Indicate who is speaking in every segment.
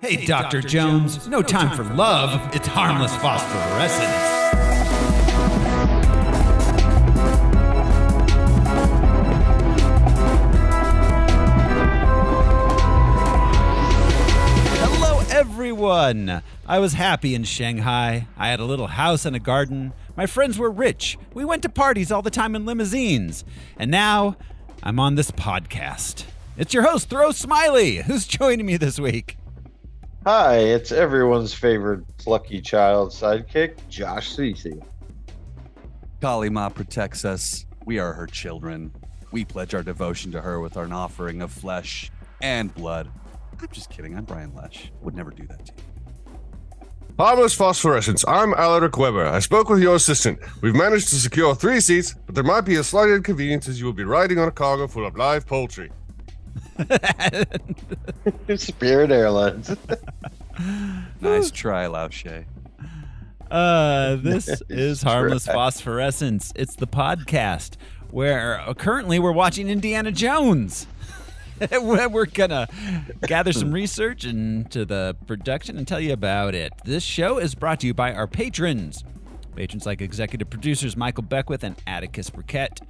Speaker 1: Hey, Dr. Jones, no time for love. It's harmless phosphorescence. Hello, everyone. I was happy in Shanghai. I had a little house and a garden. My friends were rich. We went to parties all the time in limousines. And now I'm on this podcast. It's your host, Throw Smiley, who's joining me this week.
Speaker 2: Hi, it's everyone's favorite plucky child sidekick, Josh Cece.
Speaker 3: Kali Ma protects us. We are her children. We pledge our devotion to her with an offering of flesh and blood. I'm just kidding. I'm Brian Lesh. Would never do that to you.
Speaker 4: Harmless phosphorescence. I'm Alaric Weber. I spoke with your assistant. We've managed to secure three seats, but there might be a slight inconvenience as you will be riding on a cargo full of live poultry.
Speaker 2: Spirit Airlines.
Speaker 3: Nice try, Lao She.
Speaker 1: Uh, this is
Speaker 2: Nice
Speaker 1: Harmless
Speaker 2: try.
Speaker 1: Phosphorescence. It's the podcast where uh, currently we're watching Indiana Jones. We're we're gonna gather some research into the production and tell you about it. This show is brought to you by our patrons. Patrons like executive producers Michael Beckwith and Atticus Burkett.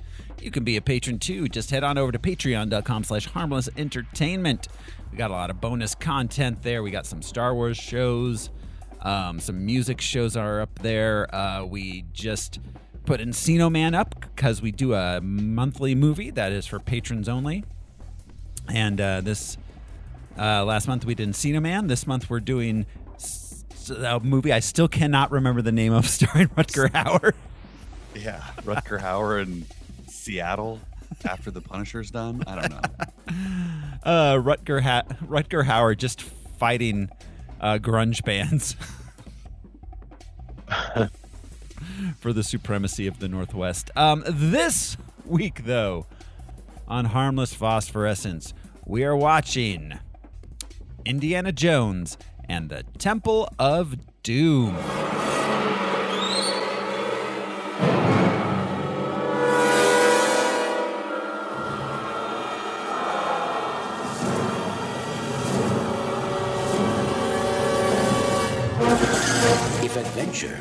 Speaker 1: You can be a patron too. Just head on over to patreon.com slash harmless entertainment. We got a lot of bonus content there. We got some Star Wars shows. Um, some music shows are up there. Uh, we just put Encino Man up because we do a monthly movie that is for patrons only. And uh, this uh, last month we did Encino Man. This month we're doing s- s- a movie I still cannot remember the name of, starring Rutger Hauer.
Speaker 3: Yeah. Rutger Hauer in Seattle after the Punisher's done. I don't know.
Speaker 1: Uh, Rutger ha- Rutger Hauer just fighting uh, grunge bands for the supremacy of the Northwest. Um, this week, though, on Harmless Phosphorescence, we are watching Indiana Jones and the Temple of Doom.
Speaker 5: If adventure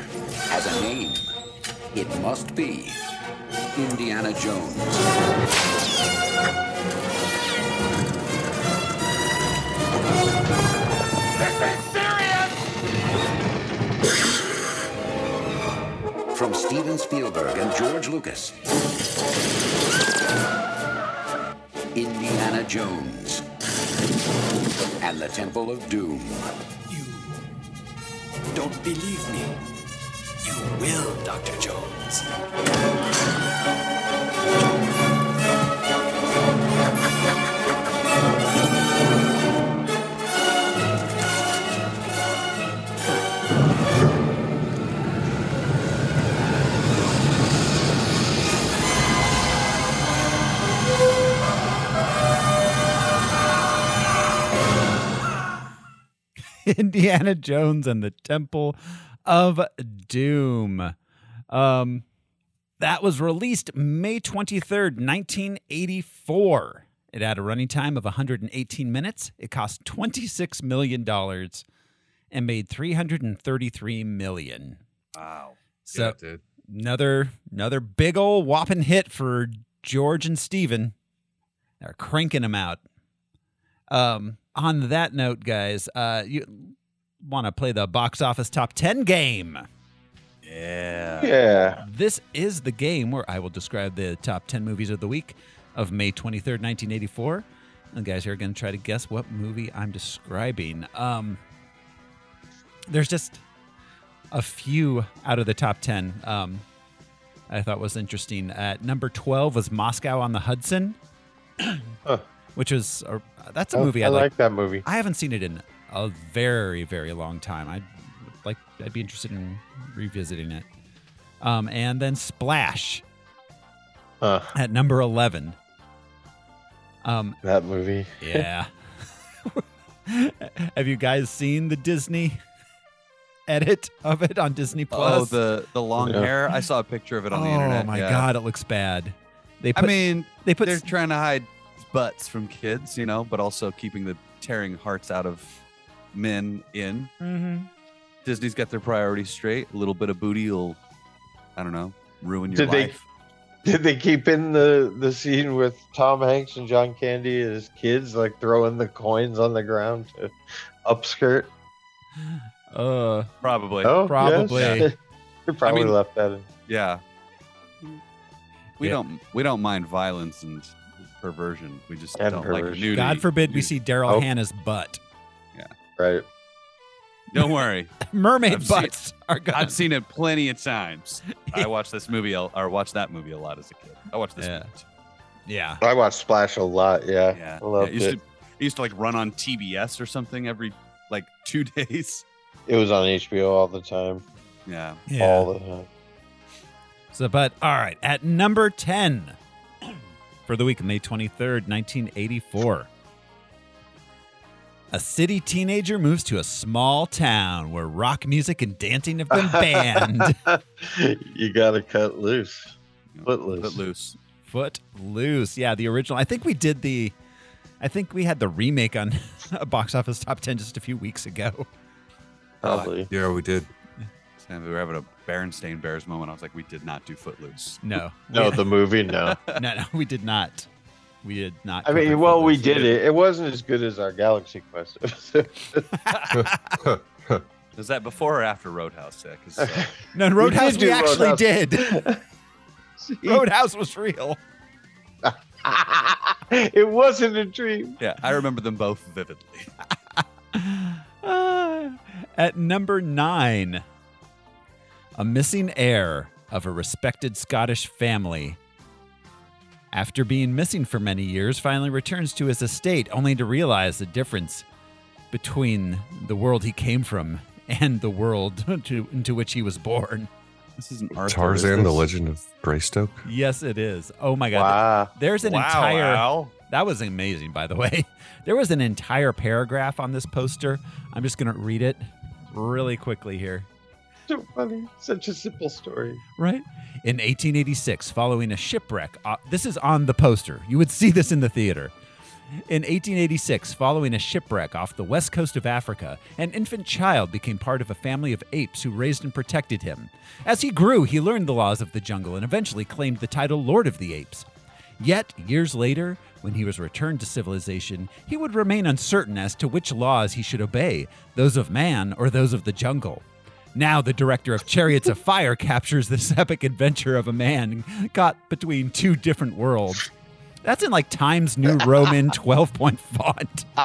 Speaker 5: has a name, it must be Indiana Jones. From Steven Spielberg and George Lucas. Indiana Jones and the Temple of Doom.
Speaker 6: You don't believe me. You will, Dr. Jones.
Speaker 1: Indiana Jones and the Temple of Doom. Um, that was released May 23rd, 1984. It had a running time of 118 minutes. It cost $26 million and made $333 million.
Speaker 3: Wow.
Speaker 1: So
Speaker 4: yeah, dude.
Speaker 1: another another big old whopping hit for George and Steven. They're cranking them out. Um, on that note, guys, uh, you want to play the box office top 10 game.
Speaker 3: Yeah.
Speaker 2: Yeah.
Speaker 1: This is the game where I will describe the top 10 movies of the week of May 23rd, 1984. And guys, you're going to try to guess what movie I'm describing. Um, there's just a few out of the top 10 um, I thought was interesting. At number 12 was Moscow on the Hudson,
Speaker 2: Huh.
Speaker 1: which was a, that's a
Speaker 2: Oh,
Speaker 1: movie
Speaker 2: I,
Speaker 1: I,
Speaker 2: like,
Speaker 1: like.
Speaker 2: that movie.
Speaker 1: I haven't seen it in a very, very long time. I'd like I'd be interested in revisiting it. Um, and then Splash
Speaker 2: Huh.
Speaker 1: at number eleven. Um,
Speaker 2: That movie.
Speaker 1: yeah. Have you guys seen the Disney edit of it on Disney Plus?
Speaker 3: Oh, the, the long
Speaker 2: Yeah.
Speaker 3: hair. I saw a picture of it on the
Speaker 1: Oh,
Speaker 3: internet.
Speaker 1: my
Speaker 3: yeah.
Speaker 1: god, it looks bad. They
Speaker 3: I
Speaker 1: put
Speaker 3: mean,
Speaker 1: they put
Speaker 3: they're trying to hide butts from kids, you know, but also keeping the tearing hearts out of men in.
Speaker 1: Mm-hmm.
Speaker 3: Disney's got their priorities straight. A little bit of booty will, I don't know, ruin your
Speaker 2: Did they-
Speaker 3: life.
Speaker 2: Did they keep in the the scene with Tom Hanks and John Candy as kids, like throwing the coins on the ground to upskirt?
Speaker 1: Uh,
Speaker 3: Probably.
Speaker 2: Oh,
Speaker 1: Probably.
Speaker 2: yes. they probably
Speaker 3: mean-
Speaker 2: left that in.
Speaker 3: Yeah. We
Speaker 1: Yeah.
Speaker 3: don't we don't mind violence and perversion. We just
Speaker 2: And
Speaker 3: don't like
Speaker 2: perversion.
Speaker 3: nudity.
Speaker 1: God forbid we
Speaker 3: You-
Speaker 1: see Daryl
Speaker 2: Oh.
Speaker 1: Hannah's butt.
Speaker 2: Right.
Speaker 3: Don't worry.
Speaker 1: Mermaid
Speaker 3: I've seen-
Speaker 1: butts are gone.
Speaker 3: I've seen it plenty of times. I watched this movie a- or watched that movie a lot as a kid. I watched this
Speaker 1: Yeah.
Speaker 3: movie. too.
Speaker 1: Yeah.
Speaker 2: I watched Splash a lot. Yeah.
Speaker 3: Yeah.
Speaker 2: I
Speaker 3: yeah. It
Speaker 2: loved
Speaker 3: used,
Speaker 2: it.
Speaker 3: to, it used to like run on TBS or something every like two days.
Speaker 2: It was on HBO all the time.
Speaker 3: Yeah.
Speaker 1: Yeah.
Speaker 2: All the time.
Speaker 1: So, but all right, at number 10 for the week, May 23rd, 1984. A city teenager moves to a small town where rock music and dancing have been banned.
Speaker 2: you gotta cut loose. Footloose.
Speaker 3: But loose.
Speaker 1: Foot loose. Yeah, the original. I think we did the I think we had the remake on a box office top 10 just a few weeks ago.
Speaker 2: Probably.
Speaker 4: Yeah, we did.
Speaker 3: And we were having a Berenstain Bears moment. I was like, we did not do Footloose.
Speaker 1: No.
Speaker 2: No, the movie, no.
Speaker 1: no, no, we did not. We did not.
Speaker 2: I
Speaker 1: cover
Speaker 2: mean, well, we
Speaker 1: Footloose.
Speaker 2: did it. It wasn't as good as our Galaxy Quest episode.
Speaker 3: Is that before or after Roadhouse? Yeah, 'cause, uh,
Speaker 1: No, Roadhouse
Speaker 2: did
Speaker 1: we,
Speaker 2: do
Speaker 1: actually
Speaker 2: Roadhouse.
Speaker 1: did. Roadhouse was real.
Speaker 2: it wasn't a dream.
Speaker 3: yeah, I remember them both vividly.
Speaker 1: Uh, at number nine, a missing heir of a respected Scottish family. After being missing for many years, finally returns to his estate, only to realize the difference between the world he came from and the world to, into which he was born.
Speaker 3: This isn't Arthur. is
Speaker 4: Tarzan, the
Speaker 3: this?
Speaker 4: Legend of Greystoke.
Speaker 1: Yes, it is. Oh my God!
Speaker 2: Wow.
Speaker 1: There's an
Speaker 3: Wow,
Speaker 1: entire
Speaker 3: Al.
Speaker 1: That was amazing, by the way. There was an entire paragraph on this poster. I'm just going to read it really quickly here.
Speaker 2: So funny. Such a simple story.
Speaker 1: Right? In 1886, following a shipwreck, uh, this is on the poster. You would see this in the theater. In 1886, following a shipwreck off the west coast of Africa, an infant child became part of a family of apes who raised and protected him. As he grew, he learned the laws of the jungle and eventually claimed the title Lord of the Apes. Yet, years later, when he was returned to civilization, he would remain uncertain as to which laws he should obey those of man or those of the jungle. Now, the director of Chariots of Fire captures this epic adventure of a man caught between two different worlds. That's in like Times New Roman 12 point font.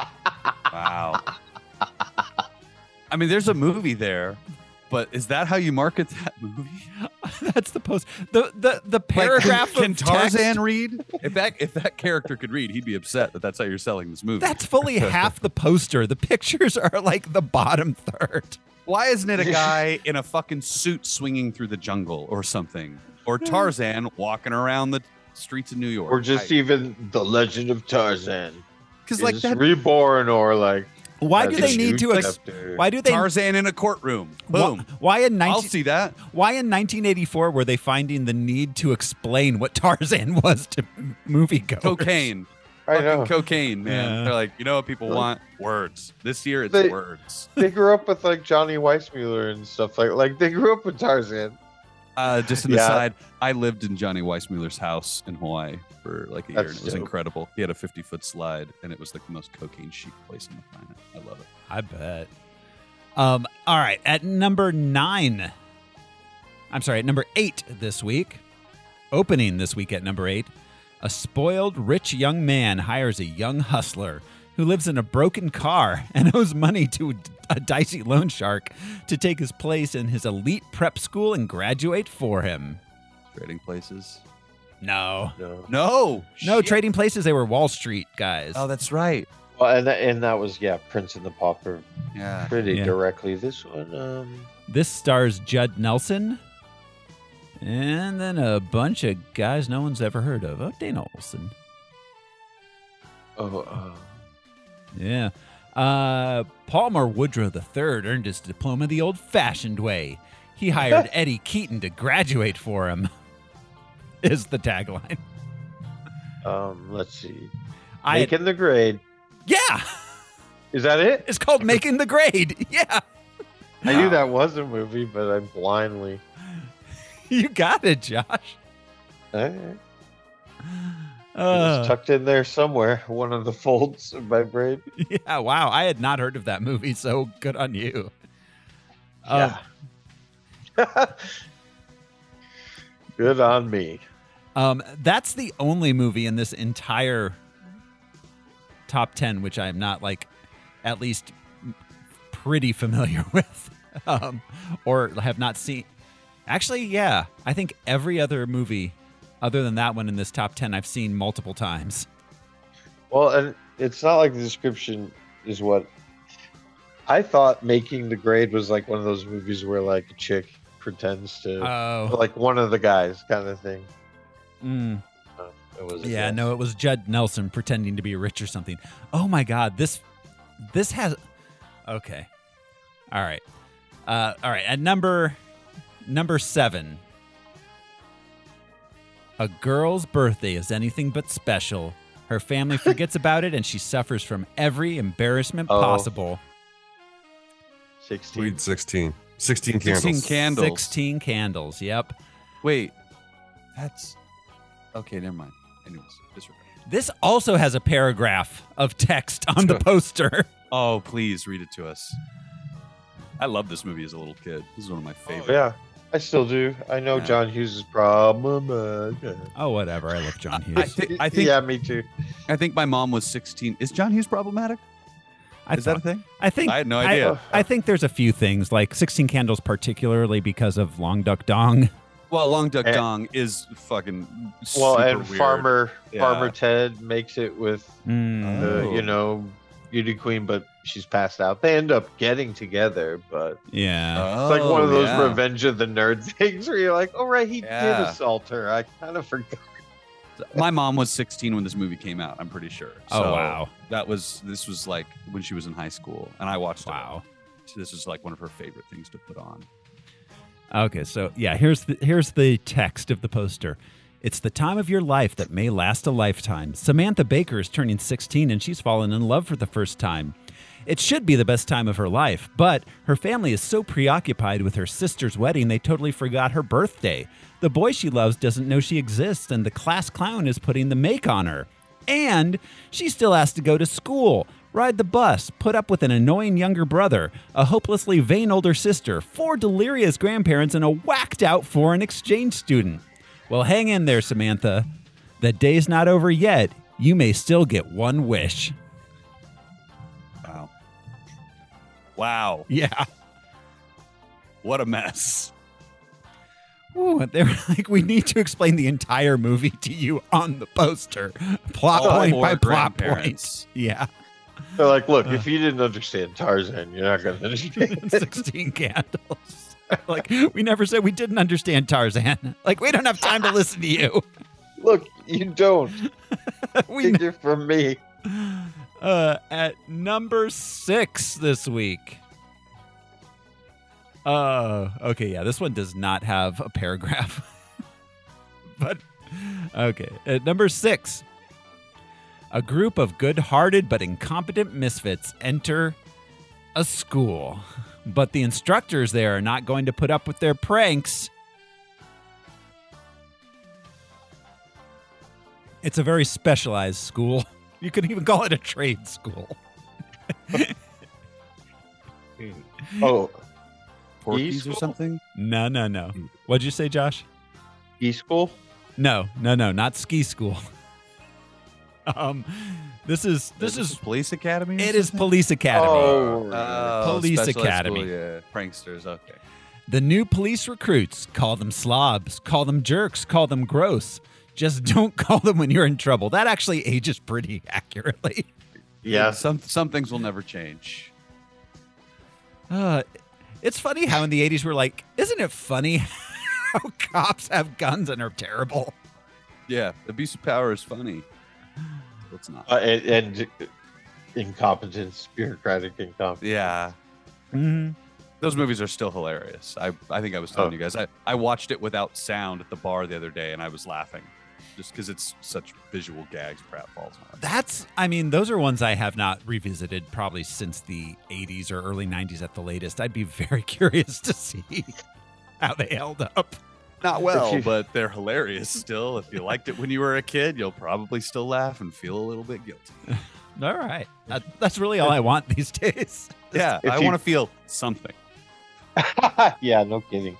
Speaker 3: Wow. I mean, there's a movie there, but is that how you market that movie?
Speaker 1: That's the post. The the the paragraph
Speaker 3: Can
Speaker 1: of text,
Speaker 3: Tarzan read? If that if that character could read, he'd be upset that that's how you're selling this movie.
Speaker 1: That's fully half the poster. The pictures are like the bottom third.
Speaker 3: Why isn't it a guy in a fucking suit swinging through the jungle or something, or Tarzan walking around the streets of New York,
Speaker 2: Or just even The Legend of Tarzan.
Speaker 3: because like
Speaker 2: Is
Speaker 3: that
Speaker 2: reborn or like
Speaker 1: Why do
Speaker 2: a
Speaker 1: they need
Speaker 2: new
Speaker 1: to? Ex-
Speaker 2: chapter.
Speaker 1: why do they?
Speaker 3: Tarzan in a courtroom?
Speaker 1: why,
Speaker 3: Boom.
Speaker 1: why in
Speaker 3: I'll
Speaker 1: 19,
Speaker 3: see that.
Speaker 1: Why in 1984 were they finding the need to explain what Tarzan was to moviegoers?
Speaker 3: Cocaine.
Speaker 2: I know.
Speaker 3: Fucking cocaine, man.
Speaker 1: Yeah.
Speaker 3: They're like, you know what people want? Words. This year it's
Speaker 2: They-
Speaker 3: words.
Speaker 2: they grew up with like Johnny Weissmuller and stuff like like they grew up with Tarzan.
Speaker 3: Uh, just an
Speaker 2: Yeah.
Speaker 3: aside, I lived in Johnny Weissmuller's house in Hawaii for like a year,
Speaker 2: That's
Speaker 3: and it was
Speaker 2: dope.
Speaker 3: incredible. He had a 50 foot slide, and it was like the most cocaine chic place on the planet. I love it.
Speaker 1: I bet. Um, all right, at number nine. I'm sorry, at number eight this week. Opening this week at number eight, a spoiled rich young man hires a young hustler who lives in a broken car and owes money to a dicey loan shark to take his place in his elite prep school and graduate for him.
Speaker 3: Trading places.
Speaker 1: No.
Speaker 2: No.
Speaker 3: No.
Speaker 1: No,
Speaker 3: Shit.
Speaker 1: trading places, they were Wall Street guys.
Speaker 3: Oh, that's right.
Speaker 2: Well, and that, and that was yeah, Prince and the Pauper
Speaker 3: Yeah.
Speaker 2: pretty
Speaker 1: Yeah.
Speaker 2: directly. This one, um,
Speaker 1: This stars Judd Nelson and then a bunch of guys no one's ever heard of. Oh, Dana Olsen.
Speaker 2: oh, uh,
Speaker 1: Yeah. Uh, Palmer Woodrow III earned his diploma the old fashioned way. He hired Eddie Keaton to graduate for him, is the tagline.
Speaker 2: um, let's see,
Speaker 1: I,
Speaker 2: making the grade.
Speaker 1: yeah.
Speaker 2: Is that it?
Speaker 1: It's called Making the Grade. Yeah,
Speaker 2: I knew that was a movie, but I blindly.
Speaker 1: you got it, Josh.
Speaker 2: All right.
Speaker 1: Uh,
Speaker 2: It's eh, tucked in there somewhere, one of the folds of my brain.
Speaker 1: yeah, wow. I had not heard of that movie, so good on you. Um,
Speaker 2: Yeah. Good on me.
Speaker 1: Um, that's the only movie in this entire top 10 which I'm not like at least pretty familiar with um, or have not seen. Actually, yeah, I think every other movie other than that one in this top 10 I've seen multiple times.
Speaker 2: Well, and it's not like the description is what I thought making the grade was like one of those movies where like a chick pretends to
Speaker 1: Oh,
Speaker 2: like one of the guys kind of thing.
Speaker 1: mm.
Speaker 2: It was
Speaker 1: yeah, no, it was Judd Nelson pretending to be rich or something. Oh my god, this this has okay. All right. Uh, all right, at number number 7. A girl's birthday is anything but special. Her family forgets about it and she suffers from every embarrassment
Speaker 2: Oh.
Speaker 1: possible.
Speaker 2: sixteen.
Speaker 4: Read 16. 16 candles.
Speaker 3: 16 candles.
Speaker 1: 16 candles. Yep.
Speaker 3: Wait, that's okay. Never mind. Anyways, disregard.
Speaker 1: This also has a paragraph of text on the poster.
Speaker 3: Oh, please read it to us. I love this movie as a little kid. This is one of my
Speaker 2: Oh,
Speaker 3: favorite.
Speaker 2: yeah, I still do. I know
Speaker 3: Yeah.
Speaker 2: John Hughes' problem. uh,
Speaker 1: Oh, whatever. I love John Hughes.
Speaker 3: I, thi- I think
Speaker 2: yeah, me too.
Speaker 3: I think my mom was 16. Is John Hughes problematic?
Speaker 1: I
Speaker 3: Is that a
Speaker 1: thought-
Speaker 3: thing?
Speaker 1: I think
Speaker 3: I had no
Speaker 1: I-
Speaker 3: idea.
Speaker 1: I, think there's a few things like 16 Candles, particularly because of Long Duck Dong.
Speaker 3: Well, Long Duck
Speaker 2: And-
Speaker 3: Dong is fucking
Speaker 2: Eh. Well,
Speaker 3: super
Speaker 2: and
Speaker 3: weird.
Speaker 2: Farmer
Speaker 3: Yeah.
Speaker 2: Farmer Ted makes it with
Speaker 1: Mm.
Speaker 2: the
Speaker 3: Oh.
Speaker 2: you know beauty queen, but she's passed out. They end up getting together, but
Speaker 1: yeah.
Speaker 2: It's like one of
Speaker 3: Oh,
Speaker 2: those
Speaker 3: yeah.
Speaker 2: revenge of the nerd things where you're like, oh right, he did
Speaker 3: Yeah.
Speaker 2: assault her. I kind of forgot.
Speaker 3: My mom was 16 when this movie came out. I'm pretty sure.
Speaker 1: oh
Speaker 3: So
Speaker 1: wow.
Speaker 3: That was this was like when she was in high school, and I watched. it.
Speaker 1: Wow.
Speaker 3: So This is like one of her favorite things to put on.
Speaker 1: Okay, so yeah, here's the here's the text of the poster. It's the time of your life that may last a lifetime. Samantha Baker is turning 16 and she's fallen in love for the first time. It should be the best time of her life, but her family is so preoccupied with her sister's wedding they totally forgot her birthday. The boy she loves doesn't know she exists, and the class clown is putting the make on her. And she still has to go to school, ride the bus, put up with an annoying younger brother, a hopelessly vain older sister, four delirious grandparents, and a whacked out foreign exchange student. Well, hang in there, Samantha. The day's not over yet. You may still get one wish.
Speaker 3: Wow. Wow.
Speaker 1: Yeah.
Speaker 3: What a mess.
Speaker 1: Ooh, they were like, we need to explain the entire movie to you on the poster, plot
Speaker 3: All
Speaker 1: point
Speaker 3: four
Speaker 1: by plot point.
Speaker 3: grandparents.
Speaker 1: Yeah.
Speaker 2: They're like, look, if
Speaker 3: Uh.
Speaker 2: you didn't understand Tarzan, you're not gonna understand.
Speaker 1: 16 candles. like, we never said we didn't understand Tarzan. Like, we don't have time to listen to you.
Speaker 2: look, you don't.
Speaker 1: we,
Speaker 2: Figure from me.
Speaker 1: uh, at number six this week. Uh, okay, yeah, this one does not have a paragraph. but, okay. At number six, a group of good hearted but incompetent misfits enter a school. But the instructors there are not going to put up with their pranks. It's a very specialized school. You could even call it a trade school.
Speaker 2: Oh,
Speaker 3: Porkies or
Speaker 2: school?
Speaker 3: something?
Speaker 1: No, no, no. What'd you say, Josh?
Speaker 2: e school.
Speaker 1: No, no, no, not ski school. um, this is this
Speaker 3: Is
Speaker 1: is
Speaker 3: police academy. or
Speaker 1: it is
Speaker 3: something?
Speaker 1: police academy.
Speaker 2: Oh,
Speaker 3: Uh,
Speaker 1: Police
Speaker 3: specialized school,
Speaker 1: academy.
Speaker 3: yeah. Pranksters. Okay.
Speaker 1: The new police recruits call them slobs, call them jerks, call them gross. Just don't call them when you're in trouble. That actually ages pretty accurately.
Speaker 2: yeah.
Speaker 3: Some some things will never change.
Speaker 1: Uh, it's funny how in the 80s we're like, isn't it funny how cops have guns and are terrible?
Speaker 3: Yeah. Abuse of power is funny. It's not.
Speaker 2: Uh, and, and incompetence, bureaucratic incompetence.
Speaker 3: yeah.
Speaker 1: Mm-hmm.
Speaker 3: Those movies are still hilarious. I, I think I was telling
Speaker 2: Oh.
Speaker 3: you guys. I, I watched it without sound at the bar the other day and I was laughing. just because it's such visual gags Pratt falls on.
Speaker 1: That's, I mean, those are ones I have not revisited probably since the 80s or early 90s at the latest. I'd be very curious to see how they held up.
Speaker 3: Not
Speaker 2: If
Speaker 3: well,
Speaker 2: you-
Speaker 3: but they're hilarious still. If you liked it when you were a kid, you'll probably still laugh and feel a little bit guilty.
Speaker 1: All right. That, that's really all I want these days.
Speaker 3: Yeah,
Speaker 2: if
Speaker 3: I
Speaker 2: you-
Speaker 3: want to feel something.
Speaker 2: yeah, no kidding.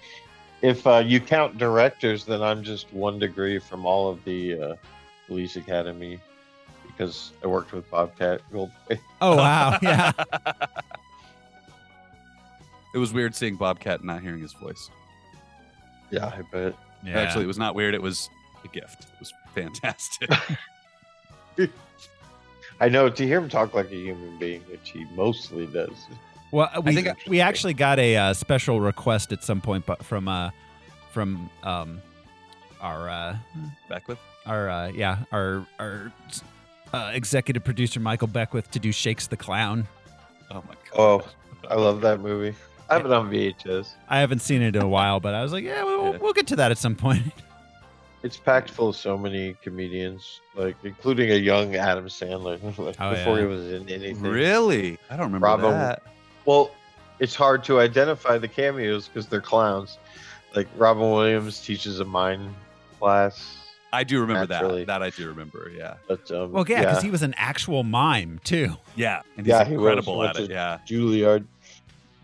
Speaker 2: If uh, you count directors, then I'm just one degree from all of the uh, police academy because I worked with Bobcat Goldthwait.
Speaker 1: Oh, wow. Yeah.
Speaker 3: It was weird seeing Bobcat and not hearing his voice.
Speaker 2: Yeah, I bet.
Speaker 1: yeah.
Speaker 3: Actually, it was not weird. It was a gift. It was fantastic.
Speaker 2: I know to hear him talk like a human being, which he mostly does.
Speaker 1: Well, we
Speaker 2: think I-
Speaker 1: we actually got a uh, special request at some point, but from uh, from um, our uh,
Speaker 3: Back with
Speaker 1: our uh, yeah our our uh, executive producer Michael Beckwith to do Shakes the Clown.
Speaker 3: oh my god.
Speaker 2: Oh, I love that movie. I have it on VHS.
Speaker 1: I haven't seen it in a while, but I was like, yeah, we'll,
Speaker 3: Yeah.
Speaker 1: we'll get to that at some point.
Speaker 2: It's packed full of so many comedians, like including a young Adam Sandler like,
Speaker 1: Oh,
Speaker 2: before
Speaker 1: yeah.
Speaker 2: he was in anything.
Speaker 3: Really? I don't remember
Speaker 2: Bravo.
Speaker 3: that.
Speaker 2: Well, it's hard to identify the cameos because they're clowns. Like Robin Williams teaches a mime class,
Speaker 3: I do remember
Speaker 2: Naturally.
Speaker 3: that. That I do remember. Yeah.
Speaker 2: but um,
Speaker 1: Well, yeah, because he was an actual mime too.
Speaker 3: Yeah. And
Speaker 2: Yeah,
Speaker 3: he's
Speaker 2: he was.
Speaker 3: incredible
Speaker 2: Went
Speaker 3: at it.
Speaker 2: to-
Speaker 3: Yeah.
Speaker 2: Juilliard.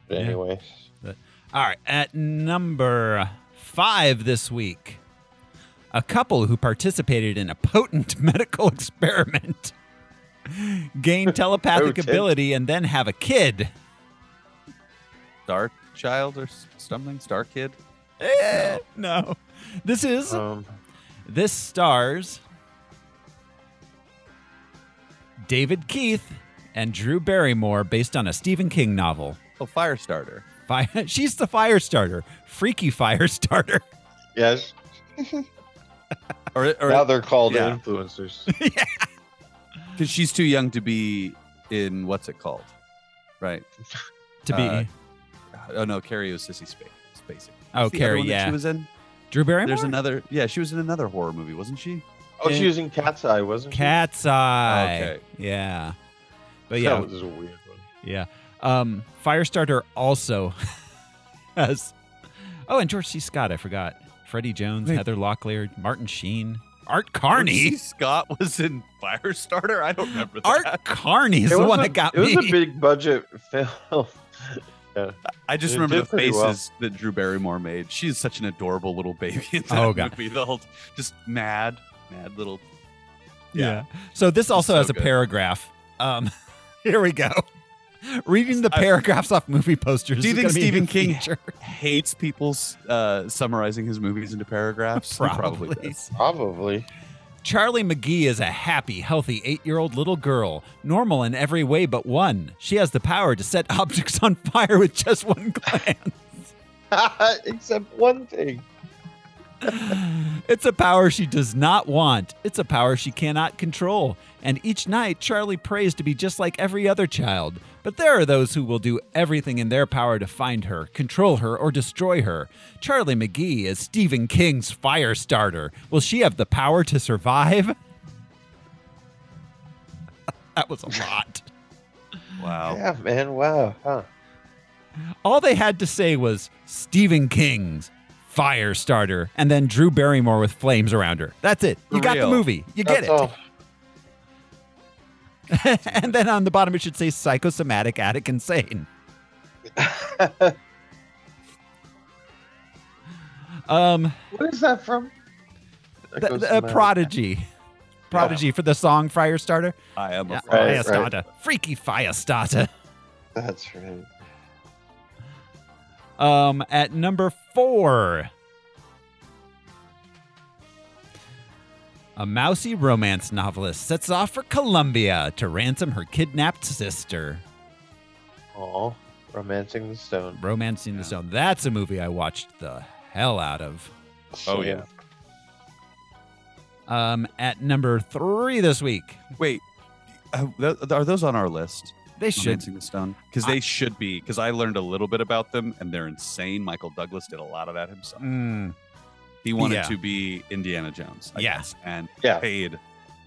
Speaker 2: But
Speaker 1: Yeah.
Speaker 2: anyway,
Speaker 1: All right, at number five this week, a couple who participated in a potent medical experiment gain telepathic
Speaker 2: Potent.
Speaker 1: ability and then have a kid.
Speaker 3: Star Child or s- something? Star Kid?
Speaker 1: Eh, no. This is
Speaker 2: um,
Speaker 1: this stars David Keith and Drew Barrymore based on a Stephen King novel.
Speaker 3: Oh, Firestarter.
Speaker 1: Fire, she's the fire starter, freaky fire starter.
Speaker 2: yes.
Speaker 3: Or,
Speaker 2: now
Speaker 3: or
Speaker 2: they're called
Speaker 3: yeah.
Speaker 2: influencers.
Speaker 3: because she's too young to be in what's it called? Right.
Speaker 1: To be
Speaker 3: Uh, Oh no, Carrie was Sissy Spacek. Spacek.
Speaker 1: Oh,
Speaker 3: What's the other
Speaker 1: Carrie,
Speaker 3: one that
Speaker 1: yeah.
Speaker 3: She was in.
Speaker 1: Drew Barrymore.
Speaker 3: There's another. Yeah, she was in another horror movie, wasn't she?
Speaker 2: Oh, she was in Cat's Eye, wasn't she?
Speaker 1: Cat's Eye.
Speaker 3: Okay.
Speaker 1: Yeah. But
Speaker 2: That
Speaker 1: yeah,
Speaker 2: was a weird one.
Speaker 1: yeah. Um, Firestarter also has. Oh, and George C. Scott. I forgot. Freddie Jones,
Speaker 3: Wait.
Speaker 1: Heather Locklear, Martin Sheen, Art
Speaker 3: Lucy
Speaker 1: Carney.
Speaker 3: Scott was in Firestarter. I don't remember that.
Speaker 1: Art Carney is
Speaker 2: It
Speaker 1: the
Speaker 2: was
Speaker 1: one
Speaker 2: a-
Speaker 1: that got
Speaker 2: It was
Speaker 1: me.
Speaker 2: a big budget film.
Speaker 3: I just
Speaker 2: It
Speaker 3: remember
Speaker 2: did
Speaker 3: the
Speaker 2: pretty well.
Speaker 3: faces that Drew Barrymore made. She's such an adorable little baby in that
Speaker 1: Oh, God.
Speaker 3: movie. The whole just mad, mad little.
Speaker 1: Yeah. So this also
Speaker 3: so
Speaker 1: has a
Speaker 3: good.
Speaker 1: paragraph. Um, here we go. Reading the
Speaker 3: I-
Speaker 1: paragraphs off movie posters.
Speaker 3: Do you
Speaker 1: is gonna
Speaker 3: think
Speaker 1: be a
Speaker 3: Stephen
Speaker 1: new
Speaker 3: King-
Speaker 1: feature.
Speaker 3: Hates people uh, summarizing his movies into paragraphs. He
Speaker 1: Probably.
Speaker 3: does.
Speaker 2: Probably.
Speaker 1: Charlie McGee is a happy, healthy eight year old little girl, normal in every way but one. She has the power to set objects on fire with just one glance.
Speaker 2: Except one thing.
Speaker 1: it's a power she does not want, it's a power she cannot control. And each night, Charlie prays to be just like every other child. But there are those who will do everything in their power to find her, control her, or destroy her. Charlie McGee is Stephen King's fire starter. Will she have the power to survive? that was a lot.
Speaker 3: Wow.
Speaker 1: Oh.
Speaker 2: Yeah, man. Wow. Huh.
Speaker 1: All they had to say was Stephen King's fire starter and then Drew Barrymore with flames around her. That's it. You
Speaker 3: For
Speaker 1: got the
Speaker 3: real.
Speaker 1: movie. You get
Speaker 2: That's
Speaker 1: it.
Speaker 2: all.
Speaker 1: and then on the bottom it should say psychosomatic addict insane. um
Speaker 2: What is that from? That
Speaker 1: the,
Speaker 2: goes
Speaker 1: the-
Speaker 2: to
Speaker 1: uh,
Speaker 2: my-
Speaker 1: prodigy. Prodigy for the song Fire Starter.
Speaker 3: I am a
Speaker 2: Right,
Speaker 1: Fire
Speaker 2: right.
Speaker 1: Starter. Freaky Fire Starter.
Speaker 2: That's right.
Speaker 1: Um, at number four, a mousy romance novelist sets off for Colombia to ransom her kidnapped sister.
Speaker 2: Aw, romancing the stone.
Speaker 1: Romancing the
Speaker 3: Yeah.
Speaker 1: Stone. That's a movie I watched the hell out of.
Speaker 3: Oh, yeah.
Speaker 1: Um, at number three this week,
Speaker 3: Wait, uh, th- are those on our list?
Speaker 1: they should.
Speaker 3: Romancing the Stone, because they should be. Because I learned a little bit about them, and they're insane. Michael Douglas did a lot of that himself.
Speaker 1: Mm,
Speaker 3: He wanted
Speaker 1: Yeah.
Speaker 3: to be Indiana Jones, I
Speaker 1: Yeah.
Speaker 3: guess, and
Speaker 2: Yeah.
Speaker 3: paid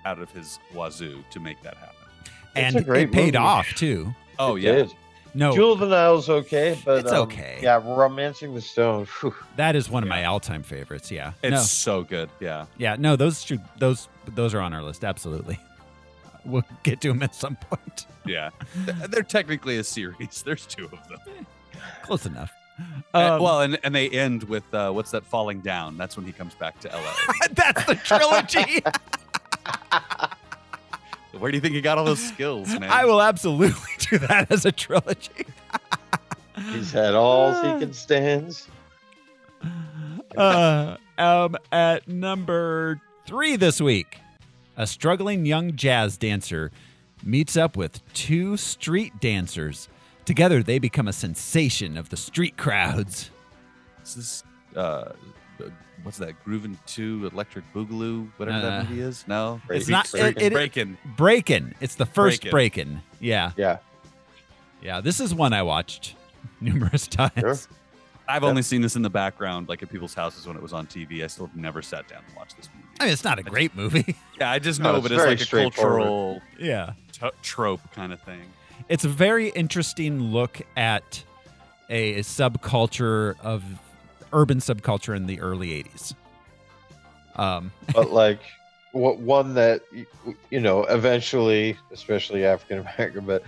Speaker 3: out of his wazoo to make that happen.
Speaker 1: and
Speaker 2: a great
Speaker 1: it paid
Speaker 2: movie.
Speaker 1: off too.
Speaker 3: Oh
Speaker 2: It
Speaker 3: yeah,
Speaker 2: is.
Speaker 1: No,
Speaker 2: Juvenile's okay, but
Speaker 1: It's
Speaker 2: um,
Speaker 1: okay.
Speaker 2: Yeah, Romancing the Stone. whew.
Speaker 1: that is one of my all-time favorites. Yeah,
Speaker 3: it's
Speaker 1: no,
Speaker 3: so good. Yeah,
Speaker 1: yeah, no. Those should, those those are on our list. Absolutely, we'll get to them at some point.
Speaker 3: yeah. Th- They're technically a series. There's two of them.
Speaker 1: Close enough.
Speaker 3: And-
Speaker 1: Um,
Speaker 3: Eh, well, and, and they end with uh, what's that falling down? That's when he comes back to LA.
Speaker 1: that's the trilogy.
Speaker 3: Where do you think he got all those skills, man?
Speaker 1: I will absolutely do that as a trilogy.
Speaker 2: He's had all he can stand.
Speaker 1: uh, um, at number three this week, a struggling young jazz dancer meets up with two street dancers. Together, they become a sensation of the street crowds.
Speaker 3: Is this uh, what's that? Groovin' Two, Electric Boogaloo, whatever
Speaker 1: Uh,
Speaker 3: that movie is. No,
Speaker 2: Break-
Speaker 1: It's not-
Speaker 2: break-
Speaker 1: it- it-
Speaker 3: breaking.
Speaker 1: Breakin', it's the first
Speaker 3: Breakin'.
Speaker 1: Breakin'. Yeah,
Speaker 2: yeah.
Speaker 1: yeah. This is one I watched numerous times.
Speaker 2: Sure.
Speaker 3: I've only seen this in the background, like at people's houses when it was on TV. I still have never sat down and watched this movie.
Speaker 1: I mean, it's not a great movie.
Speaker 3: yeah, I just
Speaker 2: No,
Speaker 3: know,
Speaker 2: it's
Speaker 3: but it's
Speaker 2: very
Speaker 3: like a cultural
Speaker 1: yeah.
Speaker 3: t- trope kind of thing.
Speaker 1: it's a very interesting look at a, a subculture of urban subculture in the early 80s um,
Speaker 2: but like what one that y- you know eventually especially african american but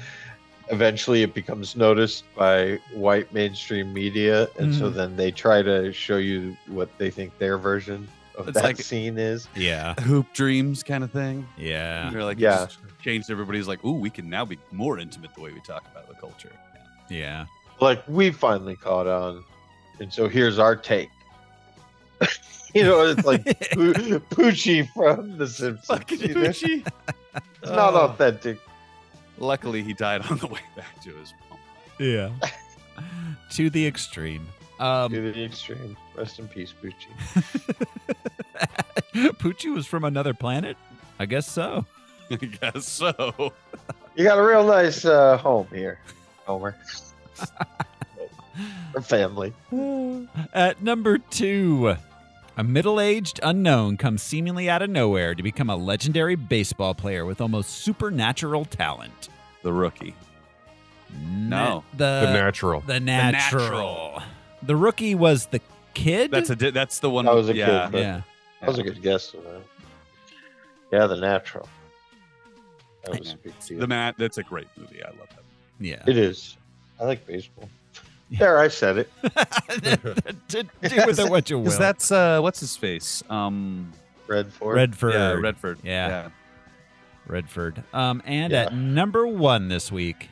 Speaker 2: eventually it becomes noticed by white mainstream media and so
Speaker 1: Mhm.
Speaker 2: then they try to show you what they think their version of
Speaker 3: It's
Speaker 2: that
Speaker 3: like-
Speaker 2: scene is
Speaker 1: yeah
Speaker 3: Hoop dreams kind of thing.
Speaker 1: yeah
Speaker 3: They're like, it
Speaker 2: Yeah.
Speaker 3: just changed everybody's like, ooh, we can now be more intimate the way we talk about the culture.
Speaker 1: yeah
Speaker 2: like we finally caught on and so here's our take you know it's like Poo- poochie from the simpsons
Speaker 3: Fucking
Speaker 2: you know? it's
Speaker 3: Gucci.
Speaker 2: not
Speaker 3: Oh.
Speaker 2: authentic
Speaker 3: Luckily, he died on the way back to his home.
Speaker 1: yeah to the extreme
Speaker 2: to
Speaker 1: um,
Speaker 2: the extreme rest in peace poochie
Speaker 1: poochie was from another planet i guess so
Speaker 3: I guess so.
Speaker 2: You got a real nice uh, home here, Homer. Or family.
Speaker 1: At number two, a middle aged unknown comes seemingly out of nowhere to become a legendary baseball player with almost supernatural talent.
Speaker 3: The rookie.
Speaker 1: Na-
Speaker 3: No.
Speaker 4: the
Speaker 1: the,
Speaker 4: natural.
Speaker 1: the, natural. the
Speaker 3: natural.
Speaker 1: rookie was the kid.
Speaker 3: That's a di- that's the one.
Speaker 2: That was a
Speaker 3: yeah.
Speaker 2: good-
Speaker 1: yeah.
Speaker 2: That was a good guess. Man. Yeah, the natural. That was a big deal.
Speaker 3: The mat. That's a great movie. I love that.
Speaker 1: Yeah.
Speaker 2: it is. I like baseball. There, I said it.
Speaker 1: Do with it what you will.
Speaker 3: Because that's uh, what's his face? Um,
Speaker 2: Redford.
Speaker 1: Redford.
Speaker 3: yeah, Redford.
Speaker 1: Yeah. Redford. Um, and
Speaker 2: Yeah.
Speaker 1: at number one this week,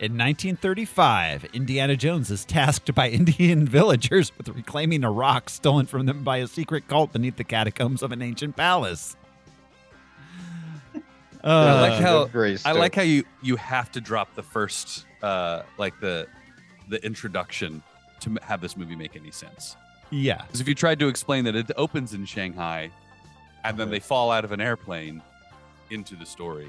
Speaker 1: in 1935, Indiana Jones is tasked by Indian villagers with reclaiming a rock stolen from them by a secret cult beneath the catacombs of an ancient palace.
Speaker 3: I
Speaker 1: Uh,
Speaker 3: like how-
Speaker 2: Grace
Speaker 3: I like how you you have to drop the first uh, like the the introduction to m- have this movie make any sense.
Speaker 1: yeah.
Speaker 3: Because if you tried to explain that it opens in Shanghai, and then they fall out of an airplane into the story,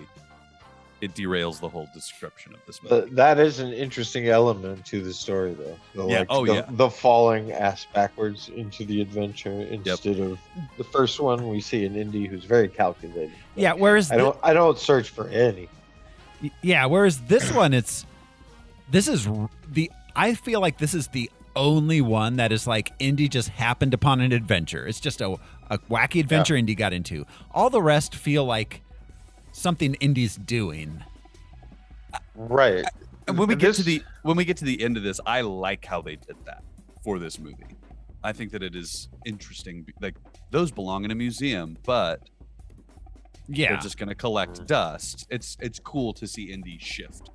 Speaker 3: it derails the whole description of this movie.
Speaker 2: that is an interesting element to the story, though. The,
Speaker 3: Yeah,
Speaker 2: like,
Speaker 3: oh,
Speaker 2: the,
Speaker 3: yeah.
Speaker 2: the falling ass backwards into the adventure instead of the first one we see an indie who's very calculated.
Speaker 1: Yeah, whereas
Speaker 2: I don't. I don't search for any.
Speaker 1: Yeah, whereas this one, it's this is r- the I feel like this is the only one that is like Indy just happened upon an adventure. It's just a, a wacky adventure Indy got into. All the rest feel like something Indy's doing.
Speaker 2: Right.
Speaker 3: And when we get to
Speaker 2: This-
Speaker 3: the when we get to the end of this, I like how they did that for this movie. I think that it is interesting. Like those belong in a museum, but
Speaker 1: Yeah,
Speaker 3: they're just going to collect dust. It's it's cool to see indie shift.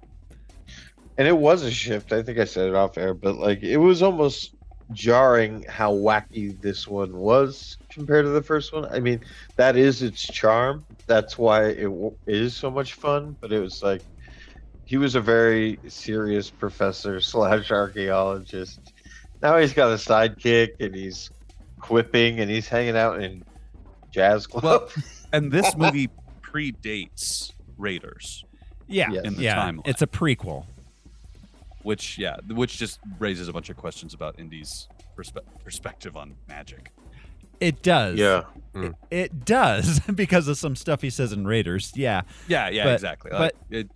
Speaker 2: and it was a shift. I think I said it off air, but like it was almost jarring how wacky this one was compared to the first one. I mean, that is its charm. That's why it w- is so much fun. But it was like he was a very serious professor slash archaeologist. Now he's got a sidekick and he's quipping and he's hanging out in jazz club.
Speaker 3: And this movie predates Raiders,
Speaker 1: yeah,
Speaker 2: Yes.
Speaker 3: in the
Speaker 1: yeah.
Speaker 3: timeline.
Speaker 1: It's a prequel.
Speaker 3: which yeah, which just raises a bunch of questions about indie's perspe- perspective on magic.
Speaker 1: It does.
Speaker 2: Yeah.
Speaker 1: It does because of some stuff he says in Raiders. Yeah.
Speaker 3: Yeah, yeah,
Speaker 1: But-
Speaker 3: exactly.
Speaker 1: but-
Speaker 3: Uh, it,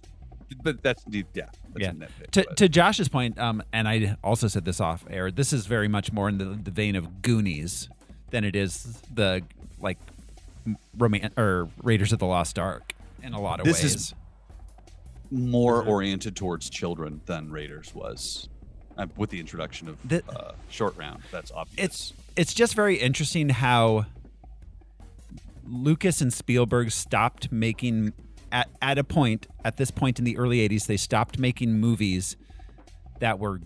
Speaker 3: but that's yeah, that's
Speaker 1: Yeah.
Speaker 3: a nitpick,
Speaker 1: To,
Speaker 3: but-
Speaker 1: to Josh's point, um, and I also said this off air. This is very much more in the, the vein of Goonies than it is the like roman or Raiders of the Lost Ark in a lot of
Speaker 3: This
Speaker 1: ways.
Speaker 3: is- more
Speaker 1: Mm-hmm.
Speaker 3: oriented towards children than Raiders was uh, with the introduction of
Speaker 1: The-
Speaker 3: uh, short round. That's obvious.
Speaker 1: it's it's just very interesting how Lucas and Spielberg stopped making at, at a point at this point in the early 80s they stopped making movies that were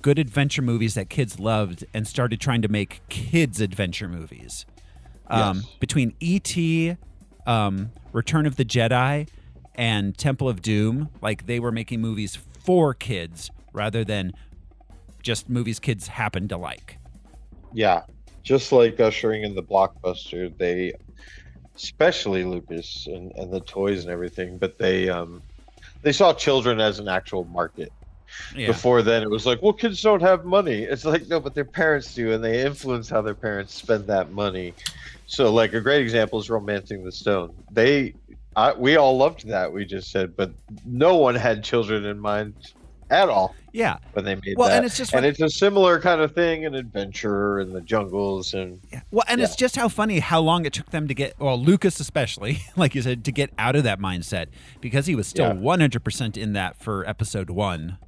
Speaker 1: good adventure movies that kids loved and started trying to make kids adventure movies um,
Speaker 2: Yes.
Speaker 1: between et um, return of the jedi and temple of doom like they were making movies for kids rather than just movies kids happen to like
Speaker 2: Yeah, just like ushering in the blockbuster, they, especially Lucas and, and the toys and everything, but they um, they saw children as an actual market.
Speaker 1: yeah.
Speaker 2: Before then, it was like, well, kids don't have money. It's like no, but their parents do, and they influence how their parents spend that money. So, like a great example is *Romancing the Stone*. They, I, we all loved that. We just said, but no one had children in mind at all
Speaker 1: Yeah.
Speaker 2: when they made
Speaker 1: Well,
Speaker 2: that.
Speaker 1: and it's just
Speaker 2: and
Speaker 1: fun-
Speaker 2: it's a similar kind of thing in adventure and the jungles and
Speaker 1: Well, and it's just how funny how long it took them to get well, Lucas especially, like you said, to get out of that mindset because he was
Speaker 2: Yeah.
Speaker 1: still one hundred percent in that for episode one.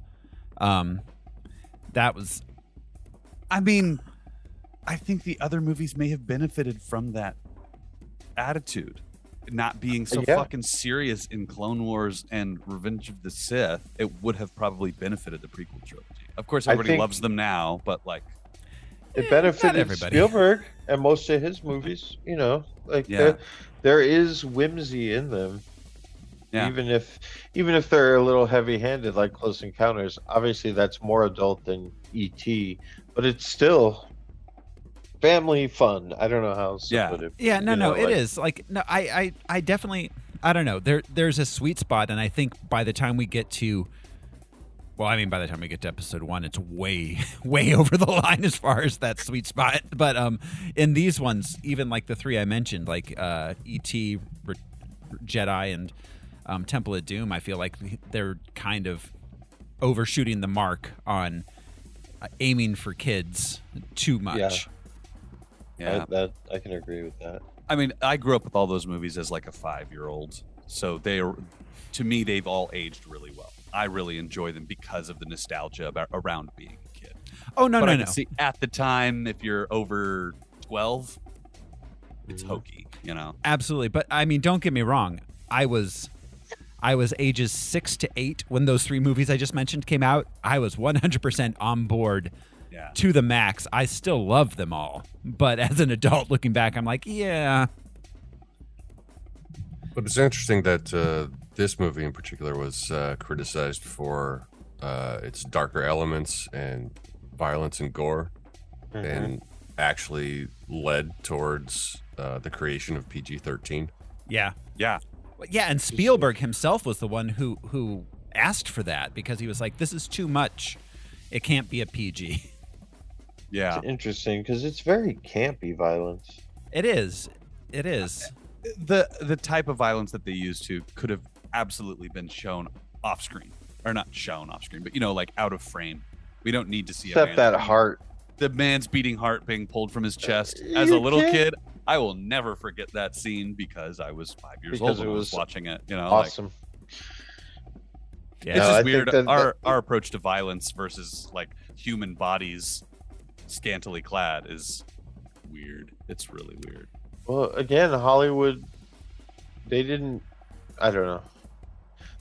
Speaker 1: Um, that was
Speaker 3: I mean, I think the other movies may have benefited from that attitude, not being so
Speaker 2: Yeah.
Speaker 3: fucking serious in Clone Wars and Revenge of the Sith. It would have probably benefited the prequel trilogy. Of course,
Speaker 2: I
Speaker 3: everybody
Speaker 2: think-
Speaker 3: loves them now, but like, Eh,
Speaker 2: it benefited
Speaker 1: everybody.
Speaker 2: Spielberg and most of his movies. You know, like
Speaker 3: Yeah.
Speaker 2: there, there is whimsy in them,
Speaker 3: Yeah.
Speaker 2: even if even if they're a little heavy-handed, like Close Encounters. Obviously, that's more adult than E.T., but it's still family fun. I don't know how else
Speaker 3: Yeah.
Speaker 2: to put it.
Speaker 1: Yeah, no,
Speaker 2: you
Speaker 1: no,
Speaker 2: know,
Speaker 1: it
Speaker 2: like-
Speaker 1: is like no, I, I, I definitely, I don't know. There, there's a sweet spot, and I think by the time we get to, well, I mean, by the time we get to episode one, it's way, way over the line as far as that sweet spot. But um, in these ones, even like the three I mentioned, like uh, E.T., Re- Jedi, and um, Temple of Doom, I feel like they're kind of overshooting the mark on uh, aiming for kids too much.
Speaker 3: yeah.
Speaker 2: I, that I can agree with that.
Speaker 3: I mean, I grew up with all those movies as like a five year old. So they are, to me, they've all aged really well. I really enjoy them because of the nostalgia about, around being a kid.
Speaker 1: Oh no,
Speaker 3: but
Speaker 1: no,
Speaker 3: I
Speaker 1: no.
Speaker 3: can see at the time, if you're over 12,
Speaker 2: Mm-hmm.
Speaker 3: it's hokey, you know?
Speaker 1: absolutely but i mean don't get me wrong i was i was ages six to eight when those three movies i just mentioned came out i was 100% on board
Speaker 3: Yeah.
Speaker 1: to the max i still love them all but as an adult looking back i'm like yeah
Speaker 4: But it's interesting that uh, this movie in particular was uh, criticized for uh, its darker elements and violence and gore,
Speaker 2: Mm-hmm.
Speaker 4: and actually led towards uh, the creation of PG 13.
Speaker 1: yeah
Speaker 3: Yeah.
Speaker 1: Well, yeah and spielberg himself was the one who who asked for that because he was like this is too much it can't be a pg
Speaker 3: Yeah.
Speaker 2: It's interesting because it's very campy violence.
Speaker 1: it is it is
Speaker 3: The, the type of violence that they used to could have absolutely been shown off screen or not shown off screen, but you know, like out of frame. We don't need to see a
Speaker 2: Except
Speaker 3: man-
Speaker 2: that heart Uh,
Speaker 3: the man's beating heart being pulled from his chest as a
Speaker 2: you
Speaker 3: little
Speaker 2: can't-
Speaker 3: kid. I will never forget that scene because I was five years
Speaker 2: Because
Speaker 3: old when
Speaker 2: it
Speaker 3: I
Speaker 2: was
Speaker 3: was watching it. You know, like,
Speaker 2: awesome.
Speaker 1: yeah
Speaker 3: it's
Speaker 2: No, I
Speaker 3: just
Speaker 2: think
Speaker 3: weird.
Speaker 2: that-
Speaker 3: our our approach to violence versus like human bodies scantily clad is weird. It's really weird.
Speaker 2: Well, again, Hollywood, they didn't. I don't know.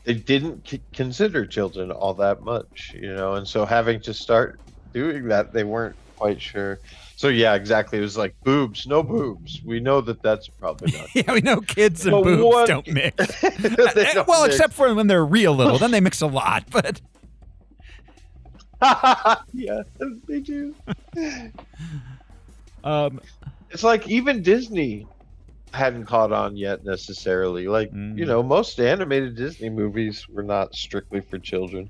Speaker 2: They didn't c- consider children all that much, you know, and so having to start doing that, they weren't quite sure. So yeah, exactly. It was like boobs, no boobs. We know that that's probably not.
Speaker 1: yeah we know kids and
Speaker 2: Well,
Speaker 1: boobs
Speaker 2: what-
Speaker 1: don't mix
Speaker 2: They
Speaker 1: Eh,
Speaker 2: don't
Speaker 1: well,
Speaker 2: mix.
Speaker 1: except for when they're real little, then they mix a lot. But
Speaker 2: yeah, they do.
Speaker 1: um,
Speaker 2: It's like even Disney hadn't caught on yet necessarily. Like you
Speaker 1: Mm.
Speaker 2: know, most animated Disney movies were not strictly for children.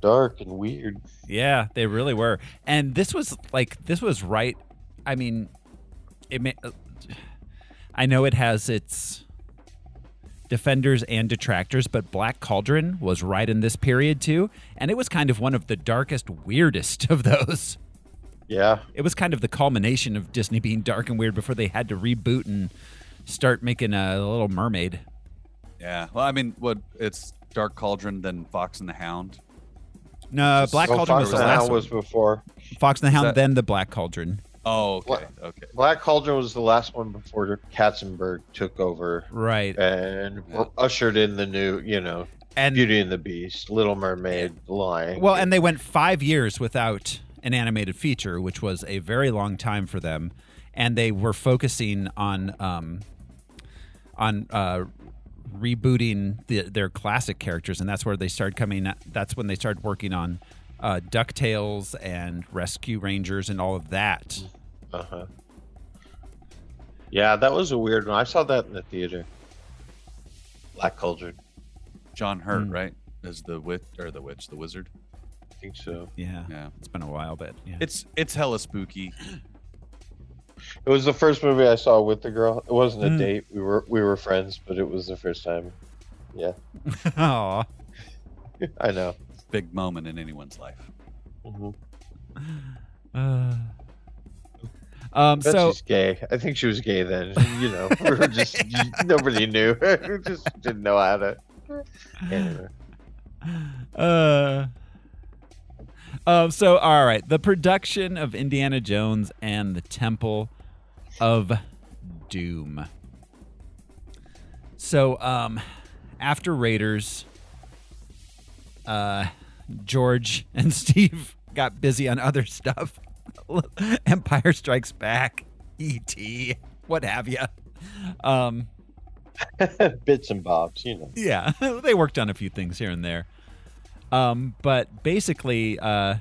Speaker 2: Dark and weird.
Speaker 1: yeah, they really were. And this was like this was right. I mean, it may, uh, I know it has its defenders and detractors, but Black Cauldron was right in this period too, and it was kind of one of the darkest, weirdest of those.
Speaker 2: Yeah.
Speaker 1: It was kind of the culmination of Disney being dark and weird before they had to reboot and start making a Little Mermaid.
Speaker 3: Yeah. Well, I mean, what it's Dark Cauldron, then Fox and the Hound.
Speaker 1: No, Black
Speaker 2: Well,
Speaker 1: Cauldron
Speaker 2: Fox
Speaker 1: was the
Speaker 2: and the
Speaker 1: last
Speaker 2: Hound was
Speaker 1: one.
Speaker 2: before.
Speaker 1: Fox and the Hound,
Speaker 3: that-
Speaker 1: then the Black Cauldron.
Speaker 3: Oh, okay.
Speaker 2: What?
Speaker 3: Okay.
Speaker 2: Black Cauldron was the last one before Katzenberg took over
Speaker 1: Right.
Speaker 2: and
Speaker 3: Yeah.
Speaker 2: ushered in the new, you know,
Speaker 1: And
Speaker 2: Beauty and the Beast, Little Mermaid, Lion.
Speaker 1: Well,
Speaker 2: King.
Speaker 1: and they went five years without an animated feature, which was a very long time for them, and they were focusing on um, on uh, rebooting the, their classic characters, and that's where they started coming. That's when they started working on uh, Ducktales and Rescue Rangers and all of that.
Speaker 2: Uh-huh. Yeah, that was a weird one. I saw that in the theater. Black Cauldron.
Speaker 3: John Hurt,
Speaker 1: Mm.
Speaker 3: right? Is the witch or the witch, the wizard?
Speaker 2: I think so.
Speaker 1: Yeah,
Speaker 3: Yeah.
Speaker 1: it's been a while, but yeah.
Speaker 3: It's it's hella spooky.
Speaker 2: It was the first movie I saw with the girl. It wasn't a
Speaker 1: Mm.
Speaker 2: date. We were we were friends, but it was the first time.
Speaker 1: Aw.
Speaker 2: I know.
Speaker 3: Big moment in anyone's life. Mm-hmm.
Speaker 1: Uh, um,
Speaker 2: But
Speaker 1: so
Speaker 2: she's gay. I think she was gay then. You know, we were just nobody knew. we just didn't know how to. Anyway.
Speaker 1: uh, um, so all right, the production of Indiana Jones and the Temple of Doom. So, um, after Raiders, uh, George and Steve got busy on other stuff. Empire Strikes Back, E.T., what have you. Um,
Speaker 2: Bits and bobs, you know.
Speaker 1: yeah, they worked on a few things here and there. Um, but basically, uh,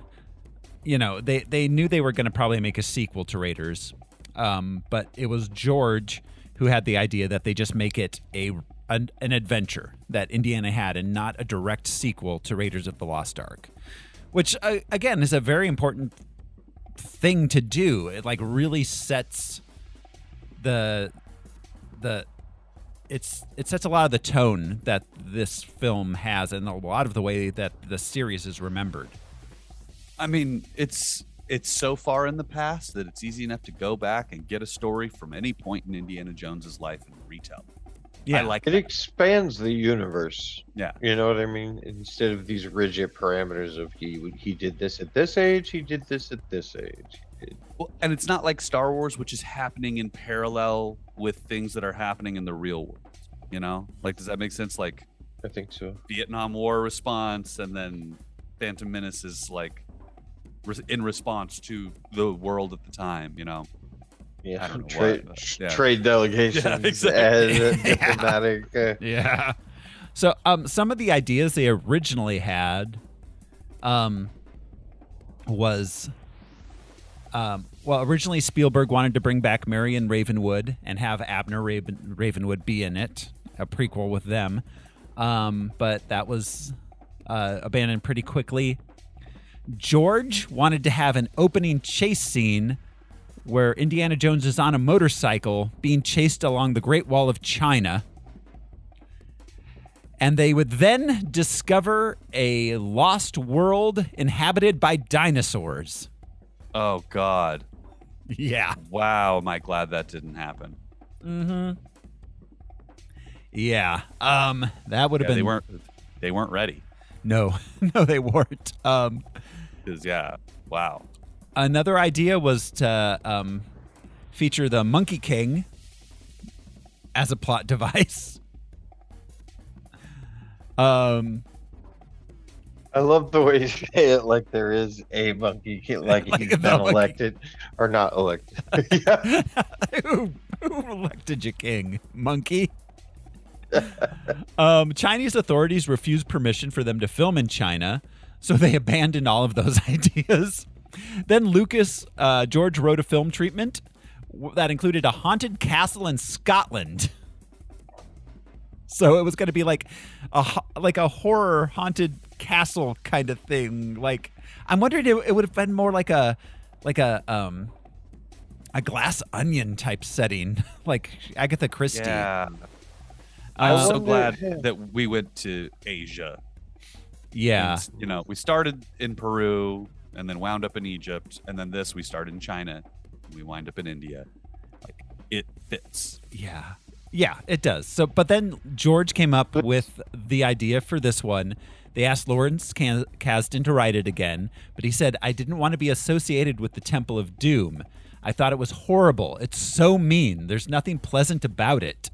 Speaker 1: you know, they, they knew they were going to probably make a sequel to Raiders. Um, but it was George who had the idea that they just make it a an, an adventure that Indiana had and not a direct sequel to Raiders of the Lost Ark, which uh, again is a very important thing to do. It like really sets the the it's it sets a lot of the tone that this film has and a lot of the way that the series is remembered.
Speaker 3: I mean, it's it's so far in the past that it's easy enough to go back and get a story from any point in Indiana Jones's life and retell. I like
Speaker 2: It
Speaker 3: that.
Speaker 2: expands the universe.
Speaker 3: Yeah.
Speaker 2: You know what I mean? Instead of these rigid parameters of he he did this at this age, he did this at this age.
Speaker 3: Well, and it's not like Star Wars, which is happening in parallel with things that are happening in the real world. You know, like does that make sense? Like
Speaker 2: I think so.
Speaker 3: Vietnam War response, and then Phantom Menace is like res- in response to the world at the time. You know,
Speaker 2: Yeah.
Speaker 3: I don't know
Speaker 2: trade,
Speaker 3: what, but- yeah.
Speaker 2: trade delegations
Speaker 3: Yeah, exactly.
Speaker 2: as a
Speaker 1: Yeah.
Speaker 2: diplomatic. uh,
Speaker 1: Yeah. So um, some of the ideas they originally had um, was um, well, originally Spielberg wanted to bring back Marion Ravenwood and have Abner Raven- Ravenwood be in it, a prequel with them. Um, but that was uh, abandoned pretty quickly. George wanted to have an opening chase scene where Indiana Jones is on a motorcycle being chased along the Great Wall of China and they would then discover a lost world inhabited by dinosaurs.
Speaker 3: oh God,
Speaker 1: Yeah.
Speaker 3: wow, am I glad that didn't happen.
Speaker 1: Mm-hmm. Yeah. Um, that would
Speaker 3: Yeah,
Speaker 1: have
Speaker 3: they
Speaker 1: been
Speaker 3: weren't they weren't ready
Speaker 1: no, no, they weren't. Um,
Speaker 3: because yeah, wow.
Speaker 1: another idea was to um, feature the Monkey King as a plot device. Um,
Speaker 2: I love the way you say it like there is a monkey, ki- like,
Speaker 1: Like
Speaker 2: he's
Speaker 1: the
Speaker 2: been
Speaker 1: monkey.
Speaker 2: elected or not elected. yeah.
Speaker 1: who, who elected you king, monkey? um, Chinese authorities refused permission for them to film in China, so they abandoned all of those ideas. Then Lucas uh, George wrote a film treatment w- that included a haunted castle in Scotland. So it was going to be like a ho- like a horror haunted castle kind of thing. Like I'm wondering, it, it would have been more like a like a um a glass onion type setting, like Agatha Christie.
Speaker 3: Yeah.
Speaker 1: Uh,
Speaker 3: I'm
Speaker 2: I
Speaker 3: so
Speaker 2: wonder-
Speaker 3: glad that we went to Asia.
Speaker 1: yeah.
Speaker 3: It's, you know, we started in Peru and then wound up in Egypt, and then this we started in China, and we wind up in India. Like it fits.
Speaker 1: Yeah. Yeah, it does. So, but then George came up
Speaker 2: But-
Speaker 1: with the idea for this one. They asked Lawrence Can- Kasdan to write it again, but he said, I didn't want to be associated with the Temple of Doom. I thought it was horrible. It's so mean. There's nothing pleasant about it.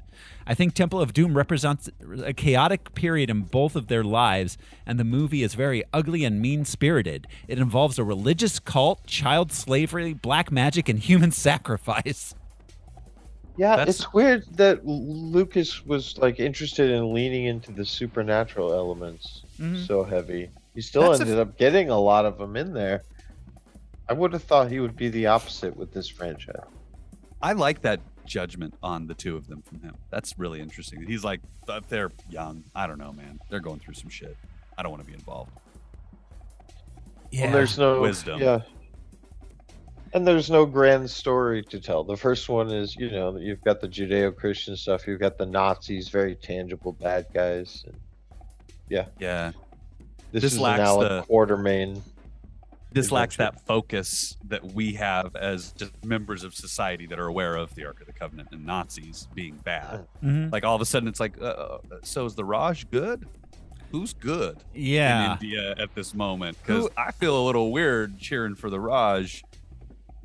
Speaker 1: I think Temple of Doom represents a chaotic period in both of their lives, and the movie is very ugly and mean spirited. It involves a religious cult, child slavery, black magic, and human sacrifice.
Speaker 2: Yeah,
Speaker 3: That's-
Speaker 2: it's weird that Lucas was like interested in leaning into the supernatural elements
Speaker 1: Mhm.
Speaker 2: so heavy. He still
Speaker 3: Mm-hmm. That's a-
Speaker 2: ended up getting a lot of them in there. I would have thought he would be the opposite with this franchise.
Speaker 3: I like that judgment on the two of them from him. That's really interesting. He's like, "But they're young. I don't know, man. They're going through some shit. I don't want to be involved.
Speaker 1: Yeah.
Speaker 2: Well, there's no
Speaker 3: Wisdom.
Speaker 2: Yeah. And there's no grand story to tell. The first one is, you know, that you've got the Judeo-Christian stuff. You've got the Nazis, very tangible bad guys. And
Speaker 3: Yeah.
Speaker 2: this,
Speaker 3: This
Speaker 2: is
Speaker 3: lacks
Speaker 2: now
Speaker 3: the-
Speaker 2: a Quartermain.
Speaker 3: This lacks
Speaker 2: Adventure.
Speaker 3: that focus that we have as just members of society that are aware of the Ark of the Covenant and Nazis being bad.
Speaker 1: Mhm.
Speaker 3: Like all of a sudden, it's like, uh, so is the Raj good? Who's good
Speaker 1: Yeah.
Speaker 3: in India at this moment? Because I feel a little weird cheering for the Raj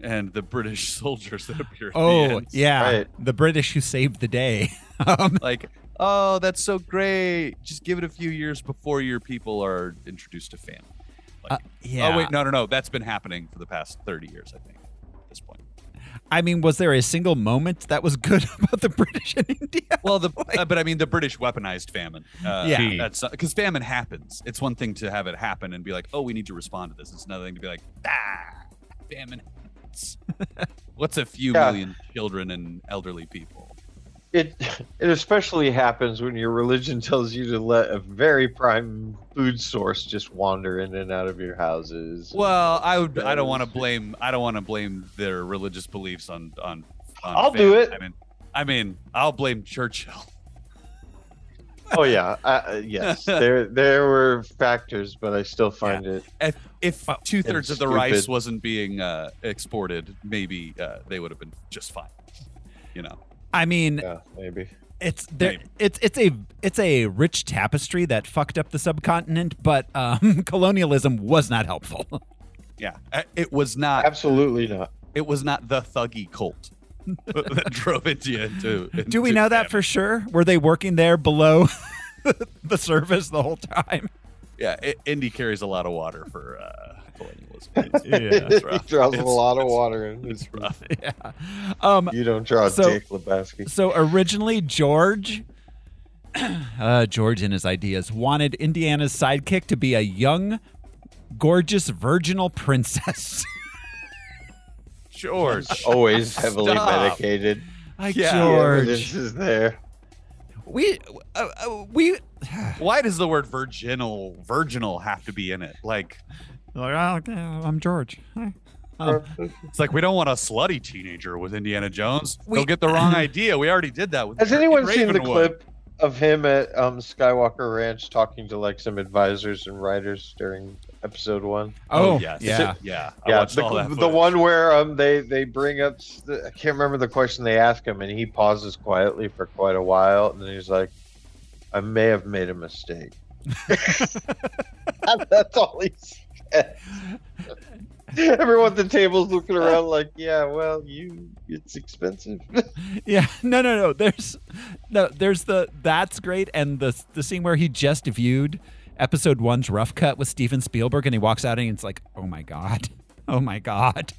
Speaker 3: and the British soldiers that appear. At the
Speaker 1: Oh,
Speaker 3: end.
Speaker 1: yeah.
Speaker 2: Right.
Speaker 1: The British who saved the day. um,
Speaker 3: Like, oh, that's so great. Just give it a few years before your people are introduced to family.
Speaker 1: uh, yeah.
Speaker 3: Oh wait, no, no, no. That's been happening for the past thirty years, I think. At this point.
Speaker 1: I mean, was there a single moment that was good about the British in India?
Speaker 3: Well, the uh, but I mean the British weaponized famine. Uh,
Speaker 1: Yeah.
Speaker 3: yeah, that's because famine happens. It's one thing to have it happen and be like, oh, we need to respond to this. It's another thing to be like, ah, famine. Happens. What's a few
Speaker 2: Yeah.
Speaker 3: million children and elderly people?
Speaker 2: It it especially happens when your religion tells you to let a very prime food source just wander in and out of your houses.
Speaker 3: Well, I would. I don't want to blame. I don't want to blame their religious beliefs on on. on
Speaker 2: I'll do
Speaker 3: famine.
Speaker 2: it.
Speaker 3: I mean, I mean, I'll blame Churchill.
Speaker 2: oh yeah, I- uh, yes, there there were factors, but I still find it.
Speaker 3: If, if two thirds of the rice
Speaker 2: stupid.
Speaker 3: wasn't being uh, exported, maybe uh, they would have been just fine. You know.
Speaker 1: I mean,
Speaker 2: Yeah, maybe.
Speaker 1: it's there,
Speaker 3: Maybe.
Speaker 1: it's it's a it's a rich tapestry that fucked up the subcontinent, but um, colonialism was not helpful.
Speaker 3: Yeah, I- it was not.
Speaker 2: Absolutely not.
Speaker 3: It was not the thuggy cult that drove India into.
Speaker 1: Do we
Speaker 3: into
Speaker 1: know that
Speaker 3: famine.
Speaker 1: for sure? Were they working there below the surface the whole time?
Speaker 3: Yeah, I Indy carries a lot of water for uh, colonialism.
Speaker 1: Yeah.
Speaker 3: That's
Speaker 2: he
Speaker 3: rough.
Speaker 2: draws a
Speaker 3: It's-
Speaker 2: lot of
Speaker 3: it's-
Speaker 2: water in.
Speaker 3: It's rough.
Speaker 1: yeah. Um,
Speaker 2: You don't draw
Speaker 1: So-
Speaker 2: Dick Lebowski.
Speaker 1: So originally, George, uh, George and his ideas wanted Indiana's sidekick to be a young, gorgeous, virginal princess.
Speaker 3: George.
Speaker 2: Always heavily
Speaker 3: Stop.
Speaker 2: medicated.
Speaker 1: Like
Speaker 3: Yeah.
Speaker 1: George,
Speaker 2: This is there.
Speaker 1: we, uh, uh, we,
Speaker 3: Why does the word virginal virginal have to be in it? Like
Speaker 1: like, oh, okay, I'm George. Hi. Um,
Speaker 3: it's like we don't want a slutty teenager with Indiana Jones.
Speaker 1: We-
Speaker 3: They'll get the wrong idea. We already did that with
Speaker 2: Has
Speaker 3: Ra-
Speaker 2: anyone seen the
Speaker 3: Ravenwood.
Speaker 2: clip of him at um, Skywalker Ranch talking to like some advisors and writers during episode one?
Speaker 1: oh,
Speaker 3: yes.
Speaker 1: yeah.
Speaker 3: yeah. I
Speaker 2: yeah,
Speaker 3: watched
Speaker 2: the,
Speaker 3: all that
Speaker 2: the
Speaker 3: footage.
Speaker 2: one where um they they bring up s- the, I can't remember the question they ask him, and he pauses quietly for quite a while, and then he's like, "I may have made a mistake." That's all he said. Everyone at the table's looking around like, "Yeah, well, you, it's expensive."
Speaker 1: yeah. No, no, no. There's, no, there's the that's great, and the the scene where he just viewed episode one's rough cut with Steven Spielberg, and he walks out and it's like, oh my god, oh my god.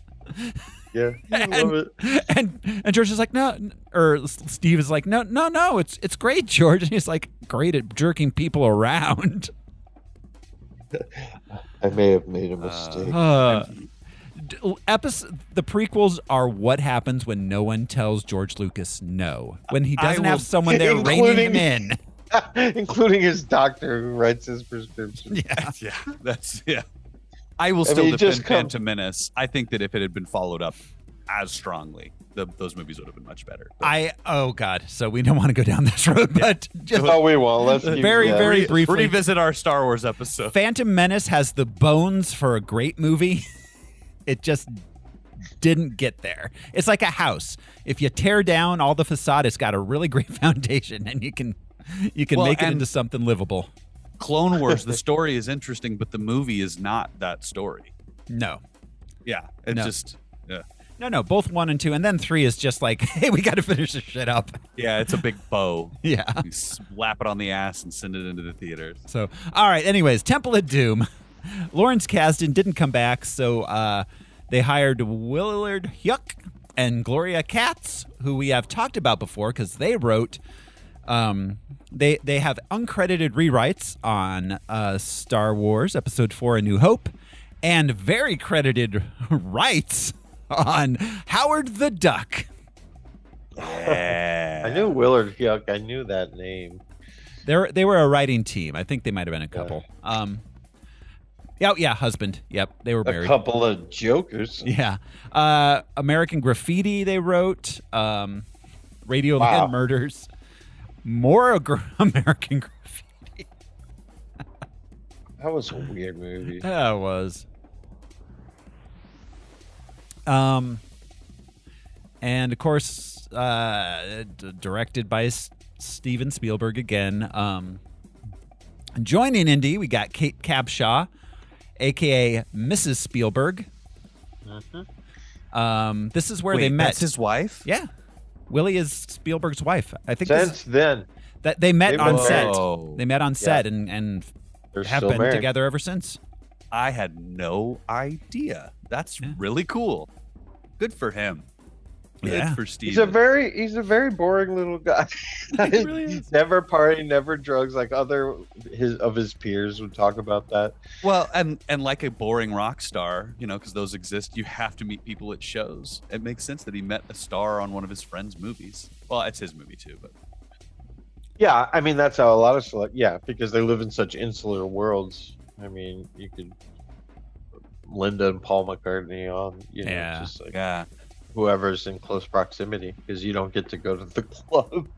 Speaker 2: yeah, I love it.
Speaker 1: and and George is like no, n- or S- Steve is like no, no, no, it's it's great, George, and he's like great at jerking people around.
Speaker 2: I may have made a mistake.
Speaker 1: Uh, d- epis the prequels are what happens when no one tells George Lucas no, when he
Speaker 3: I
Speaker 1: doesn't
Speaker 3: will-
Speaker 1: have someone there reining him
Speaker 2: Including-
Speaker 1: in.
Speaker 2: including his doctor who writes his prescription.
Speaker 1: Yeah,
Speaker 3: yeah, that's yeah. I will
Speaker 2: I
Speaker 3: still
Speaker 2: mean, it
Speaker 3: defend
Speaker 2: just come-
Speaker 3: Phantom Menace. I think that if it had been followed up as strongly, the, those movies would have been much better. But
Speaker 1: I oh god, so we don't want to go down this road, but just
Speaker 2: No, Oh, we won't. Let's keep-
Speaker 1: very
Speaker 2: yeah.
Speaker 1: very briefly,
Speaker 3: revisit our Star Wars episode.
Speaker 1: Phantom Menace has the bones for a great movie. it just didn't get there. It's like a house. If you tear down all the facade, it's got a really great foundation, and you can you can
Speaker 3: Well,
Speaker 1: make it
Speaker 3: and-
Speaker 1: into something livable.
Speaker 3: Clone Wars, the story is interesting, but the movie is not that story.
Speaker 1: No,
Speaker 3: Yeah, it
Speaker 1: No.
Speaker 3: just yeah.
Speaker 1: no, no. Both one and two, and then three is just like, hey, we got to finish this shit up.
Speaker 3: yeah, it's a big bow.
Speaker 1: Yeah.
Speaker 3: You slap it on the ass and send it into the theaters.
Speaker 1: So, all right. Anyways, Temple of Doom. Lawrence Kasdan didn't come back, so uh, they hired Willard Hyuk and Gloria Katz, who we have talked about before, because they wrote. Um, they they have uncredited rewrites on uh, Star Wars Episode Four: A New Hope, and very credited writes on Howard the Duck.
Speaker 3: Yeah.
Speaker 2: I knew Willard Yuck. I knew that name.
Speaker 1: They were, they were a writing team. I think they might have been a couple. Um, yeah, oh, yeah, husband. Yep, they were
Speaker 2: A
Speaker 1: married.
Speaker 2: couple of jokers.
Speaker 1: Yeah. Uh, American Graffiti, they wrote. Um, Radio
Speaker 2: Wow.
Speaker 1: Land Murders. More gr- American Graffiti.
Speaker 2: That was a weird movie.
Speaker 1: That was. Um, and of course, uh, d- directed by S- Steven Spielberg again. Um, joining Indy, we got Kate Cabshaw, aka Mrs. Spielberg. Um, this is where
Speaker 3: Mm-hmm. Wait,
Speaker 1: they met.
Speaker 3: That's his wife.
Speaker 1: Yeah. Willie is Spielberg's wife. I think this,
Speaker 2: Since then,
Speaker 1: that they met
Speaker 2: They
Speaker 1: on
Speaker 2: were-
Speaker 3: Whoa.
Speaker 1: set. They met on set and and
Speaker 2: they're
Speaker 1: have
Speaker 2: still
Speaker 1: been
Speaker 2: married.
Speaker 1: together ever since.
Speaker 3: I had no idea. That's
Speaker 1: Yeah.
Speaker 3: really cool. Good for him. Good
Speaker 1: Yeah.
Speaker 3: for Steve.
Speaker 2: He's a very he's a very boring little guy.
Speaker 1: really is.
Speaker 2: never party, never drugs. Like other his of his peers would talk about that.
Speaker 3: well, and and like a boring rock star, you know, because those exist. You have to meet people at shows. It makes sense that he met a star on one of his friend's movies. Well, it's his movie too, but
Speaker 2: Yeah, I mean that's how a lot of select. Yeah, because they live in such insular worlds. I mean, you could Linda and Paul McCartney on. You know,
Speaker 1: Yeah.
Speaker 2: just like
Speaker 3: yeah,
Speaker 2: whoever's in close proximity, because you don't get to go to the club.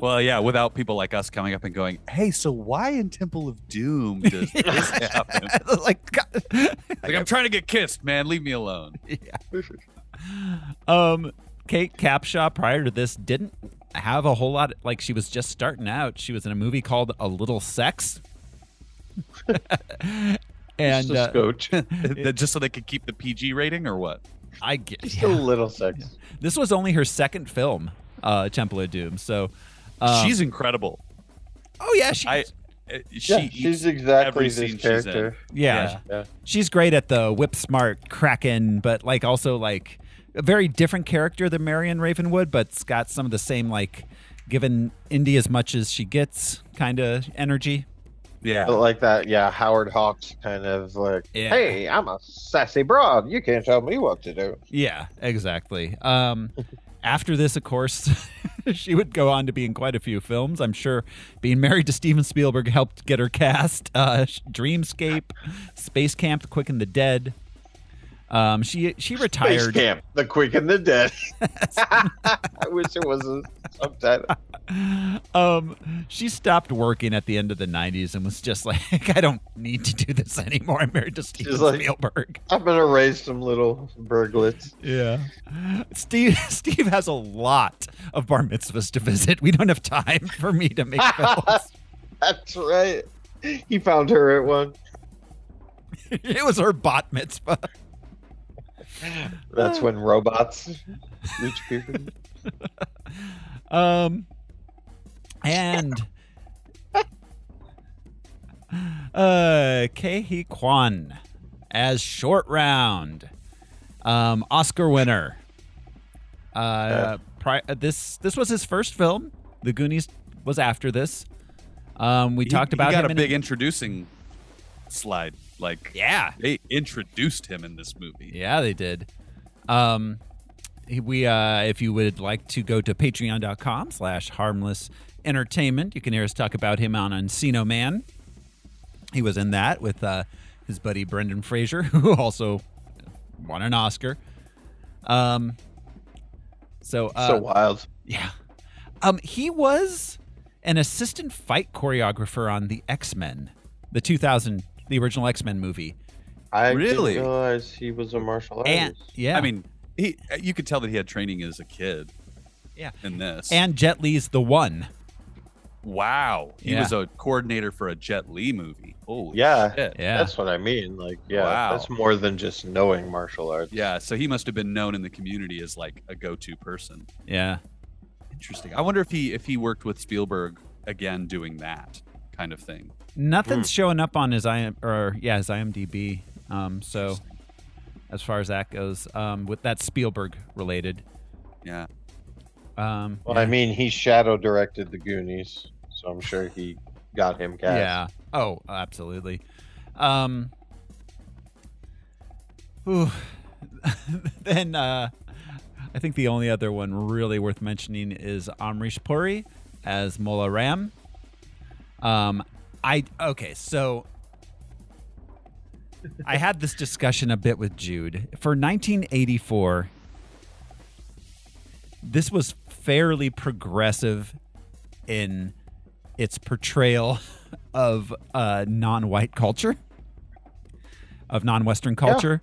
Speaker 3: well, yeah. Without people like us coming up and going, "Hey, so why in Temple of Doom does this happen?"
Speaker 1: like God.
Speaker 3: Like, I'm trying to get kissed, man. Leave me alone.
Speaker 1: um Kate Capshaw prior to this didn't have a whole lot like she was just starting out. She was in a movie called A Little Sex. and
Speaker 2: just
Speaker 1: uh,
Speaker 2: coach,
Speaker 3: That- Just so they could keep the PG rating, or what?
Speaker 1: I get
Speaker 2: just a little sex.
Speaker 1: this was only her second film, uh Temple of Doom. So um,
Speaker 3: She's incredible.
Speaker 1: oh yeah, she
Speaker 3: I. uh, She
Speaker 2: yeah,
Speaker 3: eats
Speaker 2: she's exactly
Speaker 3: every
Speaker 2: this
Speaker 3: scene she's in.
Speaker 2: character.
Speaker 1: yeah.
Speaker 2: Yeah.
Speaker 1: she's great at the whip smart kraken but like also like a very different character than marion ravenwood but's got some of the same like given indy as much as she gets kind of energy
Speaker 3: Yeah.
Speaker 2: But like that, yeah, Howard Hawks kind of like,
Speaker 1: Yeah.
Speaker 2: hey, I'm a sassy broad. You can't tell me what to do.
Speaker 1: yeah exactly um after this of course she would go on to be in quite a few films i'm sure being married to steven spielberg helped get her cast uh dreamscape space camp the quick and the dead um she she
Speaker 2: Base
Speaker 1: retired
Speaker 2: camp, the quick and the dead. I wish it was a subtitle.
Speaker 1: um, she stopped working at the end of the '90s and was just like, "I don't need to do this anymore. I'm married to Steven
Speaker 2: She's like-
Speaker 1: Spielberg."
Speaker 2: I'm gonna raise some little burglets.
Speaker 1: Yeah, Steve. Steve has a lot of bar mitzvahs to visit. We don't have time for me to make films.
Speaker 2: That's right. He found her at one.
Speaker 1: it was her bot mitzvah.
Speaker 2: That's when robots reach people.
Speaker 1: Um, and uh, Kehi Kwan as short round, um, Oscar winner. Uh, pri- uh, this this was his first film. The Goonies was after this. Um, we
Speaker 3: He-
Speaker 1: talked
Speaker 3: he
Speaker 1: about
Speaker 3: got
Speaker 1: him
Speaker 3: a
Speaker 1: in-
Speaker 3: big introducing slide. Like
Speaker 1: yeah,
Speaker 3: they introduced him in this movie.
Speaker 1: Yeah, they did. Um, we, uh, if you would like to go to patreon.com slash harmless entertainment, you can hear us talk about him on Encino Man. He was in that with uh, his buddy Brendan Fraser, who also won an Oscar. Um, so, uh,
Speaker 2: so wild.
Speaker 1: yeah. Um, he was an assistant fight choreographer on the X Men, the 2000, the original X Men movie.
Speaker 2: I
Speaker 3: Really?
Speaker 2: didn't realize he was a martial artist.
Speaker 1: And yeah,
Speaker 3: I mean, he you could tell that he had training as a kid.
Speaker 1: Yeah.
Speaker 3: In this.
Speaker 1: and Jet Li's the one.
Speaker 3: wow, he
Speaker 1: Yeah.
Speaker 3: was a coordinator for a Jet Li movie. Holy
Speaker 2: Yeah,
Speaker 3: shit.
Speaker 1: Yeah,
Speaker 2: that's what I mean. Like, yeah,
Speaker 3: Wow.
Speaker 2: that's more than just knowing martial arts.
Speaker 3: Yeah, so he must have been known in the community as like a go-to person.
Speaker 1: yeah.
Speaker 3: Interesting. I wonder if he if he worked with Spielberg again doing that kind of thing.
Speaker 1: Nothing's
Speaker 2: Hmm.
Speaker 1: showing up on his IM or yeah his IMDb. Um, so as far as that goes, um, with that Spielberg related.
Speaker 3: Yeah.
Speaker 1: Um,
Speaker 2: Well,
Speaker 1: yeah.
Speaker 2: I mean, he shadow directed the Goonies, so I'm sure he got him cast.
Speaker 1: Yeah. Oh, absolutely. Um, ooh. then uh, I think the only other one really worth mentioning is Amrish Puri as Mola Ram. Um, I okay, so I had this discussion a bit with Jude for 1984. This was fairly progressive in its portrayal of uh, non-white culture, of non-Western culture,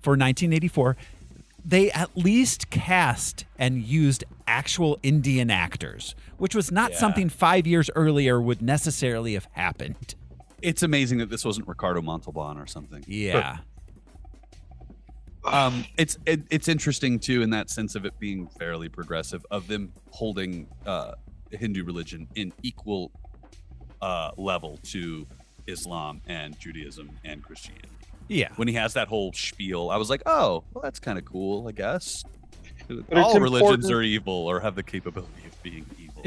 Speaker 1: for 1984. They at least cast and used actual Indian actors, which was not
Speaker 3: Yeah.
Speaker 1: something five years earlier would necessarily have happened.
Speaker 3: It's amazing that this wasn't Ricardo Montalban or something.
Speaker 1: Yeah,
Speaker 3: um, it's it, it's interesting too in that sense of it being fairly progressive of them holding uh, Hindu religion in equal uh, level to Islam and Judaism and Christianity.
Speaker 1: yeah,
Speaker 3: When he has that whole spiel, I was like, oh, well, that's kind of cool, I guess.
Speaker 2: it's
Speaker 3: All religions
Speaker 2: important-
Speaker 3: are evil or have the capability of being evil.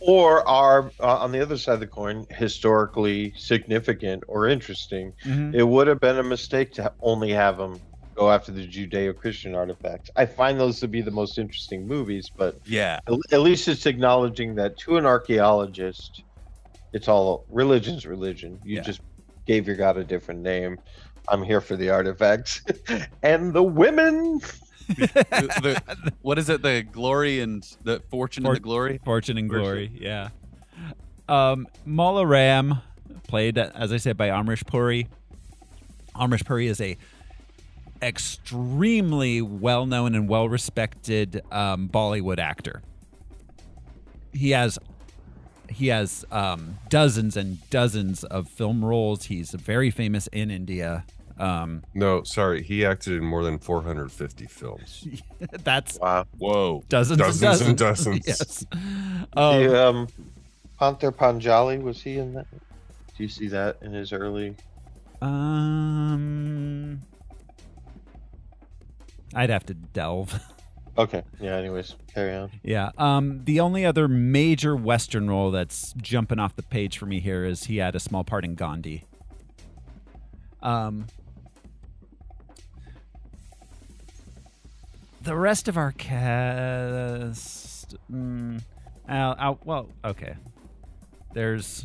Speaker 2: Or are uh, on the other side of the coin historically significant or interesting.
Speaker 1: Mhm.
Speaker 2: It would have been a mistake to only have him go after the Judeo-Christian artifacts. I find those to be the most interesting movies, but
Speaker 3: Yeah,
Speaker 2: at at least it's acknowledging that to an archaeologist, it's all religion's religion. You
Speaker 3: Yeah.
Speaker 2: just gave your god a different name. I'm here for the artifacts and the women.
Speaker 3: The- the- what is it? The glory and the fortune
Speaker 1: For-
Speaker 3: and the glory.
Speaker 1: fortune and
Speaker 3: Fortune.
Speaker 1: glory. Yeah. Um, Mala Ram, played as I said by Amrish Puri. Amrish Puri is a extremely well-known and well-respected um, Bollywood actor. He has he has um, dozens and dozens of film roles. He's very famous in India. Um,
Speaker 4: No, sorry. He acted in more than 450 films.
Speaker 1: that's
Speaker 2: Wow.
Speaker 3: Whoa.
Speaker 1: dozens,
Speaker 4: Dozens
Speaker 1: and
Speaker 4: and
Speaker 1: dozens.
Speaker 4: dozens.
Speaker 1: yes. Um,
Speaker 2: the, um, Panther Panjali was he in that? Do you see that in his early?
Speaker 1: Um, I'd have to delve.
Speaker 2: Okay. Yeah. Anyways, carry on.
Speaker 1: yeah. Um, the only other major Western role that's jumping off the page for me here is he had a small part in Gandhi. Um, the rest of our cast, mm, I'll, I'll- well, okay. There's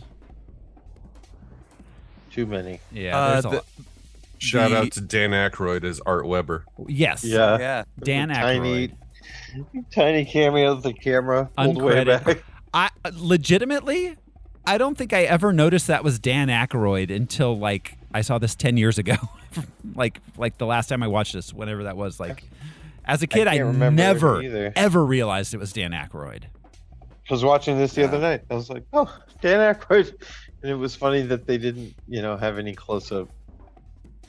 Speaker 2: Too many.
Speaker 1: yeah.
Speaker 3: Uh,
Speaker 1: there's a
Speaker 3: the-
Speaker 1: lot.
Speaker 4: Shout
Speaker 3: The-
Speaker 4: out to Dan Aykroyd as Art Weber.
Speaker 1: yes.
Speaker 2: Yeah.
Speaker 3: Yeah.
Speaker 1: Dan
Speaker 2: Tiny-
Speaker 1: Aykroyd.
Speaker 2: Tiny cameo of the camera all the way
Speaker 1: Uncredited.
Speaker 2: back.
Speaker 1: I legitimately, I don't think I ever noticed that was Dan Aykroyd until like I saw this ten years ago, like like the last time I watched this, whenever that was. Like as a kid, I,
Speaker 2: can't remember
Speaker 1: never
Speaker 2: either.
Speaker 1: ever realized it was Dan Aykroyd.
Speaker 2: I was watching this the
Speaker 3: Yeah.
Speaker 2: other night. I was like, oh, Dan Aykroyd. And it was funny that they didn't, you know, have any close up.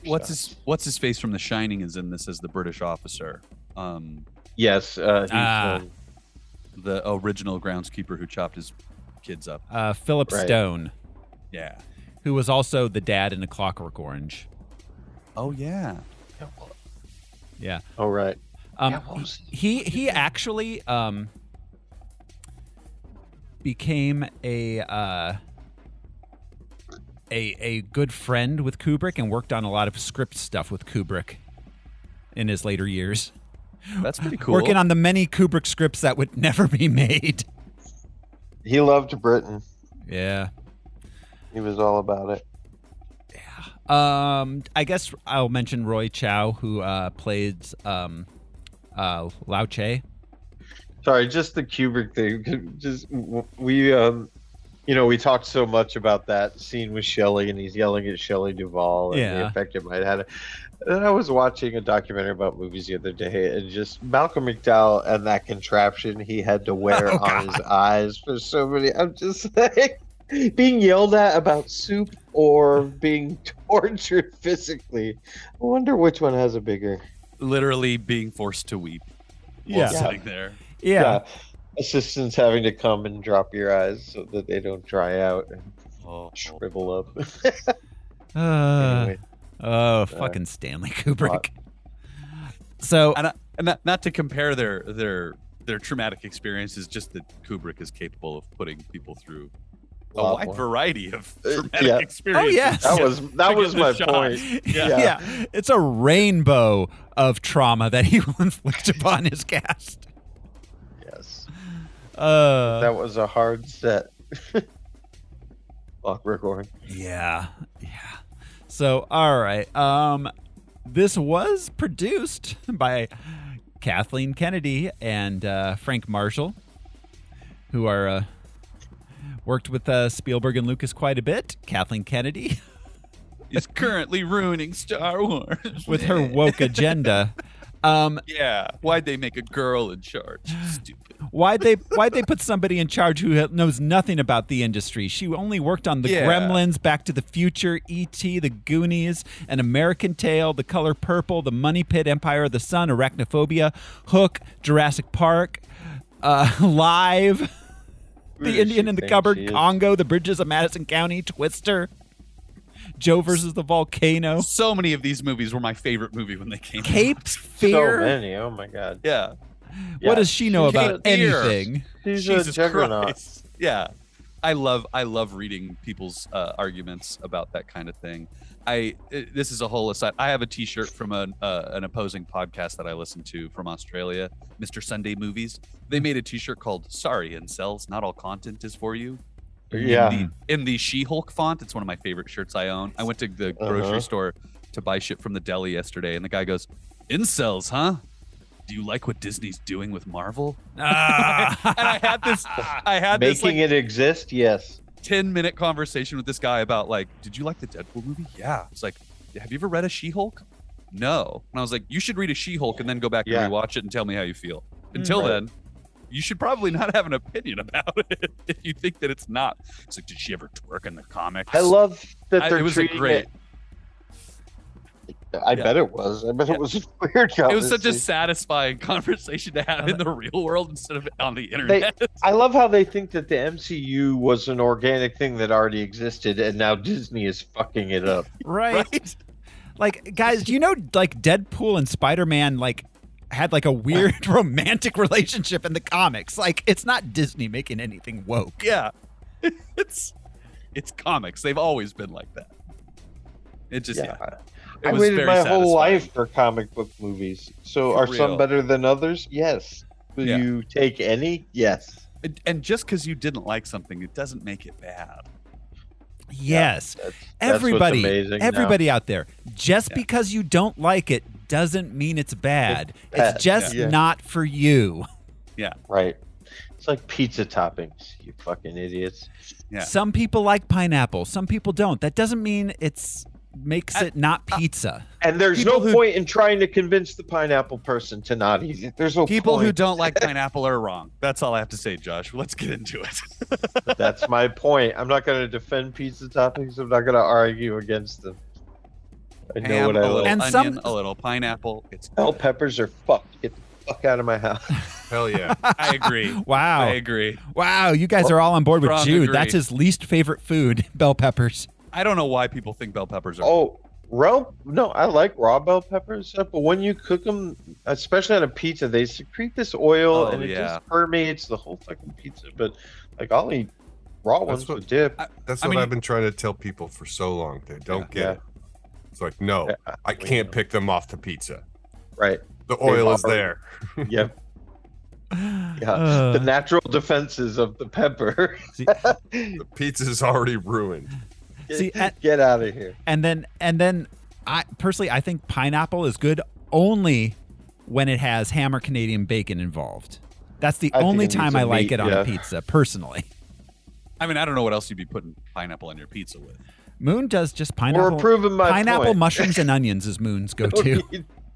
Speaker 3: What's his What's his face from The Shining is in this as the British officer, um,
Speaker 2: Yes. Uh, he's,
Speaker 1: Ah.
Speaker 2: um,
Speaker 3: the original groundskeeper who chopped his kids up.
Speaker 1: Uh, Philip
Speaker 2: Right.
Speaker 1: Stone,
Speaker 3: Yeah.
Speaker 1: who was also the dad in A Clockwork Orange.
Speaker 3: Oh yeah.
Speaker 1: Yeah.
Speaker 2: oh, right.
Speaker 1: Um,
Speaker 2: Yeah, what was-
Speaker 1: he he actually um, became a uh, a a good friend with Kubrick and worked on a lot of script stuff with Kubrick in his later years.
Speaker 3: That's pretty cool.
Speaker 1: Working on the many Kubrick scripts that would never be made.
Speaker 2: He loved Britain.
Speaker 1: Yeah.
Speaker 2: He was all about it.
Speaker 1: Um, I guess I'll mention Roy Chow, who uh, played um, uh, Lao Che.
Speaker 2: Sorry, just the Kubrick thing. Just we, um, you know, we talked so much about that scene with Shelley, and he's yelling at Shelley Duvall and the
Speaker 1: Yeah.
Speaker 2: effect it might have. Then I was watching a documentary about movies the other day, and just Malcolm McDowell and that contraption he had to wear
Speaker 1: Oh,
Speaker 2: on his eyes for so many. I'm just like being yelled at about soup or being tortured physically. I wonder which one has a bigger.
Speaker 3: Literally being forced to weep while
Speaker 1: Yeah.
Speaker 3: sitting there.
Speaker 1: Yeah.
Speaker 2: Assistants having to come and drop your eyes so that they don't dry out and
Speaker 3: Oh,
Speaker 2: shrivel up.
Speaker 1: Uh,
Speaker 2: anyway,
Speaker 1: oh, fucking Stanley Kubrick.
Speaker 2: fuck.
Speaker 1: So
Speaker 3: And, I, and not, not to compare their their their traumatic experiences, just that Kubrick is capable of putting people through a
Speaker 2: Lot
Speaker 3: wide
Speaker 2: more.
Speaker 3: variety of
Speaker 2: Uh,
Speaker 3: traumatic
Speaker 2: yeah.
Speaker 1: Oh,
Speaker 3: experiences.
Speaker 1: yes.
Speaker 2: that was that
Speaker 3: Forget
Speaker 2: was
Speaker 3: the
Speaker 2: my
Speaker 3: shot.
Speaker 2: point.
Speaker 1: yeah.
Speaker 2: Yeah.
Speaker 1: it's a rainbow of trauma that he will inflict upon his cast.
Speaker 2: Yes,
Speaker 1: Uh,
Speaker 2: that was a hard set. Clockwork Orange.
Speaker 1: Yeah. Yeah. So, all right. Um this was produced by Kathleen Kennedy and uh, Frank Marshall who are uh, worked with uh, Spielberg and Lucas quite a bit. Kathleen Kennedy
Speaker 3: is currently ruining Star Wars
Speaker 1: with her woke agenda. Um
Speaker 3: Yeah, why'd they make a girl in charge? Stupid.
Speaker 1: why'd they why'd they put somebody in charge who ha- knows nothing about the industry? She only worked on the
Speaker 3: Yeah.
Speaker 1: Gremlins, Back to the Future, E.T., The Goonies, An American Tale, The Color Purple, The Money Pit, Empire of the Sun, Arachnophobia, Hook, Jurassic Park, uh, Live, The
Speaker 2: Who does
Speaker 1: Indian
Speaker 2: she
Speaker 1: in the
Speaker 2: think she
Speaker 1: Cupboard,
Speaker 2: is?
Speaker 1: Congo, The Bridges of Madison County, Twister, Joe versus the Volcano,
Speaker 3: So many of these movies were my favorite movie when they came out.
Speaker 1: Cape
Speaker 2: So
Speaker 1: Fear.
Speaker 2: many. Oh my god.
Speaker 3: Yeah,
Speaker 1: what
Speaker 2: Yeah.
Speaker 1: does she know
Speaker 3: Cape
Speaker 1: about
Speaker 3: Fear.
Speaker 1: anything?
Speaker 2: She's a
Speaker 3: Jesus
Speaker 2: juggernaut.
Speaker 3: Christ. Yeah, I love I love reading people's uh, arguments about that kind of thing. I it- this is a whole aside. I have a T-shirt from an uh, an opposing podcast that I listen to from Australia, Mr. Sunday Movies. They made a T-shirt called "Sorry, incels, not all content is for you."
Speaker 2: Yeah.
Speaker 3: in the, in the She-Hulk font. It's one of my favorite shirts I own. I went to the grocery
Speaker 2: Uh-huh.
Speaker 3: store to buy shit from the deli yesterday, and the guy goes, "Incels, huh? Do you like what Disney's doing with Marvel?"
Speaker 1: Ah.
Speaker 3: And I had this, I had
Speaker 2: Making
Speaker 3: this like
Speaker 2: it exist, yes.
Speaker 3: ten-minute conversation with this guy about like, "Did you like the Deadpool movie?" Yeah. It's like, "Have you ever read a She-Hulk?" No. And I was like, "You should read a She-Hulk and then go back
Speaker 2: Yeah.
Speaker 3: and rewatch it and tell me how you feel." Until
Speaker 2: Right.
Speaker 3: then. You should probably not have an opinion about it if you think that it's not. It's like, did she ever twerk in the comics?
Speaker 2: I love that
Speaker 3: I-
Speaker 2: they're
Speaker 3: it was a
Speaker 2: treating
Speaker 3: great.
Speaker 2: it. I
Speaker 3: Yeah.
Speaker 2: bet it was. I bet
Speaker 3: Yeah.
Speaker 2: it was a weird.
Speaker 3: It was such a
Speaker 2: conversation.
Speaker 3: satisfying conversation to have in the real world instead of on the
Speaker 2: They,
Speaker 3: internet.
Speaker 2: I love how they think that the MCU was an organic thing that already existed, and now Disney is fucking it up.
Speaker 1: right?
Speaker 3: right?
Speaker 1: Like, guys, do you know like Deadpool and Spider Man like had like a weird romantic relationship in the comics? Like, it's not Disney making anything woke.
Speaker 3: Yeah. It's it's comics. They've always been like that. It just yeah. It
Speaker 2: I
Speaker 3: was
Speaker 2: waited
Speaker 3: very
Speaker 2: my whole
Speaker 3: satisfying.
Speaker 2: life for comic book movies. So
Speaker 3: For
Speaker 2: are
Speaker 3: real.
Speaker 2: some better than others? Yes. Will
Speaker 3: Yeah.
Speaker 2: you take any? Yes.
Speaker 3: And- And just because you didn't like something, it doesn't make it bad.
Speaker 1: Yes.
Speaker 2: That's, that's what's
Speaker 1: everybody,
Speaker 2: amazing now.
Speaker 1: everybody out there, just
Speaker 3: Yeah.
Speaker 1: because you don't like it doesn't mean it's bad. It's,
Speaker 2: bad,
Speaker 1: just
Speaker 2: yeah.
Speaker 1: not for you.
Speaker 2: Right. It's like pizza toppings. You fucking idiots.
Speaker 3: Yeah.
Speaker 1: Some people like pineapple, some people don't. That doesn't mean it's makes
Speaker 3: I-
Speaker 1: it not pizza.
Speaker 2: And there's no
Speaker 3: People who-
Speaker 2: point in trying to convince the pineapple person to not eat it. There's no
Speaker 3: People who
Speaker 2: point.
Speaker 3: don't like pineapple are wrong. That's all I have to say, Josh. Let's get into it.
Speaker 2: That's my point. I'm not going to defend pizza toppings. I'm not going to argue against them. I know
Speaker 3: Ham,
Speaker 2: what
Speaker 3: a
Speaker 2: I
Speaker 3: little
Speaker 2: like.
Speaker 1: And
Speaker 3: onion,
Speaker 1: some-
Speaker 3: a little pineapple. It's
Speaker 2: Bell peppers are fucked. Get the fuck out of my house.
Speaker 4: Hell yeah.
Speaker 3: I agree. I
Speaker 1: Wow.
Speaker 3: agree.
Speaker 1: Wow, you guys are all on board with
Speaker 3: Strong
Speaker 1: Jude.
Speaker 3: agree.
Speaker 1: That's his least favorite food, bell peppers.
Speaker 3: I don't know why people think bell peppers are
Speaker 2: Oh, raw? No, I like raw bell peppers, but when you cook them, especially on a pizza, they secrete this oil
Speaker 3: Oh,
Speaker 2: and it
Speaker 3: yeah.
Speaker 2: just permeates the whole fucking pizza. But like, I'll eat raw ones
Speaker 4: what-
Speaker 2: with dip.
Speaker 4: That's
Speaker 3: I
Speaker 4: what I
Speaker 3: mean-
Speaker 4: have been trying to tell people for so long. They don't get
Speaker 2: Yeah.
Speaker 4: it. It's like, no,
Speaker 2: Yeah,
Speaker 4: I can't pick them off the pizza.
Speaker 2: Right?
Speaker 4: The oil is
Speaker 2: already-
Speaker 4: there.
Speaker 2: Yep. Yeah.
Speaker 1: Uh.
Speaker 2: the natural defenses of the pepper.
Speaker 4: The pizza's already ruined.
Speaker 2: Get-
Speaker 1: See, at-
Speaker 2: get out of here.
Speaker 1: and then and then I personally I think pineapple is good only when it has Hammer Canadian bacon involved. That's the
Speaker 2: I think
Speaker 1: only
Speaker 2: it needs
Speaker 1: time
Speaker 2: a
Speaker 1: I like
Speaker 2: meat,
Speaker 1: it on
Speaker 2: yeah.
Speaker 1: a pizza, personally.
Speaker 3: I mean, I don't know what else you'd be putting pineapple on your pizza with.
Speaker 1: Moon does just
Speaker 2: We're
Speaker 1: pineapple.
Speaker 2: proving my
Speaker 1: pineapple
Speaker 2: point.
Speaker 1: mushrooms and onions is Moon's go-to.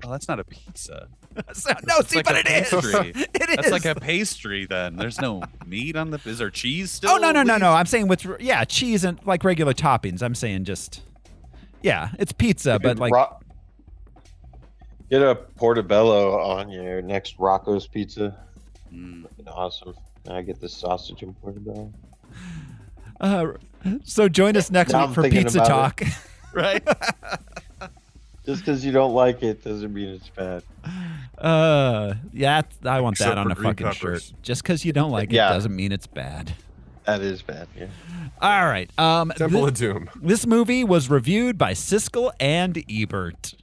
Speaker 3: Oh, that's not a pizza.
Speaker 1: so, no, see,
Speaker 3: like
Speaker 1: but
Speaker 3: a
Speaker 1: it is.
Speaker 3: pastry.
Speaker 1: It is.
Speaker 3: That's like a pastry. Then there's no meat on the. Is there cheese still?
Speaker 1: Oh no no no no! I'm saying with yeah cheese and like regular toppings. I'm saying just yeah, it's pizza, but like
Speaker 2: Ro- get a portobello on your next Rocco's pizza.
Speaker 3: Mm.
Speaker 2: Fucking Awesome. Now I get the sausage and portobello.
Speaker 1: uh, so. Join us next
Speaker 2: Now
Speaker 1: week
Speaker 2: I'm
Speaker 1: for
Speaker 2: thinking
Speaker 1: pizza
Speaker 2: about it.
Speaker 1: talk.
Speaker 3: Right.
Speaker 2: Just because you don't like it doesn't mean it's bad.
Speaker 1: Uh, yeah, that's- I want
Speaker 4: Except
Speaker 1: that on
Speaker 4: for
Speaker 1: a
Speaker 4: green
Speaker 1: fucking
Speaker 4: peppers.
Speaker 1: shirt. Just because you don't like
Speaker 2: Yeah.
Speaker 1: it doesn't mean it's bad.
Speaker 2: That is bad. Yeah.
Speaker 1: All right. Um, thi-
Speaker 4: Temple of Doom.
Speaker 1: this movie was reviewed by Siskel and Ebert.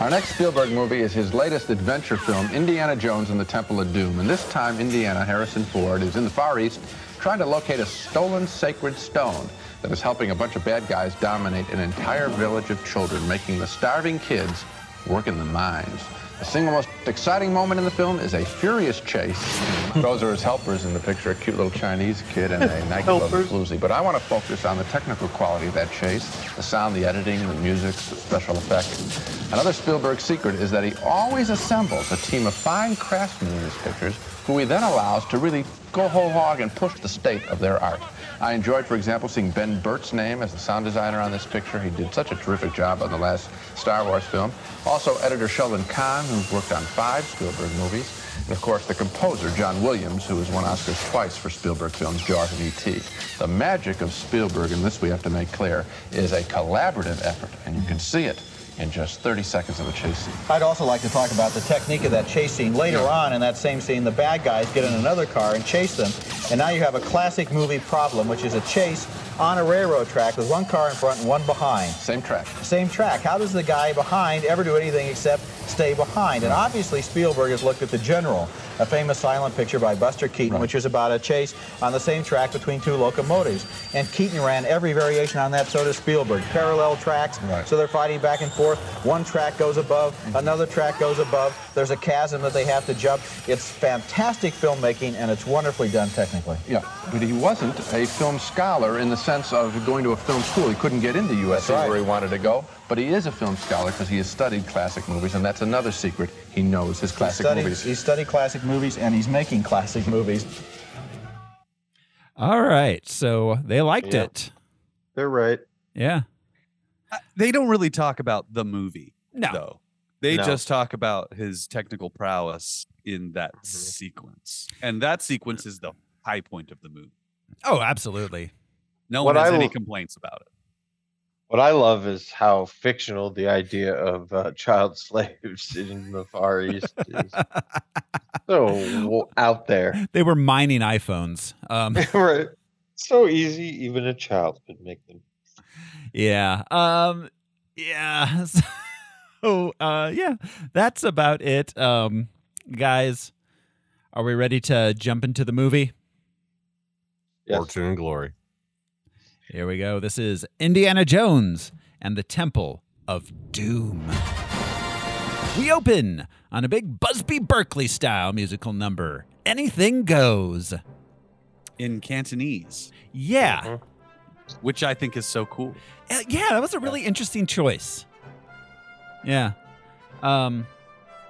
Speaker 7: Our next Spielberg movie is his latest adventure film, Indiana Jones and the Temple of Doom. And this time, Indiana Harrison Ford is in the Far East trying to locate a stolen sacred stone that is helping a bunch of bad guys dominate an entire village of children, making the starving kids work in the mines. The single most exciting moment in the film is a furious chase. Those are his helpers in the picture, a cute little Chinese kid and a Nike
Speaker 2: Helpers.
Speaker 7: logo floozy. But I want to focus on the technical quality of that chase, the sound, the editing, the music, the special effects. Another Spielberg secret is that he always assembles a team of fine craftsmen in his pictures who he then allows to really go whole hog and push the state of their art. I enjoyed, for example, seeing Ben Burt's name as the sound designer on this picture. He did such a terrific job on the last Star Wars film. Also, editor Sheldon Kahn, who's worked on five Spielberg movies. And of course, the composer John Williams, who has won Oscars twice for Spielberg films, Jaws and E.T. The magic of Spielberg, and this we have to make clear, is a collaborative effort, and you can see it in just 30 seconds of a chase scene.
Speaker 8: I'd also like to talk about the technique of that chase scene. Later on in that same scene, the bad guys get in another car and chase them. And now you have a classic movie problem, which is a chase on a railroad track with one car in front and one behind.
Speaker 7: Same track.
Speaker 8: Same track. How does the guy behind ever do anything except stay behind? And obviously, Spielberg has looked at The General, a famous silent picture by Buster Keaton, which is about a chase on the same track between two locomotives. And Keaton ran every variation on that, so does Spielberg. Parallel tracks,
Speaker 7: Right. Mm-hmm.
Speaker 8: so they're fighting back and forth. One track goes above, another track goes above. There's a chasm that they have to jump. It's fantastic filmmaking, and it's wonderfully done technically.
Speaker 7: Yeah, but he wasn't a film scholar in the sense of going to a film school. He couldn't get into USC
Speaker 8: That's right.
Speaker 7: where he wanted to go, but he is a film scholar because he has studied classic movies, and that's another secret. He knows his classic
Speaker 8: Studied-
Speaker 7: movies.
Speaker 8: He studied classic movies, and he's making classic movies.
Speaker 1: All right, so they liked
Speaker 2: Yeah.
Speaker 1: it.
Speaker 2: They're right.
Speaker 1: Yeah.
Speaker 3: They don't really talk about the movie.
Speaker 1: No.
Speaker 3: Though. They
Speaker 2: No.
Speaker 3: just talk about his technical prowess in that
Speaker 2: Mm-hmm.
Speaker 3: sequence, and that sequence is the high point of the movie.
Speaker 1: Oh, absolutely.
Speaker 3: No
Speaker 2: What
Speaker 3: one has
Speaker 2: I
Speaker 3: any
Speaker 2: will-
Speaker 3: complaints about it.
Speaker 2: What I love is how fictional the idea of uh, child slaves in the Far East is. so w- out there.
Speaker 1: They were mining iPhones. Um,
Speaker 2: right. So easy, even a child could make them.
Speaker 1: yeah. Um, yeah. So, uh, yeah, that's about it. Um, guys, are we ready to jump into the movie?
Speaker 2: Yes.
Speaker 4: Fortune and Glory.
Speaker 1: Here we go. This is Indiana Jones and the Temple of Doom. We open on a big Busby Berkeley style musical number. Anything goes.
Speaker 3: In Cantonese,
Speaker 1: Yeah.
Speaker 3: which I think is so cool.
Speaker 1: Uh, Yeah, that was a really interesting choice. Yeah. Um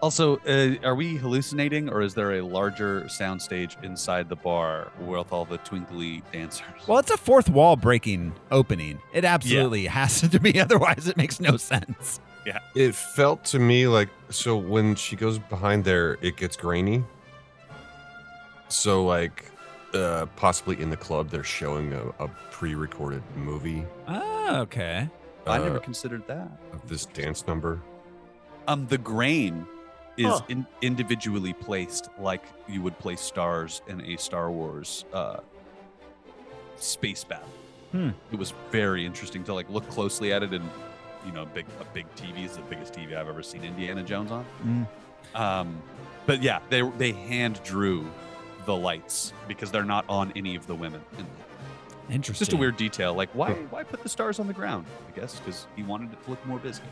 Speaker 3: Also, uh, are we hallucinating, or is there a larger soundstage inside the bar with all the twinkly dancers?
Speaker 1: well, it's a fourth wall breaking opening. It absolutely has to be otherwise it makes no sense.
Speaker 4: It felt to me like so when she goes behind there, it gets grainy. So like, uh, possibly in the club, they're showing a, a pre-recorded movie
Speaker 1: Oh, okay.
Speaker 3: I never
Speaker 4: uh,
Speaker 3: considered that.
Speaker 4: of this dance number.
Speaker 3: Um, the grain is
Speaker 2: Huh.
Speaker 3: in, individually placed, like you would place stars in a Star Wars uh, space battle.
Speaker 1: Hmm.
Speaker 3: It was very interesting to like look closely at it, and you know, big a big TV is the biggest TV I've ever seen Indiana Jones on.
Speaker 1: Mm.
Speaker 3: Um, but yeah, they they hand drew the lights because they're not on any of the women. And
Speaker 1: Interesting.
Speaker 3: it's just a weird detail. Like why why put the stars on the ground? I guess because he wanted it to look more busy.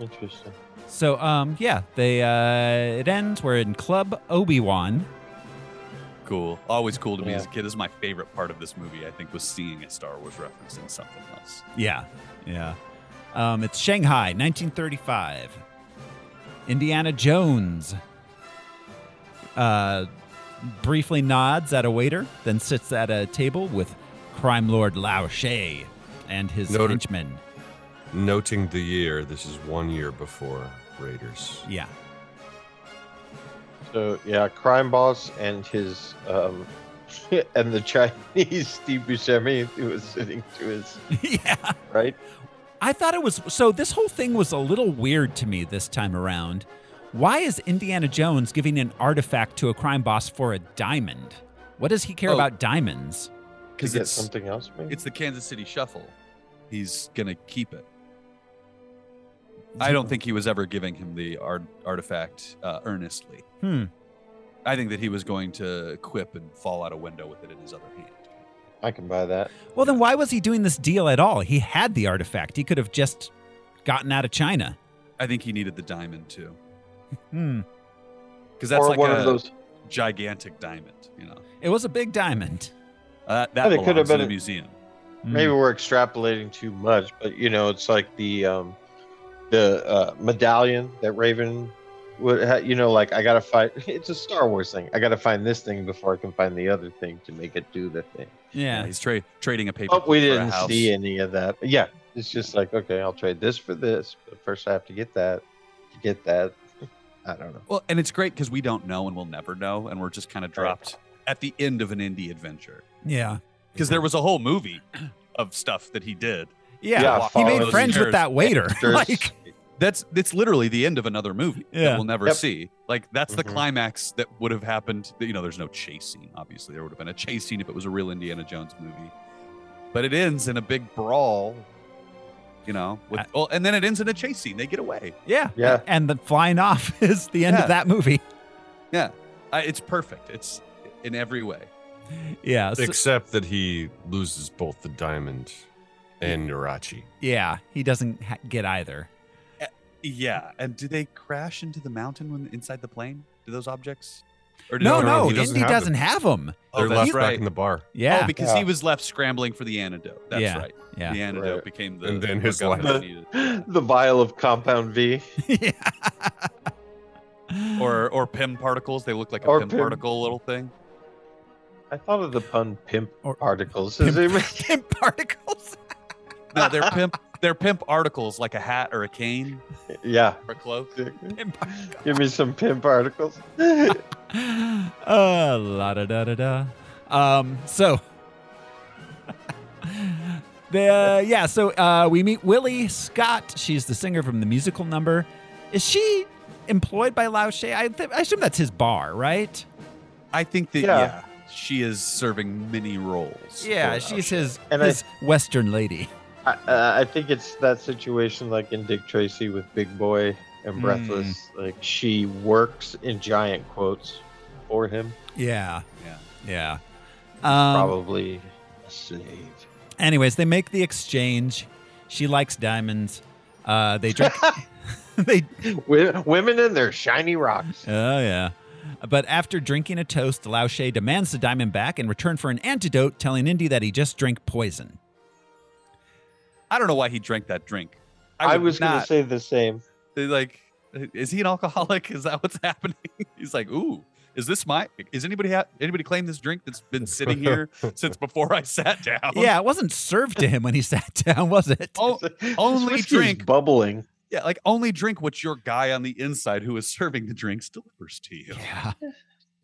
Speaker 2: Interesting.
Speaker 1: So um yeah, they uh it ends. We're in Club Obi Wan.
Speaker 3: Cool. Always cool to me
Speaker 2: Yeah.
Speaker 3: as a kid. This is my favorite part of this movie, I think, was seeing a Star Wars reference in something else.
Speaker 1: Yeah, yeah. Um, it's Shanghai, 1935. Indiana Jones uh, briefly nods at a waiter, then sits at a table with crime lord Lao She and his
Speaker 4: Noted.
Speaker 1: henchmen.
Speaker 4: Noting the year, this is one year before Raiders.
Speaker 1: Yeah,
Speaker 2: So yeah, crime boss and his um, and the Chinese Steve Buscemi who was sitting to his
Speaker 1: yeah.
Speaker 2: right.
Speaker 1: I thought it was so. This whole thing was a little weird to me this time around. Why is Indiana Jones giving an artifact to a crime boss for a diamond? What does he care
Speaker 3: Oh.
Speaker 1: about diamonds?
Speaker 2: To
Speaker 3: Because
Speaker 2: get
Speaker 3: it's
Speaker 2: something else, maybe.
Speaker 3: it's the Kansas City Shuffle. He's gonna keep it. I don't think he was ever giving him the art- artifact uh, earnestly.
Speaker 1: Hmm.
Speaker 3: I think that he was going to quip and fall out a window with it in his other hand.
Speaker 2: I can buy that.
Speaker 1: Well, then why was he doing this deal at all? He had the artifact. He could have just gotten out of China.
Speaker 3: I think he needed the diamond too,
Speaker 1: Hmm.
Speaker 3: because that's
Speaker 2: or
Speaker 3: like
Speaker 2: one
Speaker 3: a mm.
Speaker 2: of those.
Speaker 3: gigantic diamond. You know,
Speaker 1: It was a big diamond.
Speaker 3: uh, that
Speaker 2: it
Speaker 3: belongs
Speaker 2: could have
Speaker 3: in
Speaker 2: been
Speaker 3: a
Speaker 2: a-
Speaker 3: museum.
Speaker 1: Hmm.
Speaker 2: Maybe we're extrapolating too much, but you know, it's like the um, the uh, medallion that Raven would. Ha- you know, like I gotta find. It's a Star Wars thing. I gotta find this thing before I can find the other thing to make it do the thing.
Speaker 3: Yeah,
Speaker 1: Yeah.
Speaker 3: he's tra- trading a paper.
Speaker 2: But Oh, we
Speaker 3: clip for a
Speaker 2: didn't
Speaker 3: house.
Speaker 2: see any of that. Yeah, it's just like okay, I'll trade this for this, but first I have to get that. To get that, I don't know.
Speaker 3: Well, and it's great because we don't know and we'll never know, and we're just kind of dropped at the end of an indie adventure.
Speaker 1: Yeah.
Speaker 3: Because there was a whole movie of stuff that he did.
Speaker 1: Yeah.
Speaker 2: Yeah,
Speaker 1: he
Speaker 2: follow
Speaker 1: made
Speaker 2: those
Speaker 1: friends with
Speaker 3: stairs.
Speaker 1: that waiter.
Speaker 2: There's-
Speaker 1: like,
Speaker 3: That's it's literally the end of another movie
Speaker 1: Yeah. Mm-hmm.
Speaker 3: that we'll never
Speaker 2: Yep.
Speaker 3: see. Like that's the
Speaker 2: Mhm.
Speaker 3: climax that would have happened. You know, there's no chase scene. Obviously, there would have been a chase scene if it was a real Indiana Jones movie. But it ends in a big brawl. You know, with,
Speaker 1: I-
Speaker 3: well, and then it ends in a chase scene. They get away.
Speaker 1: yeah.
Speaker 2: Yeah.
Speaker 1: And the flying off is the end
Speaker 3: Yeah.
Speaker 1: of that movie.
Speaker 3: I, it's perfect. It's in every way.
Speaker 1: Yeah. so-
Speaker 4: Except that he loses both the diamond and Nirachi.
Speaker 1: yeah. He doesn't ha- get either.
Speaker 3: Yeah. And do they crash into the mountain when inside the plane? Do those objects? Or did
Speaker 1: No,
Speaker 4: no,
Speaker 1: no.
Speaker 4: he doesn't
Speaker 1: Indy
Speaker 4: have
Speaker 1: doesn't
Speaker 4: them.
Speaker 1: have them.
Speaker 3: Oh,
Speaker 4: They're
Speaker 3: that's
Speaker 4: left
Speaker 3: right.
Speaker 4: back in the bar.
Speaker 1: Yeah.
Speaker 3: Oh, because
Speaker 2: Yeah.
Speaker 3: he was left scrambling for the antidote. That's
Speaker 1: Yeah.
Speaker 3: right.
Speaker 1: Yeah.
Speaker 3: The antidote
Speaker 2: Right.
Speaker 3: became the
Speaker 4: And then his
Speaker 2: life.
Speaker 3: what government needed.
Speaker 2: the vial of compound V.
Speaker 1: yeah.
Speaker 3: Or or PIM particles. They look like a
Speaker 2: Or
Speaker 3: PIM,
Speaker 2: Pym.
Speaker 3: particle little thing.
Speaker 2: I thought of the pun pimp
Speaker 1: Or-
Speaker 2: articles.
Speaker 1: Pimp-
Speaker 2: Does anybody-
Speaker 1: Pimp particles.
Speaker 3: No, they're pimp they're pimp articles like a hat or a cane
Speaker 2: yeah.
Speaker 3: or a cloak.
Speaker 1: Pimp particles.
Speaker 2: Give me some pimp articles. That's
Speaker 1: uh, la da da da da. Um, so the uh, yeah, so uh, we meet Willie Scott. She's the singer from the musical number. Is she employed by Lao She? I, th- I assume that's his bar, right?
Speaker 3: I think that
Speaker 2: Yeah.
Speaker 3: yeah. she is serving many roles.
Speaker 1: Yeah,
Speaker 3: for
Speaker 1: she's
Speaker 3: Laoshe.
Speaker 1: his
Speaker 2: And I-
Speaker 1: his Western lady.
Speaker 2: I, uh, I think it's that situation like in Dick Tracy with Big Boy
Speaker 3: Hmm.
Speaker 2: and Breathless. Like she works in giant quotes for him.
Speaker 1: Yeah,
Speaker 3: Yeah.
Speaker 1: yeah. Um,
Speaker 2: Probably a slave.
Speaker 1: Anyways, they make the exchange. She likes diamonds. Uh, they drink. they
Speaker 2: Wo- Women and their shiny rocks.
Speaker 1: Oh, yeah. But after drinking a toast, Lao She demands the diamond back in return for an antidote, telling Indy that he just drank poison.
Speaker 3: I don't know why he drank that drink.
Speaker 2: I,
Speaker 3: would
Speaker 2: was going to
Speaker 3: not-
Speaker 2: say the same.
Speaker 3: they like is he an alcoholic is that what's happening he's like ooh is this my is anybody ha- anybody claim this drink that's been sitting here since before i sat down
Speaker 1: Yeah, it wasn't served to him when he sat down, was it?
Speaker 4: Oh,
Speaker 3: O- Only
Speaker 2: This whiskey's
Speaker 3: drink.
Speaker 2: bubbling.
Speaker 3: yeah like only drink what your guy on the inside who is serving the drinks delivers to you
Speaker 1: Yeah.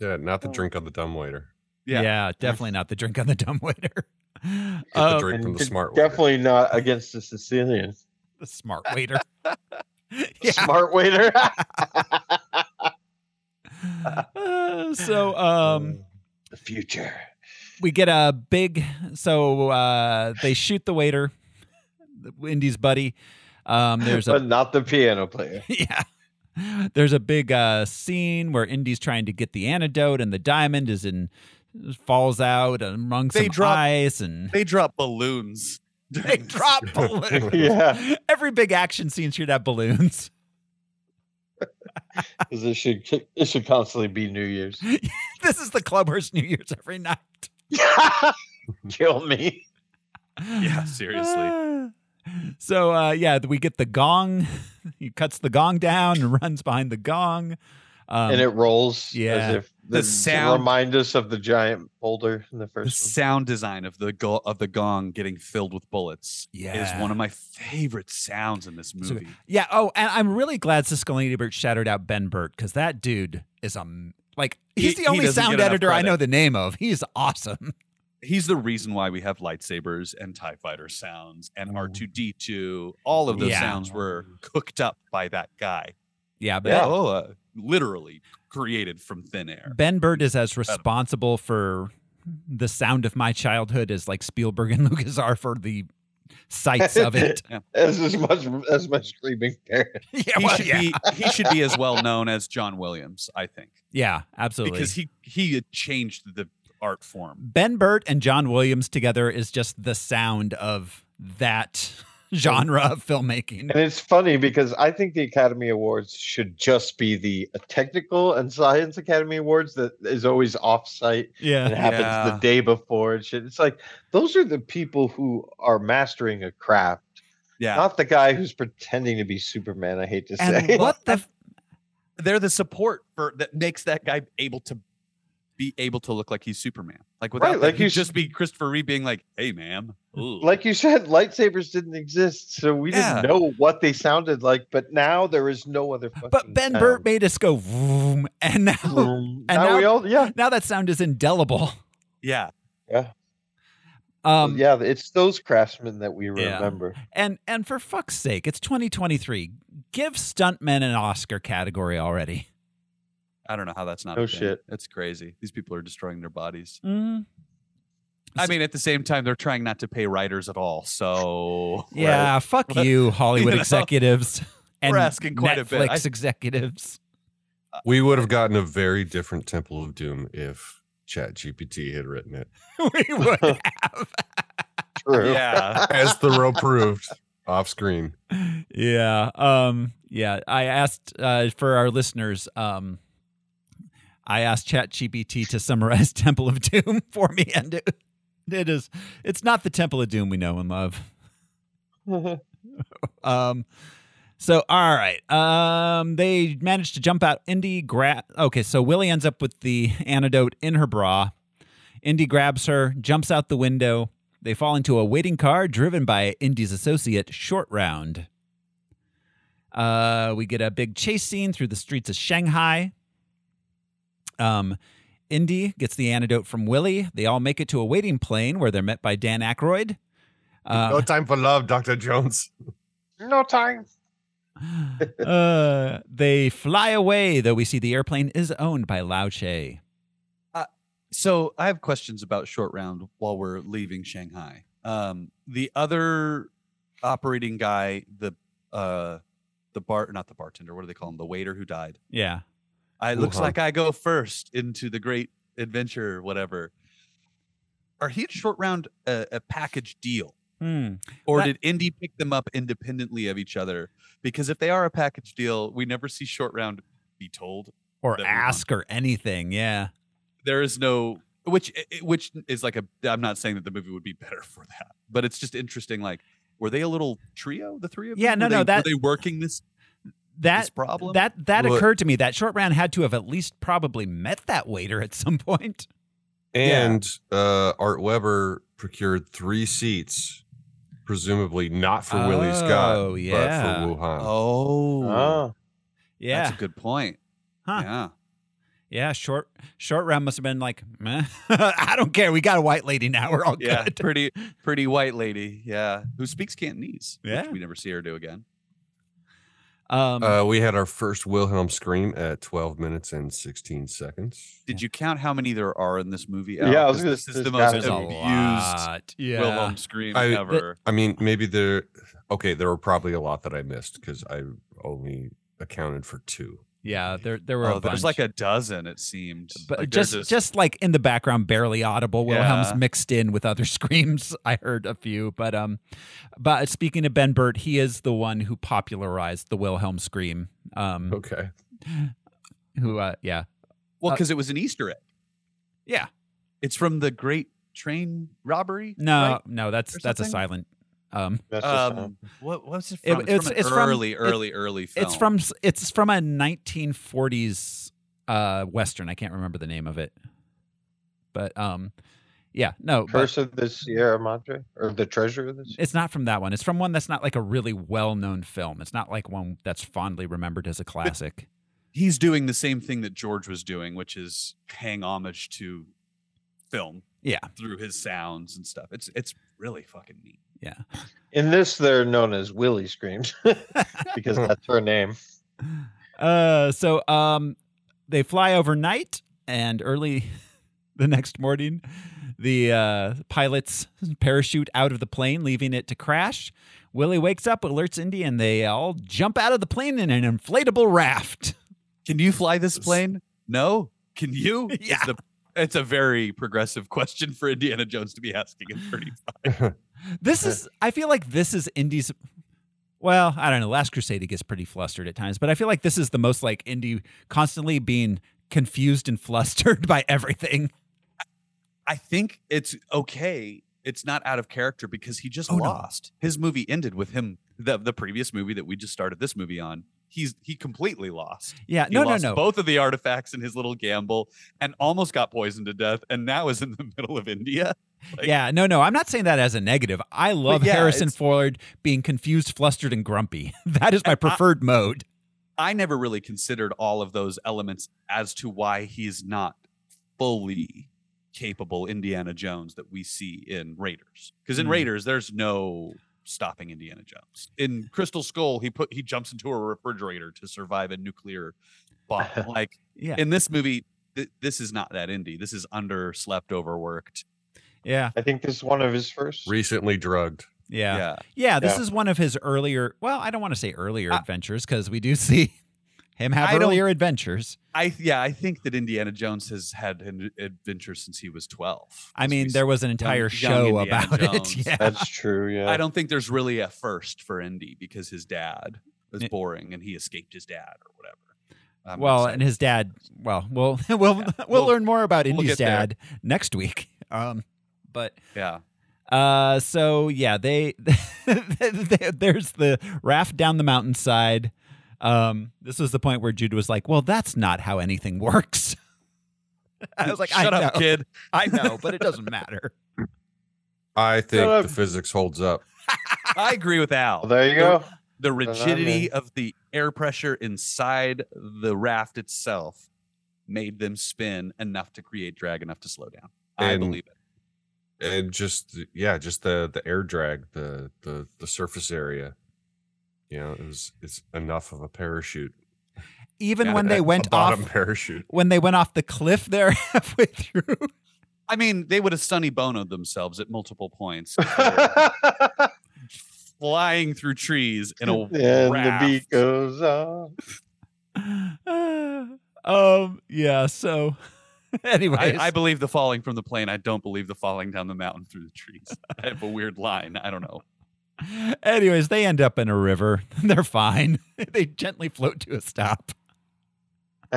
Speaker 4: Yeah, not the drink on the dumb waiter.
Speaker 1: Yeah,
Speaker 3: Yeah.
Speaker 1: definitely not the drink on the dumbwaiter.
Speaker 4: Get
Speaker 1: Uh,
Speaker 4: the drink from
Speaker 2: And
Speaker 4: the smart waiter.
Speaker 2: Definitely not against the Sicilian.
Speaker 1: the smart waiter. yeah.
Speaker 2: Smart waiter.
Speaker 1: Uh, so um,
Speaker 2: the future.
Speaker 1: we get a big so uh, they shoot the waiter, Indy's buddy. Um, there's a
Speaker 2: but not the piano player.
Speaker 1: yeah. There's a big uh, scene where Indy's trying to get the antidote, and the diamond is in falls out among
Speaker 3: They
Speaker 1: some
Speaker 3: drop-
Speaker 1: ice, and
Speaker 3: they drop balloons
Speaker 1: They drop balloons.
Speaker 2: yeah,
Speaker 1: Every big action scene should have balloons.
Speaker 2: because it should it should constantly be New Year's.
Speaker 1: This is the Clubhouse New Year's every night.
Speaker 2: Kill me.
Speaker 4: Yeah, seriously.
Speaker 1: so uh, yeah, we get the gong. He cuts the gong down and runs behind the gong. Um,
Speaker 2: and it rolls.
Speaker 1: yeah.
Speaker 2: as if
Speaker 3: The
Speaker 2: to
Speaker 3: sound-
Speaker 2: remind us of the giant boulder in the
Speaker 3: The
Speaker 2: first.
Speaker 3: sound design of the go- of the gong getting filled with bullets
Speaker 1: Yeah.
Speaker 3: is one of my favorite sounds in this
Speaker 1: So-
Speaker 3: movie.
Speaker 1: yeah. Oh, and I'm really glad Siskel and Ebert shouted out Ben Burt because that dude is a like he's
Speaker 3: He-
Speaker 1: the
Speaker 3: he
Speaker 1: only
Speaker 3: doesn't
Speaker 1: sound
Speaker 3: get enough
Speaker 1: editor I
Speaker 3: credit.
Speaker 1: know the name of. He's awesome.
Speaker 3: He's the reason why we have lightsabers and TIE fighter sounds and R2D2. All of those
Speaker 1: Mm-hmm. Yeah.
Speaker 3: sounds were cooked up by that guy.
Speaker 1: Yeah, but
Speaker 2: Yeah.
Speaker 3: Oh, uh, literally created from thin air.
Speaker 1: Ben Burt is as responsible for the sound of my childhood as like Spielberg and Lucas are for the sights of it.
Speaker 2: As as much as my screaming parent.
Speaker 1: yeah,
Speaker 3: He
Speaker 1: well,
Speaker 3: should
Speaker 1: yeah.
Speaker 3: be he should be as well known as John Williams, I think,
Speaker 1: yeah, absolutely.
Speaker 3: because he he had changed the art form.
Speaker 1: Ben Burt and John Williams together is just the sound of that genre of filmmaking.
Speaker 2: And it's funny because I think the Academy Awards should just be the uh, technical and science Academy Awards that is always offsite and
Speaker 1: Uh, Yeah.
Speaker 2: happens
Speaker 3: Yeah.
Speaker 2: the day before and shit. It's like those are the people who are mastering a craft,
Speaker 3: Yeah.
Speaker 2: not the guy who's pretending to be Superman. I hate to
Speaker 1: And
Speaker 2: say.
Speaker 1: what the f-
Speaker 3: they're the support for that makes that guy able to be able to look like he's Superman. Like without
Speaker 2: Right,
Speaker 3: that,
Speaker 2: like
Speaker 3: he'd
Speaker 2: you s-
Speaker 3: just be Christopher Reeve being like, "Hey, ma'am." Ooh.
Speaker 2: like you said, lightsabers didn't exist, so we
Speaker 3: Yeah.
Speaker 2: didn't know what they sounded like. But now there is no other. fucking
Speaker 1: but Ben
Speaker 2: sound.
Speaker 1: Burt made us go vroom, and now
Speaker 2: Vroom.
Speaker 1: and
Speaker 2: now, we
Speaker 1: now-
Speaker 2: all yeah
Speaker 1: now that sound is indelible.
Speaker 3: yeah,
Speaker 1: Um
Speaker 2: yeah. It's those craftsmen that we
Speaker 1: Yeah.
Speaker 2: remember.
Speaker 1: and and for fuck's sake, it's 2023. Give stuntmen an Oscar category already.
Speaker 3: I don't know how that's not.
Speaker 2: No
Speaker 3: a thing.
Speaker 2: shit.
Speaker 3: That's crazy. These people are destroying their bodies.
Speaker 1: Mm,
Speaker 3: I mean, at the same time, they're trying not to pay writers at all. So
Speaker 1: yeah, fuck you
Speaker 3: You
Speaker 1: Hollywood
Speaker 3: know?
Speaker 1: executives and
Speaker 3: We're asking quite a bit.
Speaker 1: Netflix
Speaker 3: I-
Speaker 1: executives.
Speaker 4: We would have gotten a very different Temple of Doom if Chat GPT had written it.
Speaker 1: we would have.
Speaker 2: True.
Speaker 3: yeah,
Speaker 4: As Thoreau proved off screen.
Speaker 1: yeah um yeah i asked uh for our listeners um i asked chat gpt to summarize temple of doom for me and it, it is it's not the temple of doom we know and love um so all right um they managed to jump out indy grab okay so willie ends up with the antidote in her bra indy grabs her jumps out the window they fall into a waiting car driven by indy's associate short round uh, we get a big chase scene through the streets of Shanghai. Um, Indy gets the antidote from Willie. They all make it to a waiting plane where they're met by Dan Aykroyd.
Speaker 4: no
Speaker 1: Uh,
Speaker 4: time for love, Dr. Jones.
Speaker 2: No time.
Speaker 1: uh, they fly away, though we see the airplane is owned by Lao Che.
Speaker 3: so I have questions about short round while we're leaving Shanghai. Um, the other operating guy, the uh, the bar, not the bartender. What do they call him? The waiter who died.
Speaker 1: Yeah.
Speaker 3: I looks
Speaker 4: Wuhan.
Speaker 2: Uh-huh.
Speaker 3: like I go first into the great adventure, whatever. Are he and short round a, a package deal,
Speaker 1: Hmm.
Speaker 3: or
Speaker 1: That-
Speaker 3: did Indy pick them up independently of each other? Because if they are a package deal, we never see short round be told
Speaker 1: Or
Speaker 3: That we
Speaker 1: ask or anything. Yeah.
Speaker 3: there is no which i- i- which is like a i'm not saying that the movie would be better for that but it's just interesting like were they a little trio the three of
Speaker 1: Yeah,
Speaker 3: them
Speaker 1: no,
Speaker 3: were
Speaker 1: no,
Speaker 3: they,
Speaker 1: that-
Speaker 3: were they working this
Speaker 1: That
Speaker 3: this problem
Speaker 1: that that
Speaker 4: Look.
Speaker 1: occurred to me. That short round had to have at least probably met that waiter at some point.
Speaker 3: Yeah.
Speaker 4: And uh, Art Weber procured three seats, presumably not for Willie
Speaker 1: Oh,
Speaker 4: Scott,
Speaker 1: yeah.
Speaker 4: but for Wuhan.
Speaker 3: oh
Speaker 2: Ah.
Speaker 1: Yeah.
Speaker 3: that's a good point
Speaker 1: Huh.
Speaker 3: yeah
Speaker 1: Yeah, short short round must have been like, meh. I don't care. We got a white lady now. We're all
Speaker 3: yeah
Speaker 1: good.
Speaker 3: pretty pretty white lady yeah who speaks cantonese which
Speaker 1: Yeah.
Speaker 3: we never see her do again
Speaker 1: Um,
Speaker 4: Uh, we had our first Wilhelm scream at 12 minutes and 16 seconds.
Speaker 3: did you count how many there are in this movie
Speaker 2: Yeah, I
Speaker 3: Al?
Speaker 2: was
Speaker 3: 'Cause
Speaker 2: gonna-
Speaker 3: this is the
Speaker 2: there's
Speaker 3: most
Speaker 2: gotta
Speaker 1: there's a
Speaker 3: abused
Speaker 1: lot. Yeah.
Speaker 3: wilhelm scream
Speaker 4: I-
Speaker 3: ever
Speaker 4: I mean, maybe there. Okay, there were probably a lot that I missed because I only accounted for two.
Speaker 1: Yeah, there there were
Speaker 3: Oh,
Speaker 1: a bunch.
Speaker 3: there's like a dozen, it seemed.
Speaker 1: but
Speaker 3: Like, they're
Speaker 1: just, just like in the background, barely audible.
Speaker 3: Yeah.
Speaker 1: Wilhelm's mixed in with other screams. I heard a few, but um, but speaking of Ben Burt, he is the one who popularized the Wilhelm scream. Um,
Speaker 4: Okay.
Speaker 3: Oh.
Speaker 1: who uh, yeah,
Speaker 3: well,
Speaker 1: uh,
Speaker 3: because it was an Easter egg.
Speaker 1: yeah.
Speaker 3: It's from the Great Train Robbery.
Speaker 1: No,
Speaker 3: right?
Speaker 1: no, that's
Speaker 3: Or
Speaker 1: that's a
Speaker 3: something?
Speaker 1: silent. Um,
Speaker 2: That's just
Speaker 3: Um, what was it
Speaker 1: It-
Speaker 3: from? it's,
Speaker 1: it's-
Speaker 3: from an
Speaker 1: it's from-
Speaker 3: early,
Speaker 1: it-
Speaker 3: early, early film.
Speaker 1: it's from s- it's from a 1940s uh western. I can't remember the name of it, but um, yeah, no, but-
Speaker 2: Curse of the Sierra Madre or the Treasure of the Sierra.
Speaker 1: It's not from that one. It's from one that's not like a really well-known film. It's not like one that's fondly remembered as a classic.
Speaker 3: He's doing the same thing that George was doing, which is paying homage to film
Speaker 1: Yeah,
Speaker 3: through his sounds and stuff. It's it's really fucking neat.
Speaker 1: yeah.
Speaker 2: In this, they're known as Willie Screams because
Speaker 1: Hmm.
Speaker 2: that's her name.
Speaker 1: Uh, so um, they fly overnight and early the next morning, the uh, pilots parachute out of the plane, leaving it to crash. Willie wakes up, alerts Indy, and they all jump out of the plane in an inflatable raft.
Speaker 3: Can you fly this plane? No. Can you? Is
Speaker 1: Yeah.
Speaker 3: the- it's a very progressive question for Indiana Jones to be asking at 35.
Speaker 1: This is, I feel like this is Indy's. Well, I don't know. Last Crusade, he gets pretty flustered at times, but I feel like this is the most like Indy constantly being confused and flustered by everything.
Speaker 3: I think it's okay. It's not out of character because he just
Speaker 1: Oh, no.
Speaker 3: lost. His movie ended with him. The the previous movie that we just started this movie on. He's he completely lost.
Speaker 1: Yeah,
Speaker 3: He
Speaker 1: Uh, no,
Speaker 3: lost
Speaker 1: no, no.
Speaker 3: Both of the artifacts in his little gamble, and almost got poisoned to death, and now is in the middle of India. like-
Speaker 1: yeah, no, no. I'm not saying that as a negative. I love
Speaker 3: yeah,
Speaker 1: Harrison
Speaker 3: it's-
Speaker 1: Ford being confused, flustered, and grumpy. that is my preferred mode.
Speaker 3: I never really considered all of those elements as to why he's not fully capable Indiana Jones that we see in Raiders. Because in
Speaker 1: Hmm.
Speaker 3: Raiders, there's no stopping Indiana Jones. In Crystal Skull, he put he jumps into a refrigerator to survive a nuclear bomb. like
Speaker 1: Yeah,
Speaker 3: in this movie, th- this is not that indie. This is underslept, overworked.
Speaker 1: yeah,
Speaker 2: I think this is one of his first.
Speaker 4: Recently drugged.
Speaker 1: yeah, yeah. this
Speaker 2: Yeah.
Speaker 1: is one of his earlier. Well, I don't want to say earlier
Speaker 3: I-
Speaker 1: adventures because we do see him have
Speaker 3: I don't-
Speaker 1: earlier adventures.
Speaker 3: I yeah, I think that Indiana Jones has had an adventure since he was 12.
Speaker 1: I
Speaker 3: as we
Speaker 1: mean, there was an entire
Speaker 3: young
Speaker 1: show
Speaker 3: Indiana
Speaker 1: about
Speaker 3: Jones.
Speaker 1: it. Yeah.
Speaker 2: That's true. Yeah.
Speaker 3: I don't think there's really a first for Indy because his dad was
Speaker 1: Yeah.
Speaker 3: boring and he escaped his dad or whatever. I'm
Speaker 1: well,
Speaker 3: excited.
Speaker 1: and his dad. Well, we'll we'll we'll,
Speaker 3: we'll-
Speaker 1: learn more about
Speaker 3: we'll
Speaker 1: Indy's
Speaker 3: get there.
Speaker 1: dad next week. Um, but
Speaker 3: yeah,
Speaker 1: uh, so yeah, they, they- there's the raft down the mountainside. Um, this was the point where Jude was like, "Well, that's not how anything works." I was like,
Speaker 3: shut
Speaker 1: I
Speaker 3: up,
Speaker 1: know,
Speaker 3: kid.
Speaker 1: I know, but it doesn't matter."
Speaker 4: I think
Speaker 2: up.
Speaker 4: the physics holds up.
Speaker 3: I agree with
Speaker 2: Well,
Speaker 3: Al.
Speaker 2: there you go.
Speaker 3: The
Speaker 2: I'm
Speaker 3: rigidity
Speaker 2: in.
Speaker 3: of the air pressure inside the raft itself made them spin enough to create drag enough to slow down. I
Speaker 4: And-
Speaker 3: believe it.
Speaker 4: And just yeah, just the the air drag, the the the surface area. You know, it was it's enough of a parachute.
Speaker 1: Even
Speaker 3: Yeah,
Speaker 1: when
Speaker 4: A-
Speaker 1: they
Speaker 4: a
Speaker 1: went off,
Speaker 4: bottom parachute.
Speaker 1: when they went off the cliff there halfway through,
Speaker 3: I mean, they would have Sonny Bonoed themselves at multiple points, for flying through trees in a
Speaker 2: and the
Speaker 3: raft.
Speaker 2: beat goes on.
Speaker 1: um, yeah. So, anyways,
Speaker 3: I, I believe the falling from the plane. I don't believe the falling down the mountain through the trees. I have a weird line. I don't know.
Speaker 1: Anyways, they end up in a river. They're fine. they gently float to a stop.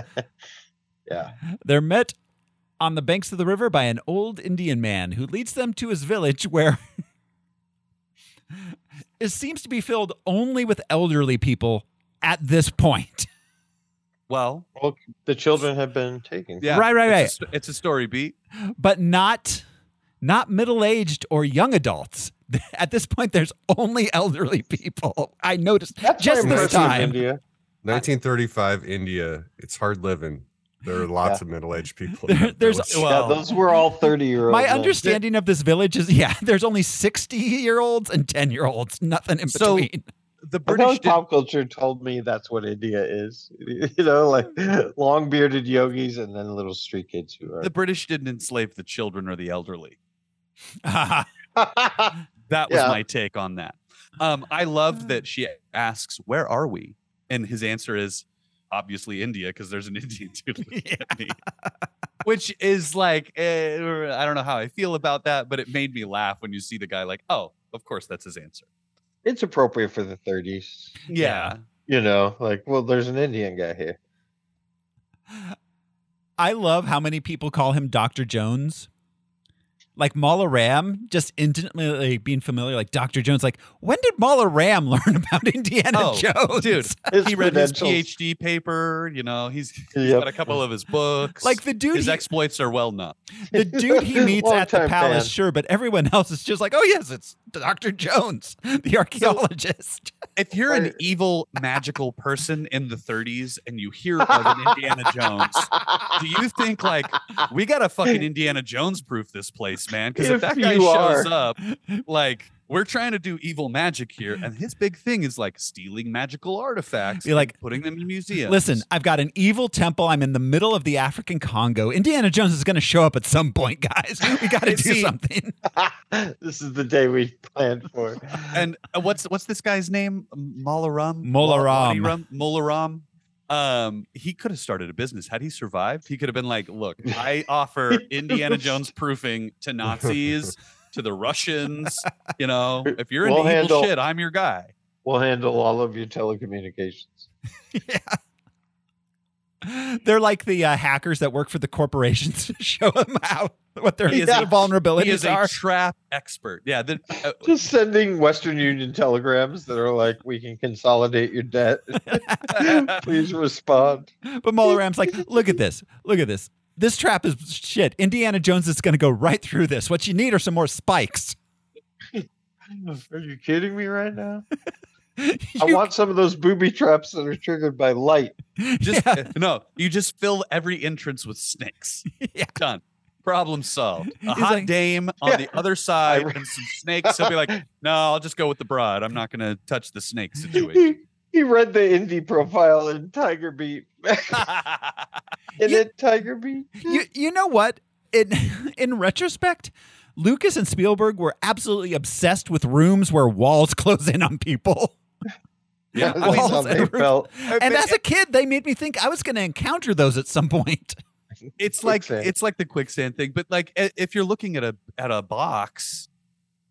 Speaker 2: Yeah.
Speaker 1: They're met on the banks of the river by an old Indian man who leads them to his village where it seems to be filled only with elderly people at this point.
Speaker 3: Well,
Speaker 2: The children have been taken.
Speaker 3: yeah,
Speaker 1: Right, right,
Speaker 3: it's a
Speaker 1: right.
Speaker 3: st- it's a story beat.
Speaker 1: But not not middle-aged or young adults. At this point there's only elderly people. I noticed
Speaker 2: That's
Speaker 1: just
Speaker 2: very
Speaker 1: this
Speaker 2: impressive,
Speaker 1: time.
Speaker 2: India.
Speaker 4: 1935 India. It's hard living. There are lots of middle aged people. in
Speaker 1: There-
Speaker 4: that
Speaker 1: there's-
Speaker 4: village.
Speaker 1: well,
Speaker 2: yeah, those were all 30 year olds.
Speaker 1: My understanding of this village is yeah, there's only 60 year olds and 10 year olds, nothing in
Speaker 3: So-
Speaker 1: between.
Speaker 3: The
Speaker 2: I
Speaker 3: British
Speaker 2: suppose
Speaker 3: did,
Speaker 2: pop culture told me that's what India is. You know, like long bearded yogis and then little street kids who are.
Speaker 3: the British didn't enslave the children or the elderly.
Speaker 2: yeah,
Speaker 3: That was
Speaker 2: Yeah.
Speaker 3: my take on that. Um, I loved that she asks, "Where are we?" and his answer is, obviously India because there's an Indian dude looking at me, which is like eh, I don't know how I feel about that, but it made me laugh when you see the guy like, oh, of course that's his answer.
Speaker 2: It's appropriate for the 30s.
Speaker 3: Yeah,
Speaker 2: You know, like, well, there's an Indian guy here.
Speaker 1: I love how many people call him Dr. Jones. Like Mala Ram, just intimately being familiar, like Dr. Jones. Like, when did Mala Ram learn about Indiana
Speaker 3: Oh,
Speaker 1: Jones?
Speaker 3: dude.
Speaker 2: His
Speaker 3: he read his
Speaker 2: credentials-
Speaker 3: PhD paper. You know, he's, he's
Speaker 2: Yep.
Speaker 3: got a couple of his books.
Speaker 1: Like the dude,
Speaker 3: his
Speaker 1: he-
Speaker 3: exploits are well known.
Speaker 1: the dude he meets at the
Speaker 2: Longtime
Speaker 1: palace,
Speaker 2: fan.
Speaker 1: sure, but everyone else is just like, oh yes, it's Dr. Jones, the archaeologist.
Speaker 3: If you're an evil magical person in the 30s and you hear of an Indiana Jones, do you think like we gotta fucking Indiana Jones proof this place, man? Because if
Speaker 2: If
Speaker 3: that guy
Speaker 2: you
Speaker 3: shows
Speaker 2: are.
Speaker 3: up, like we're trying to do evil magic here, and his big thing is like stealing magical artifacts,
Speaker 1: You're like,
Speaker 3: putting them in museums.
Speaker 1: listen, I've got an evil temple. I'm in the middle of the African Congo. Indiana Jones is going to show up at some point, guys. We got to do
Speaker 3: See-
Speaker 1: something.
Speaker 2: this is the day we planned for.
Speaker 3: and uh, what's what's this guy's name? Molaram.
Speaker 1: Molaram.
Speaker 3: Molaram. Um, he could have started a business had he survived. He could have been like, "Look, I offer Indiana Jones proofing to Nazis, to the Russians. You know, if you're into
Speaker 2: We'll
Speaker 3: evil
Speaker 2: handle-
Speaker 3: shit, I'm your guy."
Speaker 2: We'll handle all of your telecommunications.
Speaker 1: They're like the uh, hackers that work for the corporations to show them how what their
Speaker 3: He is a-
Speaker 1: vulnerabilities
Speaker 3: He is
Speaker 1: are.
Speaker 3: a trap expert. Yeah, the, uh,
Speaker 2: Just sending Western Union telegrams that are like, we can consolidate your debt. Please respond.
Speaker 1: but Molaram's like, look at this, look at this. This trap is shit. Indiana Jones is going to go right through this. What you need are some more spikes.
Speaker 2: Are you kidding me right now?
Speaker 1: You-
Speaker 2: I want some of those booby traps that are triggered by light.
Speaker 3: just
Speaker 1: Yeah.
Speaker 3: no, you just fill every entrance with snakes.
Speaker 1: Yeah.
Speaker 3: Done. Problem solved. A
Speaker 1: He's
Speaker 3: hot
Speaker 1: like-
Speaker 3: dame on
Speaker 2: Yeah.
Speaker 3: the other side
Speaker 2: re-
Speaker 3: and some snakes. He'll be like, "No, I'll just go with the broad. I'm not going to touch the snake situation."
Speaker 2: He, he read the indie profile in Tiger Beat. In
Speaker 1: You-
Speaker 2: it, Tiger Beat.
Speaker 3: Hmm.
Speaker 1: you, you know what? In in retrospect, Lucas and Spielberg were absolutely obsessed with rooms where walls close in on people.
Speaker 3: yeah,
Speaker 2: That's
Speaker 3: I mean,
Speaker 1: Walls
Speaker 2: how
Speaker 1: and
Speaker 2: they
Speaker 1: rooms.
Speaker 2: felt.
Speaker 1: And as a kid, they made me think I was going to encounter those at some point.
Speaker 3: it's like
Speaker 2: Quicksand.
Speaker 3: it's like the quicksand thing. But like, i- if you're looking at a at a box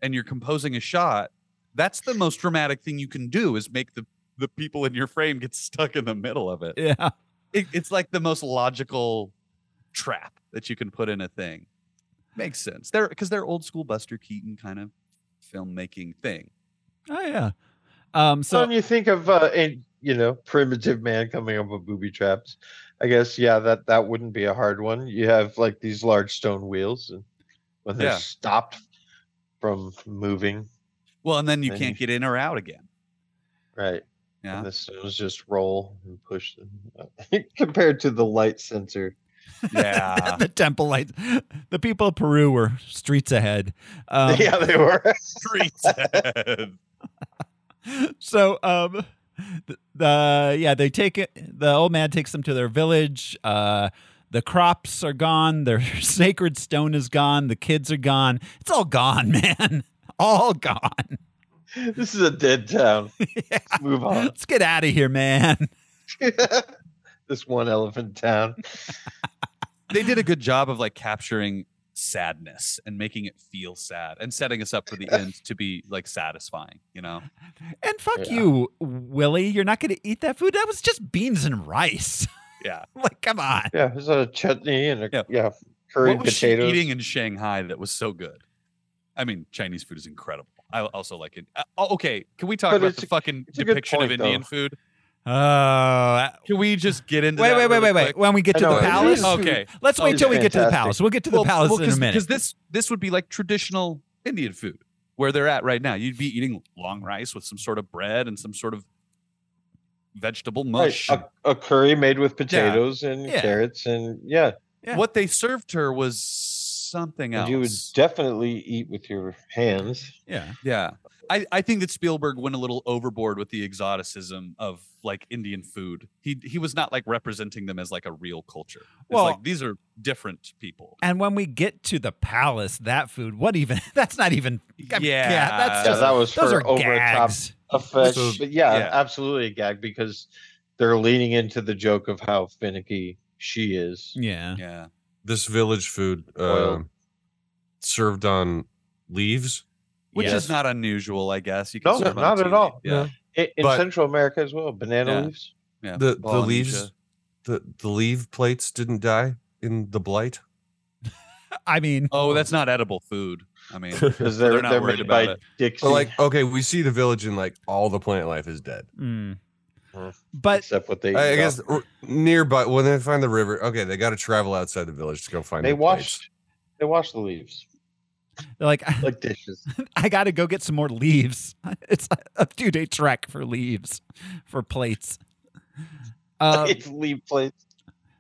Speaker 3: and you're composing a shot, that's the most dramatic thing you can do is make the the people in your frame get stuck in the middle of it.
Speaker 1: Yeah.
Speaker 3: it, it's like the most logical trap that you can put in a thing. Makes sense. They're because they're old school Buster Keaton kind of filmmaking thing.
Speaker 1: Oh yeah. Um.
Speaker 2: So
Speaker 1: So
Speaker 2: when you think of, uh, in, you know, primitive man coming up with booby traps, I guess, yeah, that, that wouldn't be a hard one. You have like these large stone wheels, and when they're
Speaker 3: Yeah.
Speaker 2: stopped from moving,
Speaker 3: Well, and then you
Speaker 2: Then
Speaker 3: can't get in or out again.
Speaker 2: right?
Speaker 3: Yeah.
Speaker 2: And the stones just roll and push them compared to the light sensor.
Speaker 3: Yeah.
Speaker 1: the temple lights. The people of Peru were streets ahead. Um,
Speaker 2: yeah, they were.
Speaker 3: Streets.
Speaker 1: so um th- the yeah they take it the old man takes them to their village uh the crops are gone their sacred stone is gone the kids are gone it's all gone man all gone
Speaker 2: this is a dead town. Let's move on.
Speaker 1: let's get out of here man
Speaker 2: this one elephant town.
Speaker 3: they did a good job of like capturing sadness and making it feel sad and setting us up for the end to be like satisfying, you know?
Speaker 1: and fuck
Speaker 2: Yeah.
Speaker 1: you willie you're not gonna eat that food that was just beans and rice
Speaker 3: Yeah.
Speaker 1: like come on
Speaker 2: Yeah, there's a chutney and a
Speaker 3: Yeah.
Speaker 2: yeah, curried
Speaker 3: what was she
Speaker 2: potatoes.
Speaker 3: eating in Shanghai that was so good? I mean, Chinese food is incredible. I also like it. Uh, oh, okay, can we talk
Speaker 2: But
Speaker 3: about
Speaker 2: it's
Speaker 3: the
Speaker 2: a-
Speaker 3: fucking
Speaker 2: it's a good
Speaker 3: depiction of
Speaker 2: point,
Speaker 3: Indian
Speaker 2: though.
Speaker 3: food?
Speaker 1: oh uh,
Speaker 3: Can we just get into
Speaker 1: wait
Speaker 3: that
Speaker 1: wait wait
Speaker 3: really
Speaker 1: wait wait
Speaker 3: quick?
Speaker 1: when we get
Speaker 2: I
Speaker 1: to
Speaker 2: know,
Speaker 1: the
Speaker 2: it
Speaker 1: palace
Speaker 2: is-
Speaker 3: Okay.
Speaker 1: let's wait
Speaker 2: it's
Speaker 1: till we get to the
Speaker 2: fantastic.
Speaker 1: palace we'll get to the palace in a minute
Speaker 3: Because this this would be like traditional Indian food where they're at right now. You'd be eating long rice with some sort of bread and some sort of vegetable
Speaker 2: Right,
Speaker 3: mush.
Speaker 2: a, a curry made with potatoes and
Speaker 1: Yeah.
Speaker 2: carrots and yeah,
Speaker 1: yeah.
Speaker 3: What they served her was something
Speaker 2: and
Speaker 3: else.
Speaker 2: you would definitely eat with your hands.
Speaker 1: yeah
Speaker 3: Yeah. I, I think that Spielberg went a little overboard with the exoticism of like Indian food. He he was not like representing them as like a real culture. It's
Speaker 1: Well-
Speaker 3: like these are different people.
Speaker 1: And when we get to the palace, that food, what even? That's not even. I mean, yeah, that's
Speaker 2: Yeah,
Speaker 1: just
Speaker 2: that was
Speaker 1: those
Speaker 2: for
Speaker 1: are
Speaker 2: over the top
Speaker 1: gags.
Speaker 2: effect.
Speaker 4: So-
Speaker 2: but yeah,
Speaker 3: yeah.
Speaker 2: absolutely a gag because they're leaning into the joke of how finicky she is.
Speaker 1: Yeah.
Speaker 3: Yeah.
Speaker 4: This village food uh,
Speaker 2: Oil.
Speaker 4: served on leaves.
Speaker 3: Which
Speaker 1: Yes.
Speaker 3: is not unusual, I guess. You can
Speaker 2: No,
Speaker 3: serve on
Speaker 2: not at
Speaker 3: TV.
Speaker 2: all.
Speaker 3: Yeah.
Speaker 2: I- in
Speaker 4: But-
Speaker 2: Central America as well, banana
Speaker 3: Yeah.
Speaker 2: leaves.
Speaker 3: yeah.
Speaker 4: The the
Speaker 3: Polynesia.
Speaker 4: leaves, the the leaf plates didn't die in the blight.
Speaker 1: I mean,
Speaker 3: Oh, that's not edible food. I mean,
Speaker 2: Because
Speaker 3: they're
Speaker 2: they're,
Speaker 3: not
Speaker 2: they're
Speaker 3: worried
Speaker 2: made
Speaker 3: about
Speaker 2: by
Speaker 3: it.
Speaker 2: Dixie,
Speaker 4: But like, okay, we see the village and like all the plant life is dead.
Speaker 1: mm.
Speaker 2: Well,
Speaker 1: but
Speaker 2: except what they.
Speaker 4: I, I
Speaker 2: eat
Speaker 4: guess
Speaker 2: off-
Speaker 4: r- nearby when they find the river. Okay, they got to travel outside the village to go find.
Speaker 2: they
Speaker 4: the
Speaker 2: wash. They wash the leaves
Speaker 1: like,
Speaker 2: like dishes.
Speaker 1: I got to go get some more leaves. It's a- a two day trek for leaves, for plates. Uh,
Speaker 2: it's leaf plates.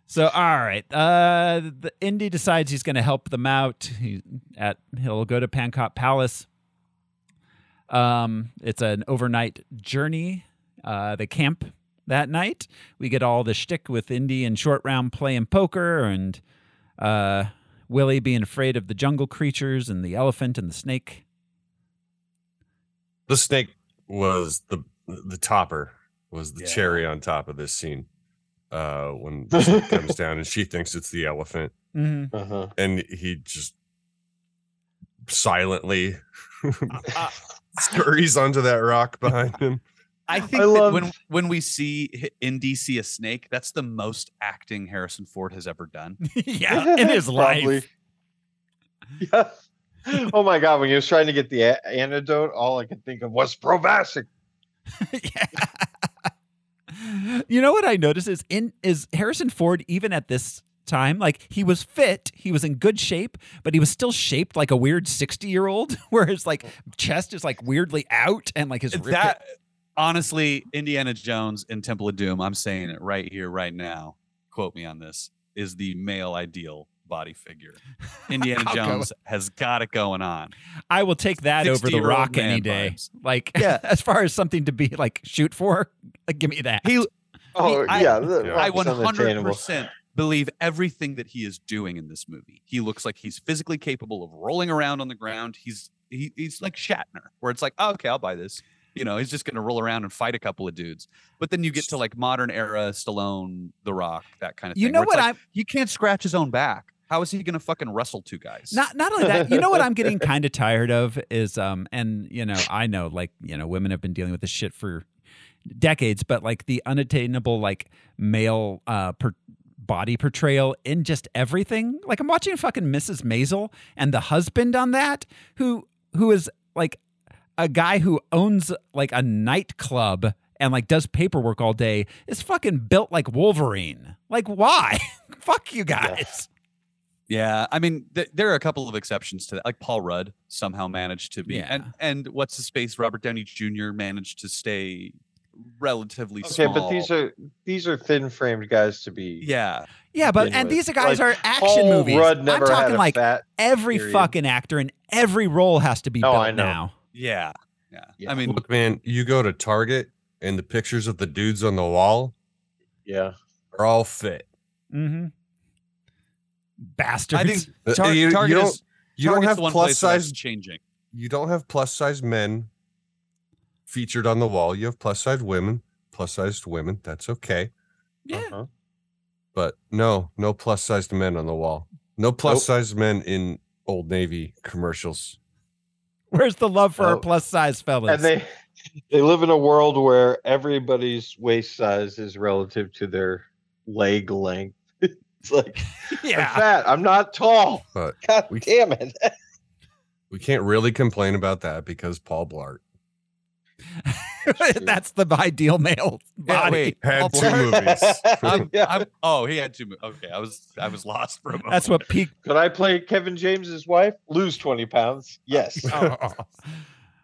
Speaker 1: so all right, uh, the Indy decides he's going to help them out. He at he'll go to Pancop Palace. Um, it's an overnight journey. Uh, they camp that night. We get all the shtick with Indy and short round playing poker and uh, Willie being afraid of the jungle creatures and the elephant and the snake.
Speaker 4: The snake was the the topper was the
Speaker 3: Yeah.
Speaker 4: cherry on top of this scene. Uh, when the snake comes down and she thinks it's the elephant,
Speaker 1: Mm-hmm.
Speaker 2: Uh-huh.
Speaker 4: and he just silently
Speaker 3: Uh,
Speaker 4: scurries onto that rock behind him.
Speaker 3: I think that
Speaker 2: love-
Speaker 3: when when we see hi- in DC a snake, that's the most acting Harrison Ford has ever done.
Speaker 1: yeah, in his
Speaker 2: Probably.
Speaker 1: life.
Speaker 2: Yeah. Oh my god! When he was trying to get the a- antidote, all I could think of was Provasic.
Speaker 1: yeah. You know what I noticed is in is Harrison Ford even at this time like he was fit, he was in good shape, but he was still shaped like a weird 60-year-old where his like chest is like weirdly out and like his rib
Speaker 3: that honestly, Indiana Jones and Temple of Doom. I'm saying it right here, right now. Quote me on this: is the male ideal body figure. Indiana
Speaker 1: I'll go
Speaker 3: Jones has got it going on.
Speaker 1: I will take that over the
Speaker 3: 60-year-old
Speaker 1: rock any
Speaker 3: man
Speaker 1: day.
Speaker 3: vibes.
Speaker 1: Like
Speaker 3: Yeah.
Speaker 1: as far as something to be like shoot for, like give me that.
Speaker 3: He
Speaker 2: Oh
Speaker 3: I-
Speaker 2: yeah,
Speaker 3: I 100% believe everything that he is doing in this movie. He looks like he's physically capable of rolling around on the ground. He's he, he's like Shatner, where it's like, oh, okay, I'll buy this. You know, he's just going to roll around and fight a couple of dudes. But then you get to like modern era Stallone, The Rock, that kind of thing.
Speaker 1: you know
Speaker 3: where it's
Speaker 1: what
Speaker 3: like,
Speaker 1: I'm
Speaker 3: He can't scratch his own back. How is he going to fucking wrestle two guys?
Speaker 1: Not not only that, you know what I'm getting kind of tired of is um and you know I know like you know women have been dealing with this shit for decades, but like the unattainable like male uh per- body portrayal in just everything. Like I'm watching fucking Mrs. Maisel and the husband on that who who is like a guy who owns like a nightclub and like does paperwork all day is fucking built like Wolverine. Like why? Fuck you guys.
Speaker 3: Yeah, I mean, th- there are a couple of exceptions to that. Like Paul Rudd somehow managed to be, and and what's his face? Robert Downey Jr. managed to stay relatively
Speaker 2: Okay,
Speaker 3: small.
Speaker 2: but these are these are thin-framed guys to be.
Speaker 3: yeah,
Speaker 1: Yeah, but
Speaker 2: begin
Speaker 1: and
Speaker 2: with.
Speaker 1: these guys
Speaker 2: Like,
Speaker 1: are action
Speaker 2: Paul
Speaker 1: movies.
Speaker 2: Rudd
Speaker 1: I'm
Speaker 2: never had
Speaker 1: talking
Speaker 2: a
Speaker 1: like
Speaker 2: fat.
Speaker 1: every
Speaker 2: period.
Speaker 1: fucking actor in every role has to be
Speaker 2: Oh,
Speaker 1: built
Speaker 2: I know.
Speaker 1: now.
Speaker 3: yeah, yeah,
Speaker 2: Yeah.
Speaker 3: I mean,
Speaker 4: Look, man, you go to Target and the pictures of the dudes on the wall
Speaker 2: Yeah.
Speaker 4: are all fit.
Speaker 1: Mm-hmm. Bastards.
Speaker 3: I think Tar-
Speaker 4: you, you
Speaker 3: Target uh,
Speaker 4: don't,
Speaker 3: is
Speaker 4: you don't
Speaker 3: Target's
Speaker 4: have
Speaker 3: the one
Speaker 4: plus
Speaker 3: place where that's
Speaker 4: size.
Speaker 3: changing.
Speaker 4: You don't have plus size men featured on the wall. You have plus size women. Plus sized women. That's okay.
Speaker 1: yeah.
Speaker 2: Uh-huh.
Speaker 4: But no, no plus sized men on the wall. No plus sized men in Old Navy commercials.
Speaker 1: Where's the love for our
Speaker 2: Oh.
Speaker 1: plus size fellas?
Speaker 2: And they they live in a world where everybody's waist size is relative to their leg length. it's like I'm
Speaker 1: yeah.
Speaker 2: fat. I'm not tall.
Speaker 4: But
Speaker 2: God
Speaker 4: we-
Speaker 2: damn it.
Speaker 4: we can't really complain about that because Paul Blart
Speaker 1: That's the ideal male
Speaker 3: Yeah,
Speaker 1: body.
Speaker 3: wait,
Speaker 4: had
Speaker 3: Paul
Speaker 4: two
Speaker 3: Blart-
Speaker 4: movies.
Speaker 3: I'm-
Speaker 2: Yeah.
Speaker 3: I'm- oh, he had two. mo- Okay, I was I was lost for a moment.
Speaker 1: That's what peak.
Speaker 2: Could I play Kevin James's wife? Lose 20 pounds. Yes.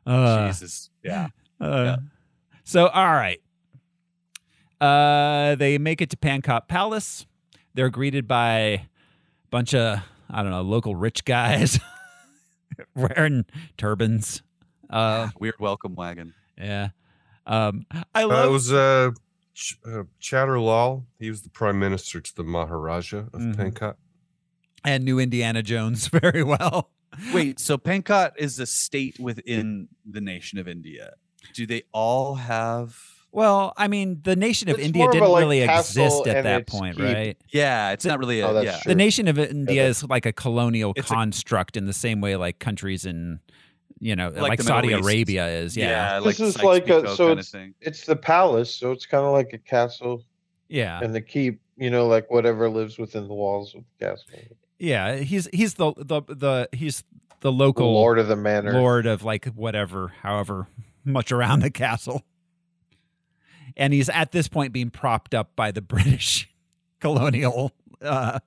Speaker 1: Uh,
Speaker 3: Jesus. Yeah.
Speaker 1: Uh, So, all right. Uh, they make it to Pancop Palace. They're greeted by a bunch of, I don't know, local rich guys wearing turbans. Uh,
Speaker 3: Weird welcome wagon.
Speaker 1: yeah. Um, I
Speaker 4: Uh, it
Speaker 1: love.
Speaker 4: was uh, Ch- uh, Chatter Lal. He was the prime minister to the Maharaja of
Speaker 1: Mhm.
Speaker 4: Pankot.
Speaker 1: and new Indiana Jones very well.
Speaker 3: Wait, so Pankot is a state within the nation of India. Do they all have
Speaker 1: Well, I mean, the nation of
Speaker 2: It's
Speaker 1: India
Speaker 2: more of a,
Speaker 1: didn't
Speaker 2: like,
Speaker 1: really
Speaker 2: castle
Speaker 1: exist at
Speaker 2: and
Speaker 1: that
Speaker 2: its
Speaker 1: point,
Speaker 2: keep.
Speaker 1: right?
Speaker 3: Yeah, it's not really a
Speaker 2: Oh, that's
Speaker 3: yeah.
Speaker 2: true.
Speaker 1: The nation of India is like a colonial
Speaker 3: It's a-
Speaker 1: construct in the same way like countries in you know like,
Speaker 3: Like the Middle
Speaker 1: Saudi
Speaker 3: East.
Speaker 1: Arabia is. Yeah.
Speaker 2: This is like a- so
Speaker 3: kind of
Speaker 2: it's-
Speaker 3: thing.
Speaker 2: It's the palace, so it's kind of like a castle
Speaker 1: Yeah. Yeah.
Speaker 2: and the keep. You know, like whatever lives within the walls of the castle.
Speaker 1: He's he's the the, the he's the
Speaker 2: The
Speaker 1: local
Speaker 2: lord of the manor.
Speaker 1: lord of like whatever, however much around the castle. And he's at this point being propped up by the British colonial uh,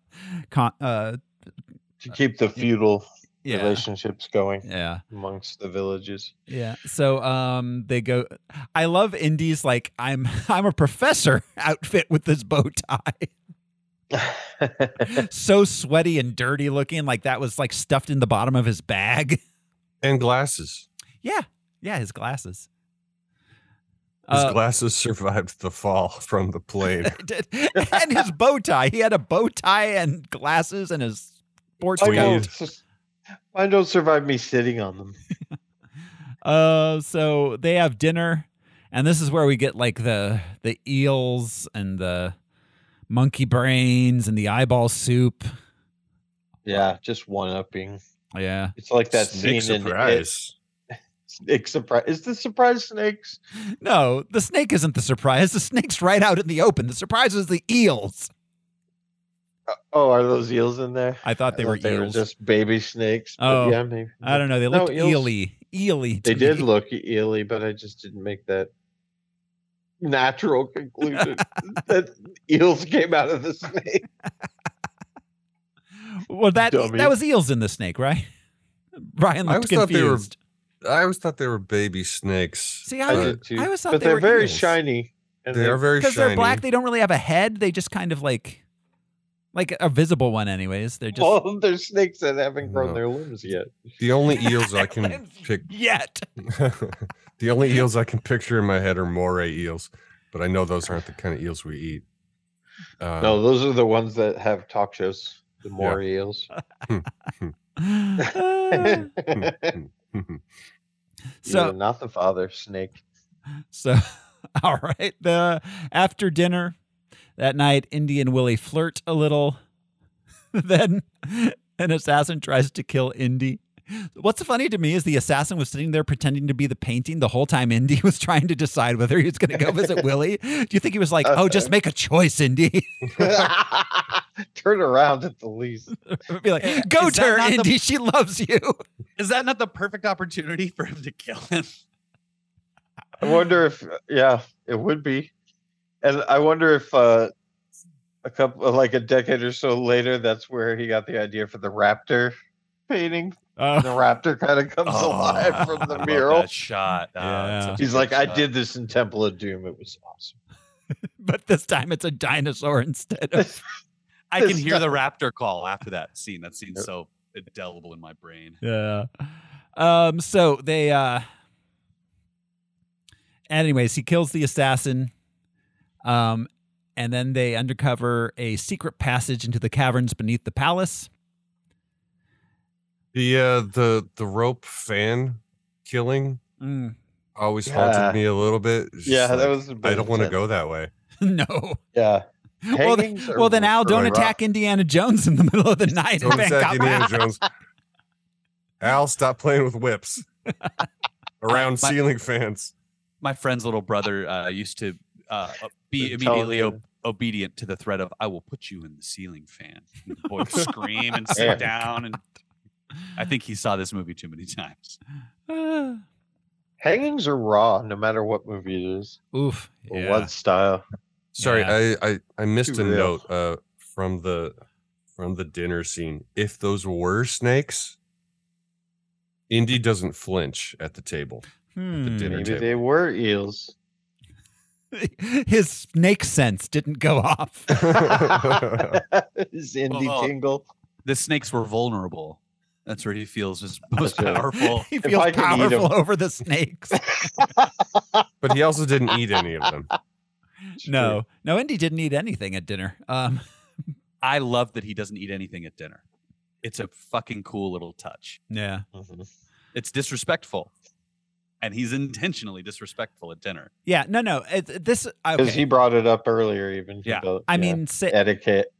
Speaker 1: con- uh
Speaker 2: to keep the feudal
Speaker 1: yeah.
Speaker 2: relationships going
Speaker 1: Yeah.
Speaker 2: amongst the villages.
Speaker 1: Yeah. So um they go I love Indy's like I'm I'm a professor outfit with this bow tie. so sweaty and dirty looking like that was like stuffed in the bottom of his bag.
Speaker 4: and glasses.
Speaker 1: Yeah. Yeah, his glasses.
Speaker 4: His
Speaker 1: Uh,
Speaker 4: glasses survived the fall from the plane.
Speaker 1: and his bow tie. He had a bow tie and glasses and his sports
Speaker 2: Oh,
Speaker 4: Tweed.
Speaker 1: coat.
Speaker 2: Mine don't survive me sitting on them.
Speaker 1: Uh, so they have dinner, and this is where we get like the the eels and the monkey brains and the eyeball soup.
Speaker 2: Yeah, just one upping.
Speaker 1: Yeah,
Speaker 2: It's like that
Speaker 4: Snake
Speaker 2: scene in it,
Speaker 4: surprise.
Speaker 2: Snake Surprise. Is the surprise snakes?
Speaker 1: no, the snake isn't the surprise. The snake's right out in the open. The surprise was the eels.
Speaker 2: Oh, are those eels in there?
Speaker 1: I thought they
Speaker 2: I
Speaker 1: were
Speaker 2: thought they
Speaker 1: eels.
Speaker 2: were just baby snakes. but
Speaker 1: Oh,
Speaker 2: yeah, maybe.
Speaker 1: I don't know. They
Speaker 2: No,
Speaker 1: looked
Speaker 2: eels-
Speaker 1: eely, eely. to
Speaker 2: They did
Speaker 1: me.
Speaker 2: look eely, but I just didn't make that natural conclusion that eels came out of the snake.
Speaker 1: Well, that
Speaker 2: dummy.
Speaker 1: that was eels in the snake, right? Brian
Speaker 4: I
Speaker 1: looked
Speaker 4: always thought they were-
Speaker 1: confused.
Speaker 4: I always thought they were baby snakes.
Speaker 1: See,
Speaker 2: I
Speaker 1: I,
Speaker 2: did too.
Speaker 1: I always thought
Speaker 2: but
Speaker 1: they
Speaker 2: are
Speaker 1: were
Speaker 2: very
Speaker 1: eels.
Speaker 2: shiny. And
Speaker 4: they
Speaker 2: they-
Speaker 4: are very
Speaker 1: because they're
Speaker 4: shiny.
Speaker 1: black, they don't really have a head. They just kind of like, like a visible one, anyways. They're just
Speaker 2: Well, they're snakes that haven't grown
Speaker 4: No.
Speaker 2: their limbs yet.
Speaker 4: The only eels I can pick.
Speaker 1: yet.
Speaker 4: the only eels I can picture in my head are moray eels, but I know those aren't the kind of eels we eat. Uh,
Speaker 2: No, those are the ones that have talk shows. The more eels.
Speaker 1: Uh,
Speaker 2: so
Speaker 1: so
Speaker 2: not the father snake.
Speaker 1: so all right. The after dinner that night, Indy and Willie flirt a little. then an assassin tries to kill Indy. What's funny to me is the assassin was sitting there pretending to be the painting the whole time Indy was trying to decide whether he was going to go visit Willie. Do you think he was like, "Oh, just make a choice, Indy"?
Speaker 2: Turn around at the least.
Speaker 1: be
Speaker 3: Eh,
Speaker 1: like, go
Speaker 3: is
Speaker 1: to
Speaker 3: that
Speaker 1: her,
Speaker 3: not the-
Speaker 1: Indy. She loves you.
Speaker 3: Is that not the perfect opportunity for him to kill him?
Speaker 2: I wonder if yeah, it would be. And I wonder if uh a couple like a decade or so later, that's where he got the idea for the raptor painting.
Speaker 3: Uh.
Speaker 2: The
Speaker 1: Oh,
Speaker 2: raptor kind of comes
Speaker 3: Oh,
Speaker 2: alive
Speaker 3: I
Speaker 2: from the
Speaker 3: love
Speaker 2: mural.
Speaker 3: that shot. Oh, it's
Speaker 1: Yeah.
Speaker 3: such a
Speaker 2: He's
Speaker 3: good
Speaker 2: like, I
Speaker 3: shot.
Speaker 2: did this in Temple of Doom. It was awesome.
Speaker 1: but this time it's a dinosaur instead of.
Speaker 3: I can
Speaker 2: this
Speaker 3: hear the raptor call after that scene. That scene's so indelible in my brain.
Speaker 1: Yeah. Um. So they. uh Anyways, he kills the assassin. Um, and then they undercover a secret passage into the caverns beneath the palace.
Speaker 4: the uh, the the rope fan killing always
Speaker 2: Yeah.
Speaker 4: haunted me a little bit. It's just
Speaker 2: Yeah, that
Speaker 4: like,
Speaker 2: was. a bit
Speaker 4: I don't want to
Speaker 2: intense.
Speaker 4: go that way.
Speaker 1: no.
Speaker 2: Yeah.
Speaker 1: Well, th-
Speaker 2: Hangings are
Speaker 1: well, then Al,
Speaker 2: really
Speaker 1: don't
Speaker 2: rough.
Speaker 1: attack Indiana Jones in the middle of the night. in
Speaker 4: Don't attack
Speaker 1: Bangkok.
Speaker 4: Indiana Jones. Al, stop playing with whips around
Speaker 3: My-
Speaker 4: ceiling fans.
Speaker 3: My friend's little brother uh, used to uh, be
Speaker 2: Tell
Speaker 3: immediately
Speaker 2: him.
Speaker 3: ob- obedient to the threat of "I will put you in the ceiling fan." And the boy would scream and
Speaker 2: Yeah.
Speaker 3: sit down, and I think he saw this movie too many times.
Speaker 1: Ah.
Speaker 2: Hangings are raw, no matter what movie it is
Speaker 1: Oof.
Speaker 2: or
Speaker 1: Yeah.
Speaker 2: what style.
Speaker 4: Sorry,
Speaker 1: Yeah.
Speaker 4: I, I I missed
Speaker 2: Too
Speaker 4: a
Speaker 2: real.
Speaker 4: note uh, from the from the dinner scene. If those were snakes, Indy doesn't flinch at the table.
Speaker 1: Hmm.
Speaker 4: dinner.
Speaker 2: Maybe
Speaker 4: table.
Speaker 2: they were eels.
Speaker 1: his snake sense didn't go off.
Speaker 2: His indie
Speaker 3: Well,
Speaker 2: tingle.
Speaker 3: The snakes were vulnerable. That's where he feels his most
Speaker 2: That's right.
Speaker 3: powerful.
Speaker 1: He
Speaker 2: If
Speaker 1: feels
Speaker 2: I could eat 'em.
Speaker 1: powerful over the snakes.
Speaker 4: But he also didn't eat any of them.
Speaker 1: no, no, Indy didn't eat anything at dinner. Um,
Speaker 3: I love that he doesn't eat anything at dinner. It's a fucking cool little touch.
Speaker 1: yeah,
Speaker 2: Mhm.
Speaker 3: It's disrespectful, and he's intentionally disrespectful at dinner.
Speaker 1: Yeah, no, no. It, this
Speaker 2: because
Speaker 1: okay.
Speaker 2: he brought it up earlier, even.
Speaker 3: Yeah.
Speaker 2: about,
Speaker 1: I
Speaker 2: yeah,
Speaker 1: mean, say,
Speaker 2: etiquette.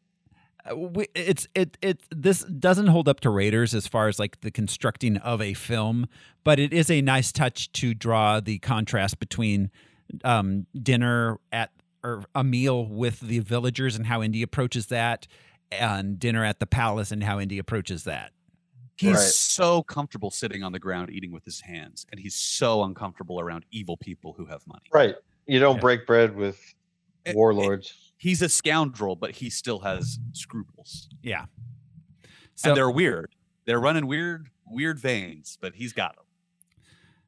Speaker 1: uh, we, it's it it this doesn't hold up to Raiders as far as like the constructing of a film, but it is a nice touch to draw the contrast between um, dinner at or a meal with the villagers and how Indy approaches that, and dinner at the palace and how Indy approaches that.
Speaker 3: He's
Speaker 2: Right.
Speaker 3: so comfortable sitting on the ground eating with his hands, and he's so uncomfortable around evil people who have money.
Speaker 2: Right. You don't
Speaker 1: Yeah.
Speaker 2: break bread with
Speaker 3: Eh, eh,
Speaker 2: warlords.
Speaker 3: He's a scoundrel, but he still has scruples.
Speaker 1: Yeah.
Speaker 3: So
Speaker 1: So
Speaker 3: they're weird. They're running weird, weird veins, but he's got them.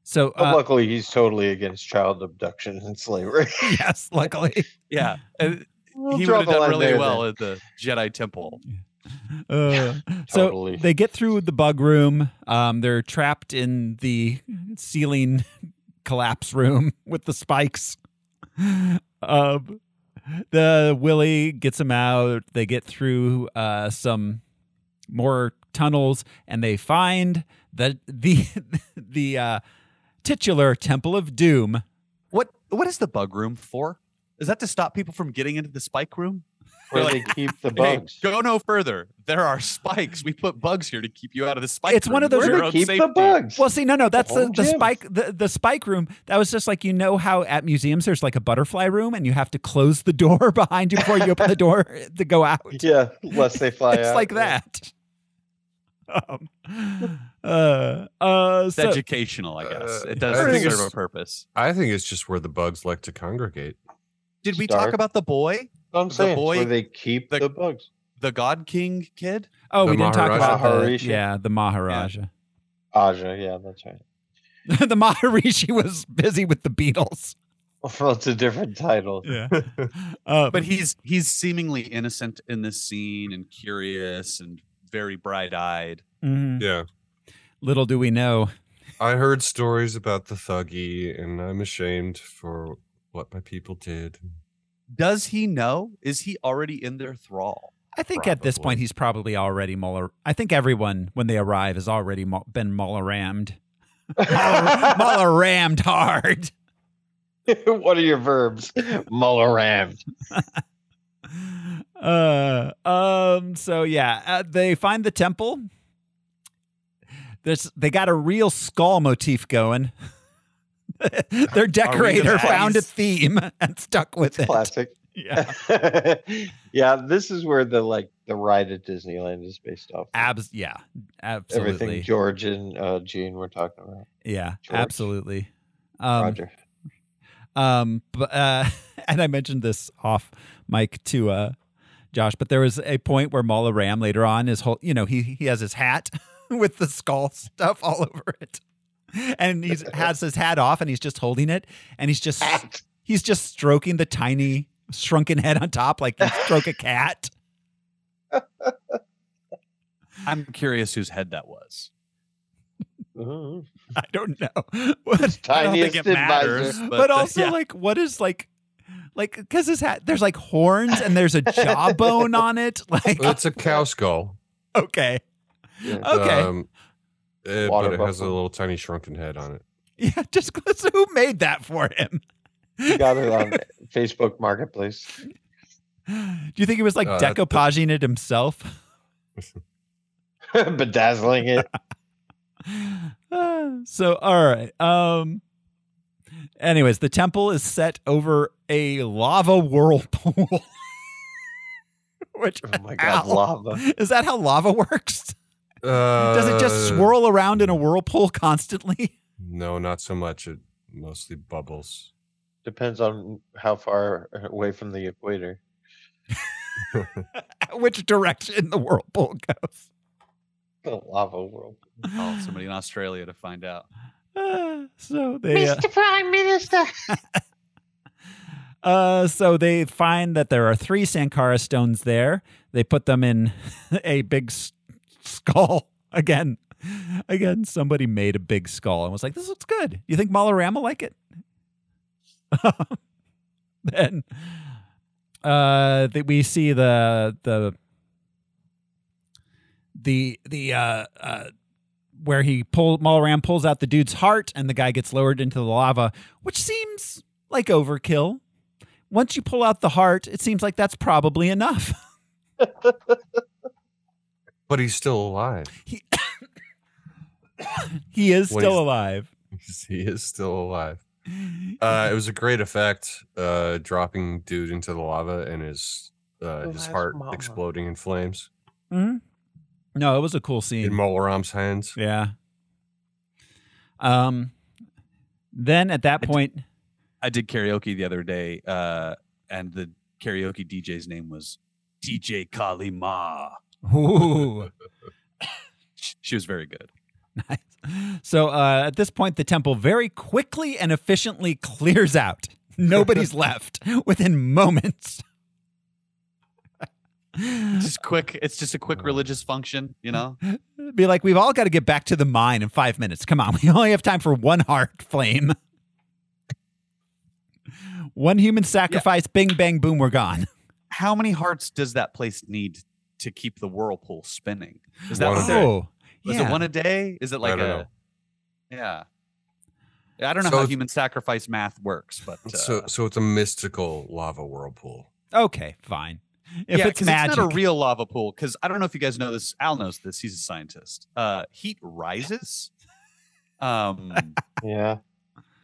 Speaker 1: so
Speaker 2: But
Speaker 1: uh,
Speaker 2: luckily, he's totally against child abduction and slavery.
Speaker 1: yes, luckily.
Speaker 3: Yeah. and
Speaker 2: We'll
Speaker 3: he would
Speaker 2: draw
Speaker 3: have
Speaker 2: the
Speaker 3: done
Speaker 2: line
Speaker 3: really
Speaker 2: there
Speaker 3: well
Speaker 2: then.
Speaker 3: at the Jedi Temple.
Speaker 1: Uh,
Speaker 2: Totally.
Speaker 1: So they get through the bug room. Um, they're trapped in the ceiling collapse room with the spikes. Um, the Willie gets them out. They get through uh, some more tunnels, and they find the the the uh, titular Temple of Doom.
Speaker 3: What what is the bug room for? Is that to stop people from getting into the spike room?
Speaker 2: Where
Speaker 3: They're
Speaker 2: they keep the
Speaker 3: Hey,
Speaker 2: bugs.
Speaker 3: go no further. There are spikes. We put bugs here to keep you out of the spike.
Speaker 1: It's one
Speaker 3: room
Speaker 1: of those-
Speaker 3: for
Speaker 2: Where
Speaker 3: your
Speaker 2: to
Speaker 3: own
Speaker 2: keep the
Speaker 3: safety.
Speaker 2: bugs?
Speaker 1: Well, see, no, no, that's the,
Speaker 2: whole
Speaker 1: the
Speaker 2: gym.
Speaker 1: spike the, the spike room. That was just like you know how at museums there's like a butterfly room and you have to close the door behind you before you open the door to go out.
Speaker 2: yeah, lest they fly
Speaker 1: it's
Speaker 2: out.
Speaker 1: like
Speaker 2: yeah.
Speaker 1: that. Um, uh, uh,
Speaker 3: It's
Speaker 1: so,
Speaker 3: educational, I guess.
Speaker 4: Uh,
Speaker 3: it
Speaker 4: I
Speaker 3: doesn't
Speaker 4: think
Speaker 3: serve a
Speaker 4: it's-
Speaker 3: purpose.
Speaker 4: I think it's just where the bugs like to congregate.
Speaker 3: Did we
Speaker 2: Dark.
Speaker 3: talk about the boy,
Speaker 2: I'm
Speaker 3: The
Speaker 2: saying.
Speaker 3: boy-
Speaker 2: where they keep
Speaker 3: the-
Speaker 2: the, bugs.
Speaker 3: the God King kid?
Speaker 1: oh,
Speaker 4: The
Speaker 1: we didn't talk
Speaker 4: Maharaja.
Speaker 1: about the,
Speaker 2: Maharishi.
Speaker 1: yeah the Maharaja.
Speaker 2: Aja, yeah, that's right.
Speaker 1: the Maharishi was busy with the Beatles.
Speaker 2: Well, it's a different title.
Speaker 1: Yeah, uh,
Speaker 3: But he's he's seemingly innocent in this scene and curious and very bright eyed.
Speaker 1: mhm.
Speaker 4: Yeah.
Speaker 1: little do we know.
Speaker 4: I heard stories about the thuggy, and I'm ashamed for what my people did.
Speaker 3: Does he know? Is he already in their thrall?
Speaker 1: I think at this
Speaker 4: Probably.
Speaker 1: point he's probably already Muller. I think everyone when they arrive has already mul- been Mullerammed. Muller rammed hard.
Speaker 2: what are your verbs? Mullerammed.
Speaker 1: Uh, um. So yeah, uh, they find the temple. There's they got a real skull motif going. Their decorator found a
Speaker 3: baddies?
Speaker 1: theme and stuck with it.
Speaker 2: Classic.
Speaker 1: Yeah,
Speaker 2: yeah, this is where the like the ride at Disneyland is based off. of.
Speaker 1: abs. Yeah, absolutely.
Speaker 2: Everything George and uh, Gene were talking about.
Speaker 1: yeah,
Speaker 2: George.
Speaker 1: absolutely. Um,
Speaker 2: Roger.
Speaker 1: Um, but uh, and I mentioned this off mic to uh, Josh, but there was a point where Mala Ram later on is whole, you know, he he has his hat with the skull stuff all over it, and he has his hat off and he's just holding it and he's just he's just stroking the tiny shrunken head on top like you stroke a cat.
Speaker 3: I'm curious whose head that was.
Speaker 2: Mhm.
Speaker 1: I don't know, but,
Speaker 3: I don't think
Speaker 2: Tiniest
Speaker 3: it
Speaker 2: advisor.
Speaker 3: matters, but,
Speaker 1: but
Speaker 3: uh,
Speaker 1: also
Speaker 3: yeah.
Speaker 1: like what is like. Like, cause his hat, there's like horns and there's a jawbone on it. Like,
Speaker 4: Well, it's a cow skull.
Speaker 1: okay.
Speaker 2: Yeah.
Speaker 1: Okay.
Speaker 4: Um, eh,
Speaker 2: Water
Speaker 4: but it has a
Speaker 2: buffalo.
Speaker 4: little tiny shrunken head on it.
Speaker 1: Yeah, just so who made that for him?
Speaker 2: You got it on Facebook Marketplace.
Speaker 1: Do you think he was like
Speaker 4: Uh, that-
Speaker 1: decoupaging it himself?
Speaker 2: Bedazzling it.
Speaker 1: Uh, so all right. Um anyways, the temple is set over a lava whirlpool. Which
Speaker 2: Oh my god,
Speaker 1: Ow.
Speaker 2: lava.
Speaker 1: is that how lava works?
Speaker 4: Uh,
Speaker 1: Does it just swirl around in a whirlpool constantly?
Speaker 4: No, not so much. It mostly bubbles.
Speaker 2: Depends on how far away from the equator.
Speaker 1: Which direction the whirlpool goes?
Speaker 2: The lava world.
Speaker 4: Oh,
Speaker 3: Call somebody in Australia to find out.
Speaker 1: Uh, so they Mr. Prime Minister. uh so they find that there are three Sankara stones there. They put them in a big s- skull again. Again, somebody made a big skull and was like, "This looks good." You think Malarama will like it? then uh that we see the the the the uh uh where he pull Mallram pulls out the dude's heart and the guy gets lowered into the lava, which seems like overkill. Once you pull out the heart, it seems like that's probably enough.
Speaker 4: But he's still alive.
Speaker 1: he is
Speaker 4: What
Speaker 1: still
Speaker 4: is-
Speaker 1: alive.
Speaker 4: he is still alive. Uh, it was a great effect, uh, dropping dude into the lava and his uh,
Speaker 2: Oh,
Speaker 4: his
Speaker 2: that's
Speaker 4: heart
Speaker 2: mama.
Speaker 4: exploding in flames
Speaker 1: Mhm. No, it was a cool
Speaker 4: in
Speaker 1: scene.
Speaker 4: Molaram's hands.
Speaker 1: Yeah. Um. Then at that
Speaker 3: I d-
Speaker 1: point,
Speaker 3: I did karaoke the other day, uh, and the karaoke DJ's name was DJ Kali Ma.
Speaker 1: ooh,
Speaker 3: Sh- She was very good.
Speaker 1: nice. So uh, at this point, the temple very quickly and efficiently clears out. Nobody's left within moments.
Speaker 3: It's just quick. It's just a quick religious function, you know.
Speaker 1: Be like, we've all got to get back to the mine in five minutes. Come on, we only have time for one heart flame. One human sacrifice, bing, bang, boom, we're gone.
Speaker 3: How many hearts does that place need to keep the whirlpool spinning? Is that
Speaker 4: One
Speaker 3: what
Speaker 4: a
Speaker 3: they're-
Speaker 1: oh,
Speaker 3: Is
Speaker 1: yeah.
Speaker 3: it one a day? Is it like
Speaker 4: I
Speaker 3: a?
Speaker 4: don't know.
Speaker 3: Yeah. Yeah, I don't know
Speaker 4: So
Speaker 3: how
Speaker 4: if-
Speaker 3: human sacrifice math works, but uh,
Speaker 4: So so it's a mystical lava whirlpool.
Speaker 1: Okay, fine. If
Speaker 3: yeah,
Speaker 1: it's
Speaker 3: 'cause
Speaker 1: magic,
Speaker 3: not a real lava pool. Because I don't know if you guys know this. Al knows this. He's a scientist. Uh, heat rises, um,
Speaker 2: Yeah.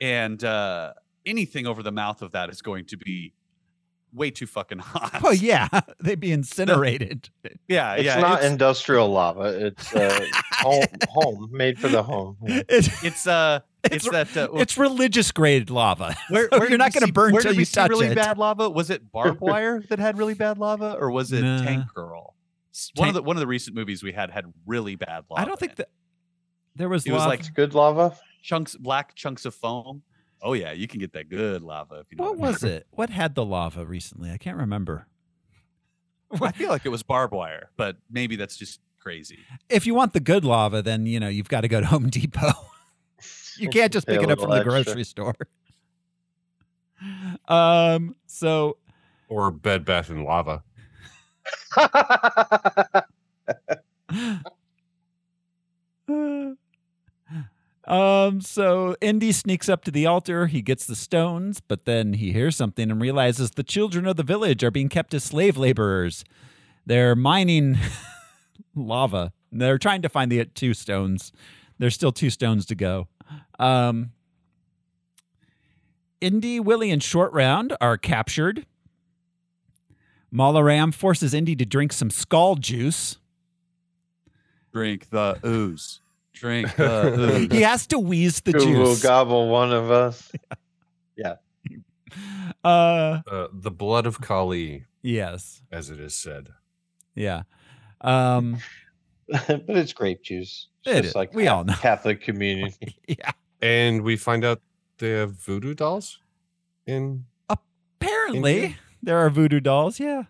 Speaker 3: and uh, anything over the mouth of that is going to be way too fucking hot.
Speaker 1: well, Oh, yeah, they'd be incinerated. Uh,
Speaker 3: yeah,
Speaker 2: It's
Speaker 3: yeah.
Speaker 2: not
Speaker 3: it's,
Speaker 2: industrial lava. It's uh, home, home, made for the home. Yeah.
Speaker 1: It's,
Speaker 3: it's uh,
Speaker 1: It's
Speaker 3: it's, that. Uh,
Speaker 1: it's religious grade lava.
Speaker 3: where,
Speaker 1: so
Speaker 3: where
Speaker 1: you're
Speaker 3: did
Speaker 1: not
Speaker 3: we
Speaker 1: gonna
Speaker 3: see-
Speaker 1: burn
Speaker 3: where
Speaker 1: till
Speaker 3: did we
Speaker 1: you
Speaker 3: see
Speaker 1: touch
Speaker 3: really
Speaker 1: it.
Speaker 3: bad lava. Was it barbed wire that had really bad lava, or was it
Speaker 1: Nah.
Speaker 3: Tank Girl? S- One
Speaker 1: Tank-
Speaker 3: of the one of the recent movies we had had really bad lava.
Speaker 1: I don't
Speaker 3: in
Speaker 1: think
Speaker 3: it.
Speaker 1: that there was.
Speaker 3: It was
Speaker 1: lava.
Speaker 3: like-
Speaker 2: It's good lava.
Speaker 3: chunks black chunks of foam. Oh yeah, you can get that good lava. If you know
Speaker 1: what
Speaker 3: I mean.
Speaker 1: was it? What had the lava recently? I can't remember.
Speaker 3: I feel like it was barbed wire, but maybe that's just crazy.
Speaker 1: If you want the good lava, then you know you've got to go to Home Depot. you can't just
Speaker 2: Pay a
Speaker 1: pick it up
Speaker 2: little
Speaker 1: from the
Speaker 2: extra.
Speaker 1: grocery store. Um. So
Speaker 4: Or bed bath and lava.
Speaker 1: um so Indy sneaks up to the altar, he gets the stones, but then he hears something and realizes the children of the village are being kept as slave laborers. They're mining lava. They're trying to find the two stones. There's still two stones to go. Um Indy, Willie, and Short Round are captured. Malaram forces Indy to drink some skull juice.
Speaker 3: Drink the ooze. Drink the
Speaker 1: he has to wheeze the
Speaker 2: Who will
Speaker 1: juice.
Speaker 2: gobble one of us?
Speaker 1: Uh,
Speaker 4: Uh, the blood of Kali,
Speaker 1: yes,
Speaker 4: as it is said.
Speaker 1: yeah. Um,
Speaker 2: but it's grape juice. It's
Speaker 1: It
Speaker 2: just
Speaker 1: is.
Speaker 2: like
Speaker 1: We all know.
Speaker 2: Catholic communion.
Speaker 4: And we find out they have voodoo dolls in
Speaker 1: apparently
Speaker 4: India?
Speaker 1: there are voodoo dolls. Yeah.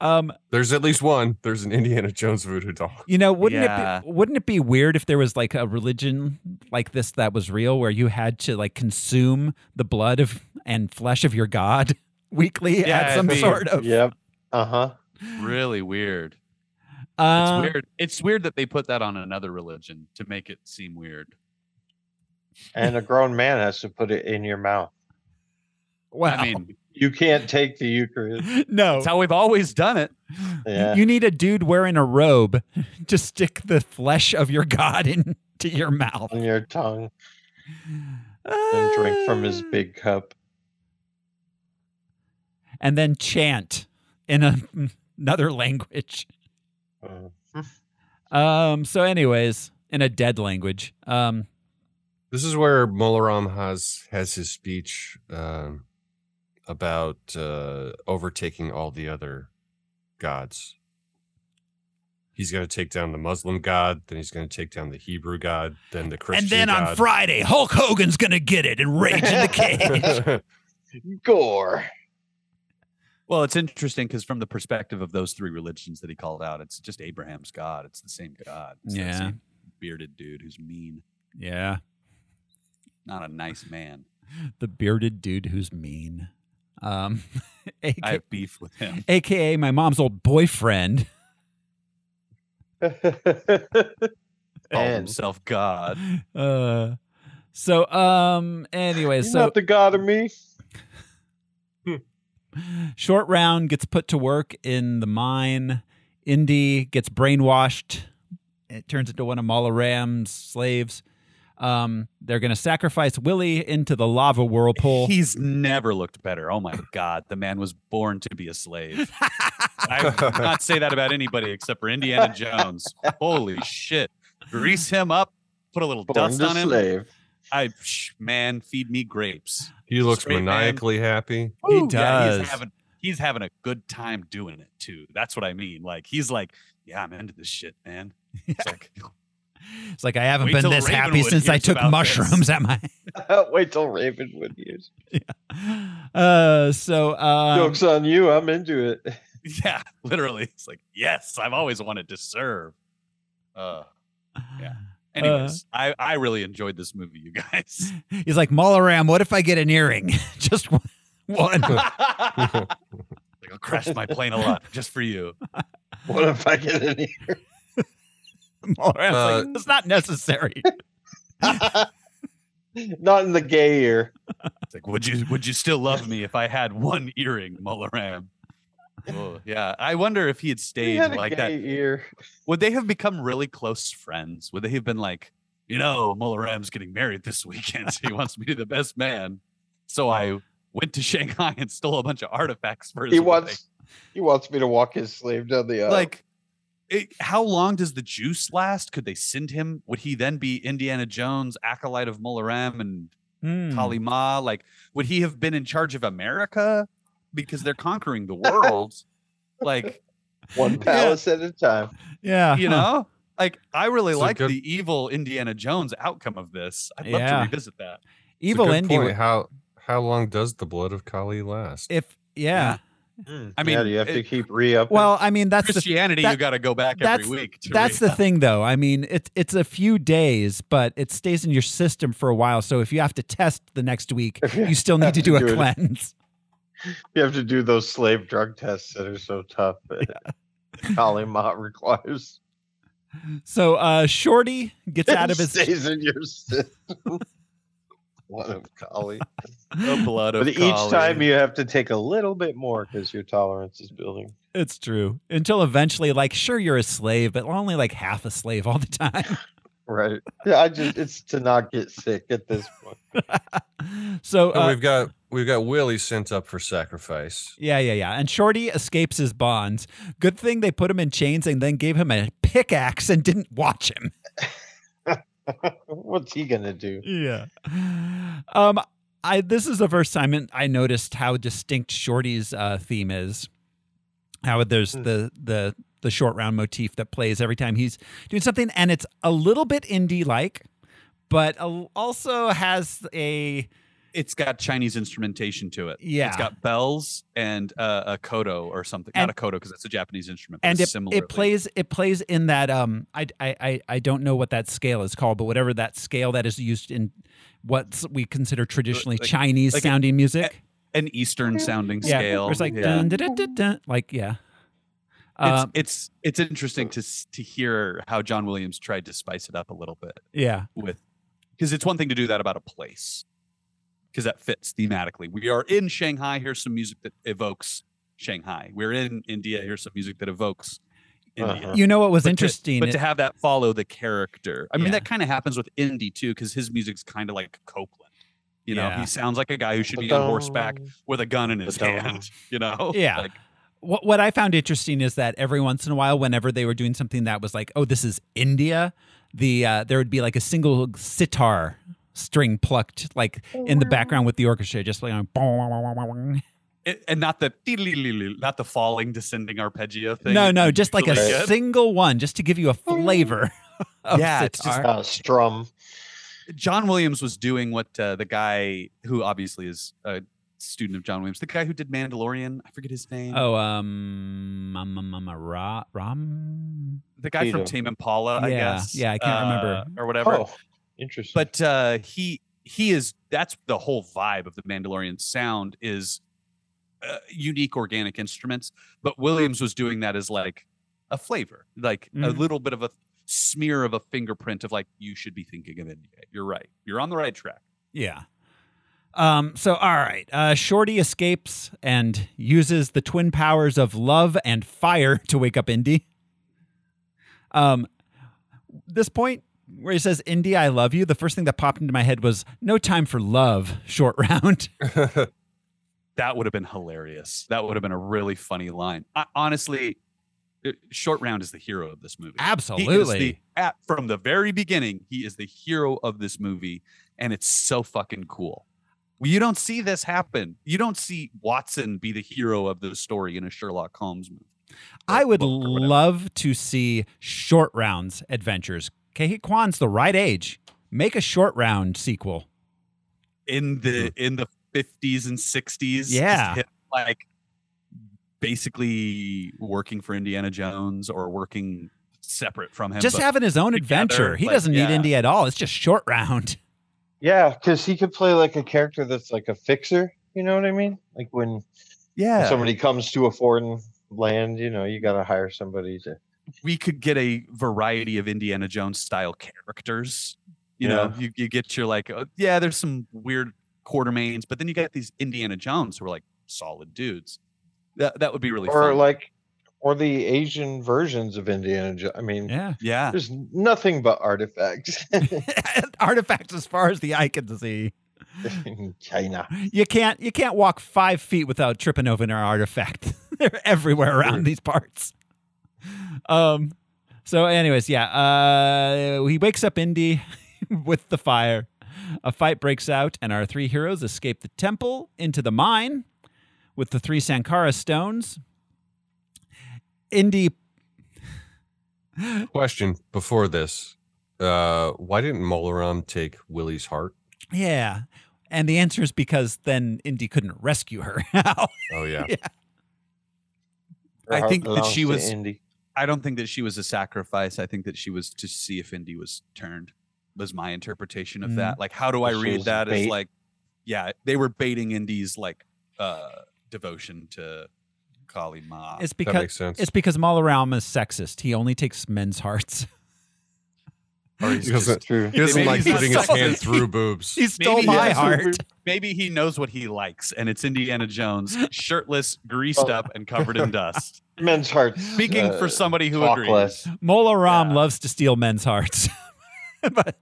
Speaker 1: Um,
Speaker 4: there's at least one. There's an Indiana Jones voodoo doll.
Speaker 1: you know, wouldn't
Speaker 3: Yeah.
Speaker 1: it be, wouldn't it be weird if there was like a religion like this that was real, where you had to like consume the blood of and flesh of your god weekly
Speaker 3: Yeah,
Speaker 1: at
Speaker 3: it'd
Speaker 1: some
Speaker 3: be-
Speaker 1: sort of?
Speaker 2: yep. Uh huh.
Speaker 3: really weird. It's
Speaker 1: Uh,
Speaker 3: weird. It's weird that they put that on another religion to make it seem weird.
Speaker 2: And a grown man has to put it in your mouth.
Speaker 1: Wow.
Speaker 3: I mean,
Speaker 2: You can't take the Eucharist.
Speaker 1: no.
Speaker 3: that's how we've always done it.
Speaker 2: Yeah.
Speaker 1: You need a dude wearing a robe to stick the flesh of your god into your mouth.
Speaker 2: on your tongue and drink from
Speaker 1: Uh,
Speaker 2: his big cup.
Speaker 1: And then chant in a, another language.
Speaker 2: Mm.
Speaker 1: Um, so, anyways, in a dead language. Um,
Speaker 4: This is where Molaram has has his speech um, about uh, overtaking all the other gods. He's going to take down the Muslim god, then he's going to take down the Hebrew god, then the Christian.
Speaker 1: and then on
Speaker 4: god.
Speaker 1: Friday, Hulk Hogan's going to get it and rage in the cage.
Speaker 2: Gore.
Speaker 3: Well, it's interesting because from the perspective of those three religions that he called out, it's just Abraham's God. It's the same God. It's that
Speaker 1: Yeah.
Speaker 3: same bearded dude who's mean,
Speaker 1: yeah.
Speaker 3: not a nice man.
Speaker 1: The bearded dude who's mean. Um,
Speaker 3: I
Speaker 1: AKA,
Speaker 3: have beef with him.
Speaker 1: AKA my mom's old boyfriend.
Speaker 3: Call
Speaker 2: And-
Speaker 3: himself God.
Speaker 1: Uh, so um. Anyway,
Speaker 2: You're
Speaker 1: so
Speaker 2: not the god of me.
Speaker 1: short round gets put to work in the mine. Indy gets brainwashed. It turns into one of Mala Ram's slaves. Um, they're going to sacrifice Willie into the lava whirlpool.
Speaker 3: He's never looked better. Oh my God. The man was born to be a slave. I would not say that about anybody except for Indiana Jones. Holy shit. Grease him up, put a little
Speaker 2: Born
Speaker 3: dust
Speaker 2: to
Speaker 3: on him.
Speaker 2: slave.
Speaker 3: I psh, man, feed me grapes.
Speaker 4: He looks
Speaker 3: Straight man.
Speaker 4: maniacally happy.
Speaker 1: He
Speaker 3: Woo! Yeah,
Speaker 1: does.
Speaker 3: he's having he's having a good time doing it too. That's what I mean. Like he's like, yeah, I'm into this shit, man. It's like
Speaker 1: It's like I haven't
Speaker 3: Wait
Speaker 1: been
Speaker 3: till
Speaker 1: this happy
Speaker 3: Ravenwood
Speaker 1: since I
Speaker 3: hears
Speaker 1: took
Speaker 3: about
Speaker 1: mushrooms
Speaker 3: this.
Speaker 1: at my.
Speaker 2: Wait till Ravenwood years.
Speaker 1: Uh, so um,
Speaker 2: Joke's on you. I'm into it.
Speaker 3: yeah, literally. It's like, yes, I've always wanted to serve.
Speaker 1: Uh-huh.
Speaker 3: Uh yeah. Anyways, I, I really enjoyed this movie, you guys.
Speaker 1: he's like Molaram. What if I get an earring? Just one. one.
Speaker 3: like I'll crash my plane a lot just for you.
Speaker 2: What if I get in here?
Speaker 1: Molaram's
Speaker 4: Uh,
Speaker 1: like, it's not necessary.
Speaker 2: Not in the gay year.
Speaker 3: It's like, would you would you still love me if I had one earring, Molaram? Oh, yeah, I wonder if he had
Speaker 2: He
Speaker 3: stayed
Speaker 2: had a
Speaker 3: like
Speaker 2: gay
Speaker 3: that.
Speaker 2: year.
Speaker 3: Would they have become really close friends? Would they have been like, you know, Molaram's getting married this weekend, so he wants me to be the best man. So I went to Shanghai and stole a bunch of artifacts for his
Speaker 2: He
Speaker 3: wedding."
Speaker 2: wants. He wants me to walk his slave down the uh, aisle.
Speaker 3: like it, how long does the juice last? Could they send him? Would he then be Indiana Jones, acolyte of Molaram and
Speaker 1: Hmm.
Speaker 3: Kali Ma? Like, would he have been in charge of America because they're conquering the world? like,
Speaker 2: one palace at a time.
Speaker 1: Yeah,
Speaker 3: you
Speaker 1: huh.
Speaker 3: know, like I really
Speaker 4: It's a
Speaker 3: like
Speaker 4: good-
Speaker 3: the evil Indiana Jones outcome of this. I'd love
Speaker 1: Yeah.
Speaker 3: to revisit that.
Speaker 4: It's a
Speaker 1: evil
Speaker 4: good
Speaker 1: Indy.
Speaker 4: point.
Speaker 1: would-
Speaker 4: How how long does the blood of Kali last?
Speaker 1: If yeah.
Speaker 3: I
Speaker 2: yeah,
Speaker 3: mean,
Speaker 2: do you have to
Speaker 3: it-
Speaker 2: keep re up?
Speaker 1: well, I mean that's the
Speaker 3: Christianity,
Speaker 1: that-
Speaker 3: you got to go back
Speaker 1: that's
Speaker 3: every week. To
Speaker 1: that's
Speaker 3: read.
Speaker 1: the thing though. I mean it's it's a few days, but it stays in your system for a while. So if you have to test the next week,
Speaker 2: If you
Speaker 1: you still need
Speaker 2: have
Speaker 1: to
Speaker 2: to
Speaker 1: do a
Speaker 2: do it.
Speaker 1: cleanse.
Speaker 2: you have to do those slave drug tests that are so tough. that Kali Ma requires.
Speaker 1: So uh Shorty gets out of his
Speaker 2: stays in your system. One of Kali.
Speaker 3: the blood of
Speaker 2: But each
Speaker 3: Kali.
Speaker 2: time you have to take a little bit more because your tolerance is building.
Speaker 1: It's true. Until eventually, like, sure, you're a slave, but only like half a slave all the time.
Speaker 2: Right. Yeah, I just it's to not get sick at this point.
Speaker 1: so,
Speaker 4: And
Speaker 1: uh,
Speaker 4: we've got we've got Willie sent up for sacrifice.
Speaker 1: yeah, yeah, yeah. And Shorty escapes his bonds. Good thing they put him in chains and then gave him a pickaxe and didn't watch him.
Speaker 2: What's he gonna do?
Speaker 1: Yeah. Um, I this is the first time in- I noticed how distinct Shorty's uh, theme is. How there's
Speaker 2: Hmm.
Speaker 1: the the the short round motif that plays every time he's doing something, and it's a little bit indie like, but al- also has a
Speaker 3: it's got Chinese instrumentation to it.
Speaker 1: yeah.
Speaker 3: It's got bells and uh, a kodo or something.
Speaker 1: And-
Speaker 3: Not a kodo because that's a Japanese instrument. but
Speaker 1: and
Speaker 3: it's
Speaker 1: it, it plays it plays in that um I, I I I don't know what that scale is called, but whatever that scale that is used in what we consider traditionally
Speaker 3: like-
Speaker 1: Chinese
Speaker 3: like a-
Speaker 1: sounding music.
Speaker 3: an Eastern sounding
Speaker 1: Yeah,
Speaker 3: scale.
Speaker 1: it's like
Speaker 3: Yeah.
Speaker 1: dun, dun, dun, dun, dun, like yeah.
Speaker 3: it's,
Speaker 1: Um,
Speaker 3: it's it's interesting to s- to hear how John Williams tried to spice it up a little bit
Speaker 1: yeah,
Speaker 3: with because it's one thing to do that about a place because that fits thematically. We are in Shanghai. Here's some music that evokes Shanghai. We're in India. Here's some music that evokes India.
Speaker 2: Uh-huh.
Speaker 1: you know what was
Speaker 3: But to-
Speaker 1: interesting?
Speaker 3: but to have that follow the character. I mean,
Speaker 1: Yeah.
Speaker 3: that kind of happens with Indy too, because his music's kind of like Copeland. You know,
Speaker 1: Yeah.
Speaker 3: he sounds like a guy who should be on horseback with a gun in his
Speaker 2: Ba-dum.
Speaker 3: hand. You know,
Speaker 1: Yeah.
Speaker 3: Like,
Speaker 1: what what I found interesting is that every once in a while, whenever they were doing something that was like, oh, this is India, the uh, there would be like a single sitar string plucked like in the background with the orchestra, just like on.
Speaker 3: it- and not the not the falling descending arpeggio thing.
Speaker 1: No,
Speaker 3: that
Speaker 1: no,
Speaker 3: you
Speaker 1: just like a
Speaker 3: usually get.
Speaker 1: single one, just to give you a flavor. Of
Speaker 3: Yeah, it's
Speaker 1: sitar.
Speaker 2: Uh, strum.
Speaker 3: John Williams was doing what uh, the guy who obviously is a student of John Williams, the guy who did Mandalorian. I forget his name.
Speaker 1: oh, um, um, um, um, Ra- Ram.
Speaker 3: the guy from
Speaker 2: Peter.
Speaker 3: Tame Impala. I
Speaker 1: Yeah,
Speaker 3: guess.
Speaker 1: yeah, I can't remember.
Speaker 3: uh, or whatever.
Speaker 2: Oh, interesting.
Speaker 3: but uh he he is that's the whole vibe of the mandalorian sound is uh, unique organic instruments but williams was doing that as like a flavor, like a
Speaker 1: Mhm.
Speaker 3: little bit of a smear of a fingerprint of like you should be thinking of NBA. You're right. You're on the right track.
Speaker 1: Yeah. Um, so, all right. Uh, Shorty escapes and uses the twin powers of love and fire to wake up Indy. Um, this point where he says, Indy, I love you, the first thing that popped into my head was no time for love, short round.
Speaker 3: That would have been hilarious. That would have been a really funny line. I, honestly, uh, Short Round is the hero of this movie.
Speaker 1: Absolutely.
Speaker 3: He is the, at, from the very beginning, he is the hero of this movie, and it's so fucking cool. You don't see this happen. You don't see Watson be the hero of the story in a Sherlock Holmes movie.
Speaker 1: I would
Speaker 3: book or whatever.
Speaker 1: love to see short rounds adventures. Kehi Kwan's the right age. Make a short round sequel.
Speaker 3: in the in the 50s and 60s. just
Speaker 1: Hmm. Yeah.
Speaker 3: him, like basically working for Indiana Jones or working separate from him.
Speaker 1: Just
Speaker 3: but
Speaker 1: having his own
Speaker 3: together,
Speaker 1: adventure. He
Speaker 3: like,
Speaker 1: doesn't
Speaker 3: yeah.
Speaker 1: need Indy at all. It's just short round.
Speaker 2: Yeah, because he could play like a character that's like a fixer. You know what I mean? Like when
Speaker 3: yeah,
Speaker 2: somebody comes to a foreign land, you know, you got to hire somebody to.
Speaker 3: we could get a variety of Indiana Jones style characters. You know, you, you get your like, uh, yeah, there's some weird quartermains, but then you got these Indiana Jones who are like solid dudes. That, that would be really
Speaker 2: or
Speaker 3: fun.
Speaker 2: like or the asian versions of indiana jo- i mean
Speaker 1: Yeah.
Speaker 3: yeah,
Speaker 2: there's nothing but artifacts
Speaker 1: Artifacts as far as the eye can see.
Speaker 2: in china
Speaker 1: You can't you can't walk five feet without tripping over an artifact. They're everywhere around these parts. Um so anyways, yeah. Uh he wakes up Indy with the fire. A fight breaks out, and our three heroes escape the temple into the mine with the three Sankara stones. Indy Mm-hmm.
Speaker 4: Question before this. Uh, why didn't Molaram take Willie's heart?
Speaker 1: Yeah. And the answer is because then Indy couldn't rescue her.
Speaker 4: Oh yeah.
Speaker 2: Her
Speaker 3: I
Speaker 2: heart
Speaker 3: think that she
Speaker 2: belongs to
Speaker 3: was-
Speaker 2: Indy.
Speaker 3: I don't think that she was a sacrifice. I think that she was to see if Indy was turned. Was my interpretation of
Speaker 1: Mm.
Speaker 3: that. Like, how do I
Speaker 2: Mm-hmm. She
Speaker 3: read
Speaker 2: was
Speaker 3: that? As
Speaker 2: bait.
Speaker 3: like, yeah, they were baiting Indy's like uh devotion to Kali Ma.
Speaker 1: it's
Speaker 4: that
Speaker 1: because
Speaker 4: makes sense.
Speaker 1: it's because Malaram is sexist. He only takes men's hearts.
Speaker 3: Or he's
Speaker 4: Because
Speaker 3: just-
Speaker 2: true
Speaker 4: He doesn't
Speaker 3: Maybe
Speaker 4: like
Speaker 3: he's not
Speaker 4: putting his hand
Speaker 3: solid.
Speaker 4: through boobs.
Speaker 1: He stole
Speaker 3: Maybe
Speaker 1: my
Speaker 3: that's
Speaker 1: heart.
Speaker 3: maybe he knows what he likes, and it's Indiana Jones, shirtless, greased
Speaker 2: Well-
Speaker 3: up, and covered in dust.
Speaker 2: men's hearts
Speaker 3: Speaking
Speaker 2: uh,
Speaker 3: for somebody who
Speaker 2: talk
Speaker 3: agrees.
Speaker 2: less.
Speaker 1: Molaram
Speaker 3: Yeah.
Speaker 1: loves to steal men's hearts. but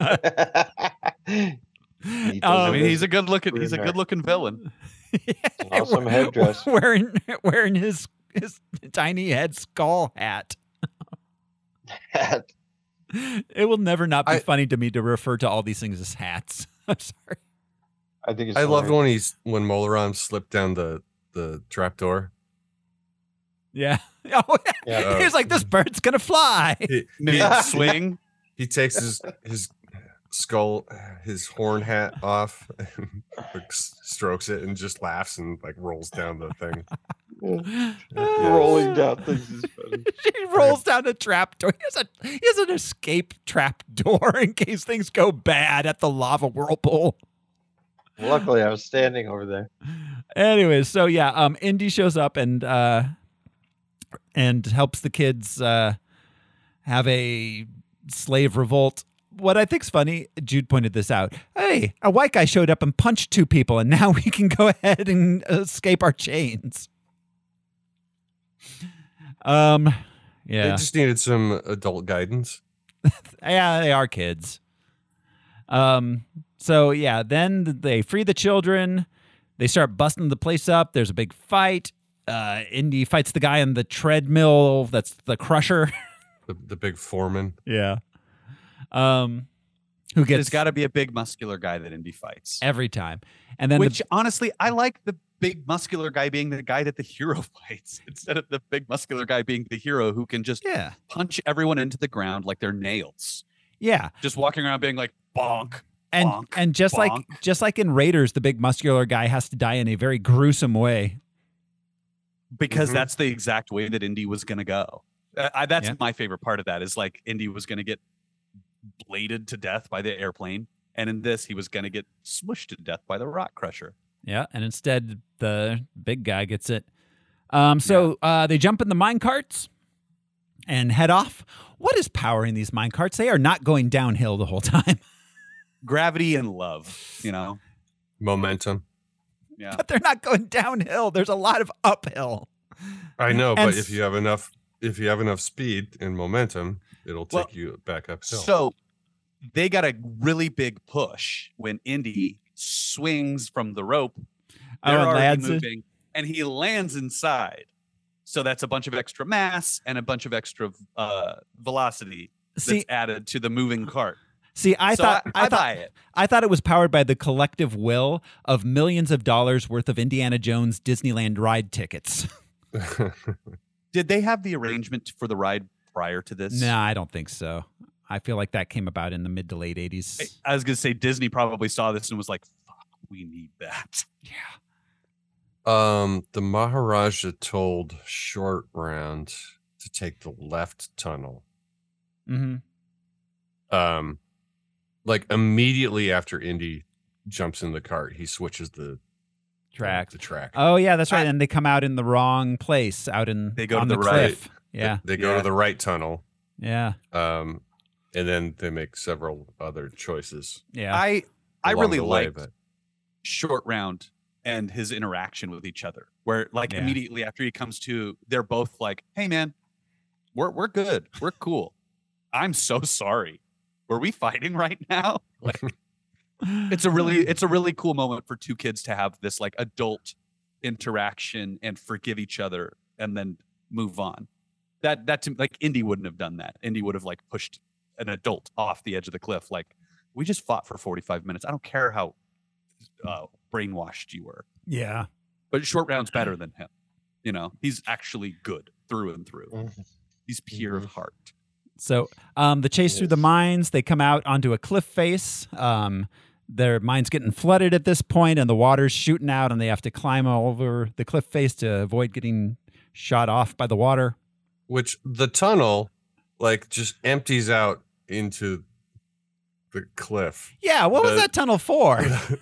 Speaker 2: He does
Speaker 3: Oh, I
Speaker 1: um,
Speaker 3: mean, he's a good looking.
Speaker 2: We're
Speaker 3: He's a
Speaker 2: in our-
Speaker 3: good looking villain.
Speaker 2: awesome headdress
Speaker 1: wearing wearing his his tiny head skull hat. It will never not be
Speaker 4: I-
Speaker 1: funny to me to refer to all these things as hats. I'm sorry.
Speaker 2: i think it's
Speaker 4: I loved
Speaker 2: hilarious.
Speaker 4: when he's when Molaram slipped down the the trapdoor. Uh,
Speaker 1: Yeah. Oh,
Speaker 2: Yeah.
Speaker 1: he was like, this bird's gonna fly.
Speaker 4: He,
Speaker 3: Mid swing.
Speaker 4: he takes his his skull his horn hat off, and, like, s- strokes it, and just laughs and like rolls down the thing.
Speaker 2: rolling down things is funny
Speaker 1: she rolls down a trap door. He has, a, he has an escape trap door in case things go bad at the lava whirlpool.
Speaker 2: luckily i was standing over there
Speaker 1: Anyways, so yeah, um, Indy shows up and uh, and helps the kids uh, have a slave revolt. What I think's funny, Jude pointed this out. Hey, a white guy showed up and punched two people, and now we can go ahead and escape our chains. Um, yeah,
Speaker 4: They just needed some adult guidance.
Speaker 1: Yeah, they are kids. Um, so yeah, then they free the children. They start busting the place up. There's a big fight. Uh, Indy fights the guy on the treadmill. That's the Crusher.
Speaker 4: The, the big foreman.
Speaker 1: Yeah. Um, who
Speaker 3: There's
Speaker 1: gets
Speaker 3: got to be a big muscular guy that Indy fights.
Speaker 1: every time, and then
Speaker 3: Which
Speaker 1: the,
Speaker 3: honestly, I like the big muscular guy being the guy that the hero fights instead of the big muscular guy being the hero who can just
Speaker 1: yeah,
Speaker 3: punch everyone into the ground like they're nails,
Speaker 1: yeah,
Speaker 3: just walking around being like bonk.
Speaker 1: and
Speaker 3: Bonk,
Speaker 1: and just like
Speaker 3: bonk.
Speaker 1: just like in Raiders, the big muscular guy has to die in a very gruesome way.
Speaker 3: Because
Speaker 4: Mhm.
Speaker 3: that's the exact way that Indy was gonna go. Uh, I, that's
Speaker 1: Mm-hmm. Yeah.
Speaker 3: my favorite part of that is like Indy was gonna get bladed to death by the airplane, and in this he was gonna get smushed to death by the rock crusher.
Speaker 1: Yeah, and instead the big guy gets it. Um, so uh, they jump in the mine carts and head off. What is powering these mine carts? They are not going downhill the whole time,
Speaker 3: Gravity and love, you know?
Speaker 4: Momentum.
Speaker 3: Yeah.
Speaker 1: but they're not going downhill. There's a lot of uphill.
Speaker 3: Mm,
Speaker 4: I know,
Speaker 1: And
Speaker 4: but if
Speaker 1: s-
Speaker 4: you have enough, if you have enough speed and momentum, it'll
Speaker 3: Well,
Speaker 4: take you back uphill.
Speaker 3: So they got a really big push when Indy swings from the rope. They're
Speaker 1: Oh, and
Speaker 3: already
Speaker 1: lads,
Speaker 3: moving, and he lands inside. So that's a bunch of extra mass and a bunch of extra uh, velocity
Speaker 1: see,
Speaker 3: that's added to the moving cart.
Speaker 1: see, I
Speaker 3: So
Speaker 1: thought,
Speaker 3: I,
Speaker 1: I,
Speaker 3: I
Speaker 1: thought,
Speaker 3: buy it.
Speaker 1: I thought it was powered by the collective will of millions of dollars worth of Indiana Jones Disneyland ride tickets.
Speaker 3: Did they have the arrangement for the ride prior to this?
Speaker 1: no, I don't think so. I feel like that came about in the mid to late
Speaker 3: I,
Speaker 1: 80s.
Speaker 3: I was gonna say Disney probably saw this and was like, "Fuck, we need that."
Speaker 4: um, the Maharaja told Short Round to take the left tunnel.
Speaker 1: Mm-hmm.
Speaker 4: Um, like immediately after Indy jumps in the cart, he switches the
Speaker 1: Track.
Speaker 4: The track.
Speaker 1: Oh, yeah, that's right. and they come out in the wrong place, out in
Speaker 3: They go to
Speaker 1: on
Speaker 3: the right.
Speaker 1: cliff. Yeah,
Speaker 4: They, they go
Speaker 3: Yeah.
Speaker 4: to the right tunnel.
Speaker 1: yeah,
Speaker 4: Um, and then they make several other choices.
Speaker 1: yeah.
Speaker 3: I I
Speaker 4: along
Speaker 3: really
Speaker 4: the way,
Speaker 3: liked
Speaker 4: but-
Speaker 3: short round and his interaction with each other where like
Speaker 1: Yeah.
Speaker 3: immediately after he comes to they're both like hey man we're we're good we're cool i'm so sorry were we fighting right now like it's a really it's a really cool moment for two kids to have this like adult interaction and forgive each other and then move on that that to like indy wouldn't have done that indy would have like pushed an adult off the edge of the cliff like we just fought for 45 minutes i don't care how uh, brainwashed you were.
Speaker 1: yeah.
Speaker 3: But short round's better than him. You know, he's actually good through and through.
Speaker 2: Mhm.
Speaker 3: He's pure of heart.
Speaker 1: So um, the chase through the
Speaker 2: Yes.
Speaker 1: mines, they come out onto a cliff face. Um, their mine's getting flooded at this point, and the water's shooting out, and they have to climb over the cliff face to avoid getting shot off by the water.
Speaker 4: which the tunnel like just empties out into the cliff.
Speaker 1: Yeah, what was
Speaker 4: The-
Speaker 1: that tunnel for?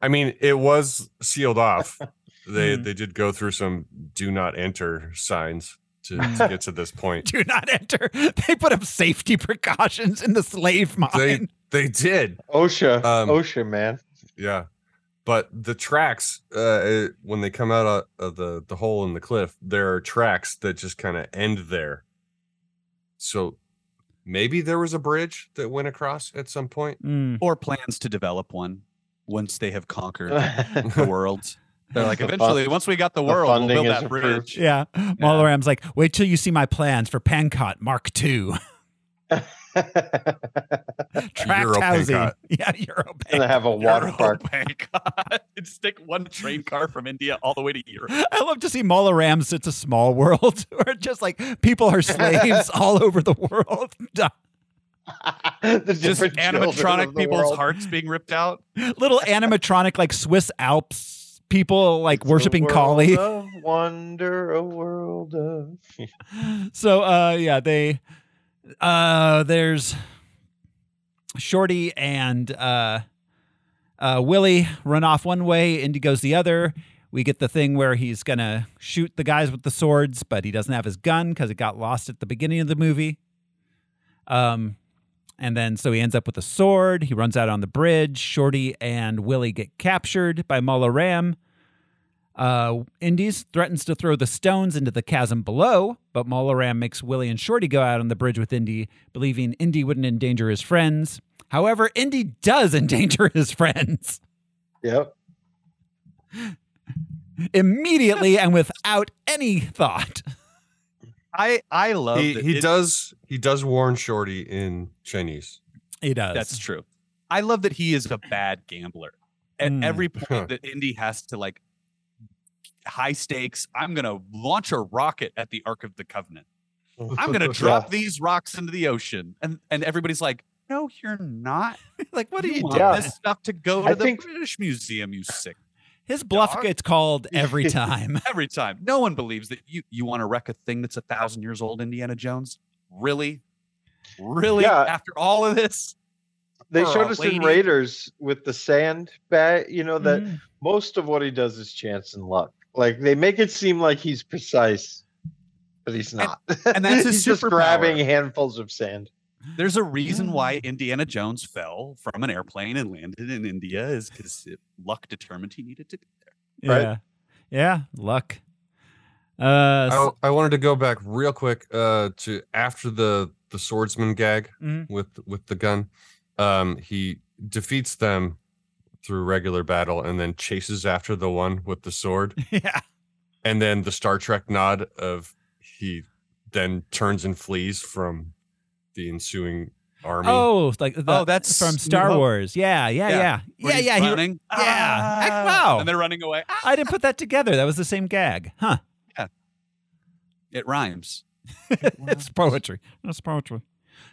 Speaker 4: I mean, it was sealed off. They
Speaker 1: Mhm.
Speaker 4: they did go through some do not enter signs to, to get to this point.
Speaker 1: Do not enter. They put up safety precautions in the slave mine.
Speaker 4: They they did.
Speaker 2: OSHA,
Speaker 4: Um,
Speaker 2: OSHA, man.
Speaker 4: Yeah. But the tracks uh it- when they come out of, of the the hole in the cliff, there are tracks that just kind of end there. So maybe there was a bridge that went across at some point.
Speaker 1: Mm.
Speaker 3: Or plans to develop one once they have conquered
Speaker 2: yeah,
Speaker 3: the world. They're like,
Speaker 2: The fun-
Speaker 3: eventually, once we got the world, we'll
Speaker 2: funding
Speaker 3: build
Speaker 2: is
Speaker 3: that
Speaker 2: approved.
Speaker 3: bridge.
Speaker 1: Yeah. Molaram's like, wait till you see my plans for Pancot Mark II. Tract
Speaker 4: Euro
Speaker 1: housing.
Speaker 4: Pancot.
Speaker 1: Yeah, Euro
Speaker 2: and I
Speaker 1: Pancot.
Speaker 2: have a water
Speaker 3: Euro-
Speaker 2: park.
Speaker 3: Oh my God. It'd stick one train car from India all the way to Europe.
Speaker 1: I love to see Molaram It's a small world where just like people are slaves all over the world.
Speaker 2: The
Speaker 3: Just
Speaker 2: different children
Speaker 3: animatronic
Speaker 2: of the
Speaker 3: people's
Speaker 2: world.
Speaker 3: hearts being ripped out.
Speaker 1: Little animatronic like Swiss Alps people like
Speaker 2: It's a
Speaker 1: worshiping
Speaker 2: world
Speaker 1: Kali.
Speaker 2: of wonder, a world of.
Speaker 1: so uh yeah they uh there's shorty and uh uh willie run off one way indy goes the other we get the thing where he's gonna shoot the guys with the swords but he doesn't have his gun because it got lost at the beginning of the movie um and then so he ends up with a sword he runs out on the bridge shorty and willie get captured by mullah ram uh, Indies threatens to throw the stones into the chasm below, but Molaram makes Willie and Shorty go out on the bridge with Indy, believing Indy wouldn't endanger his friends. However, Indy does endanger his friends
Speaker 2: Yep.
Speaker 1: immediately and without any thought.
Speaker 3: I, I love
Speaker 4: he,
Speaker 3: that
Speaker 4: he
Speaker 3: it-
Speaker 4: does he does warn shorty in chinese
Speaker 1: He does.
Speaker 3: That's true. I love that he is a bad gambler. At
Speaker 4: Hmm.
Speaker 1: Mm.
Speaker 3: every point that Indy has to like high stakes, I'm gonna launch a rocket at the Ark of the Covenant. I'm gonna drop these rocks into the ocean. And and everybody's like, No, you're not.
Speaker 1: Like, what are you
Speaker 3: you
Speaker 1: doing?
Speaker 3: want
Speaker 2: doing?
Speaker 3: this stuff to go to
Speaker 2: I
Speaker 3: the
Speaker 2: think-
Speaker 3: British Museum, you sick
Speaker 1: His bluff
Speaker 3: dog?
Speaker 1: gets called every time.
Speaker 3: every time. No one believes that you you want to wreck a thing that's a thousand years old, Indiana Jones. Really? Really?
Speaker 2: Yeah.
Speaker 3: After all of this?
Speaker 2: They
Speaker 3: for
Speaker 2: showed
Speaker 3: a
Speaker 2: us
Speaker 3: lady. Mm.
Speaker 2: in Raiders with the sand bat. You know that
Speaker 1: Mhm.
Speaker 2: most of what he does is chance and luck. Like they make it seem like he's precise, but he's not.
Speaker 3: and that's his
Speaker 2: he's just
Speaker 3: superpower.
Speaker 2: grabbing handfuls of sand.
Speaker 3: There's a reason
Speaker 1: Mm.
Speaker 3: why Indiana Jones fell from an airplane and landed in India is because luck determined he needed to be there.
Speaker 2: Right.
Speaker 1: Yeah. Yeah. Luck. Uh,
Speaker 3: Oh.
Speaker 4: I, I wanted to go back real quick uh, to after the the swordsman gag
Speaker 1: Mhm.
Speaker 4: with with the gun. Um, he defeats them through regular battle and then chases after the one with the sword.
Speaker 1: yeah.
Speaker 4: And then the Star Trek nod of he then turns and flees from the ensuing army.
Speaker 1: Oh, like the,
Speaker 3: Oh, that's
Speaker 1: from
Speaker 3: New
Speaker 1: Star
Speaker 3: Hope.
Speaker 1: Wars. Yeah. Yeah.
Speaker 3: Yeah,
Speaker 1: Yeah.
Speaker 3: Where
Speaker 1: Yeah.
Speaker 3: he's
Speaker 1: Yeah. he-
Speaker 3: running,
Speaker 1: yeah. Heck,
Speaker 3: "Ah,"
Speaker 1: wow.
Speaker 3: And they're running away. "Ah."
Speaker 1: I didn't put that together. That was the same gag, huh?
Speaker 3: It rhymes.
Speaker 1: it's poetry. It's poetry.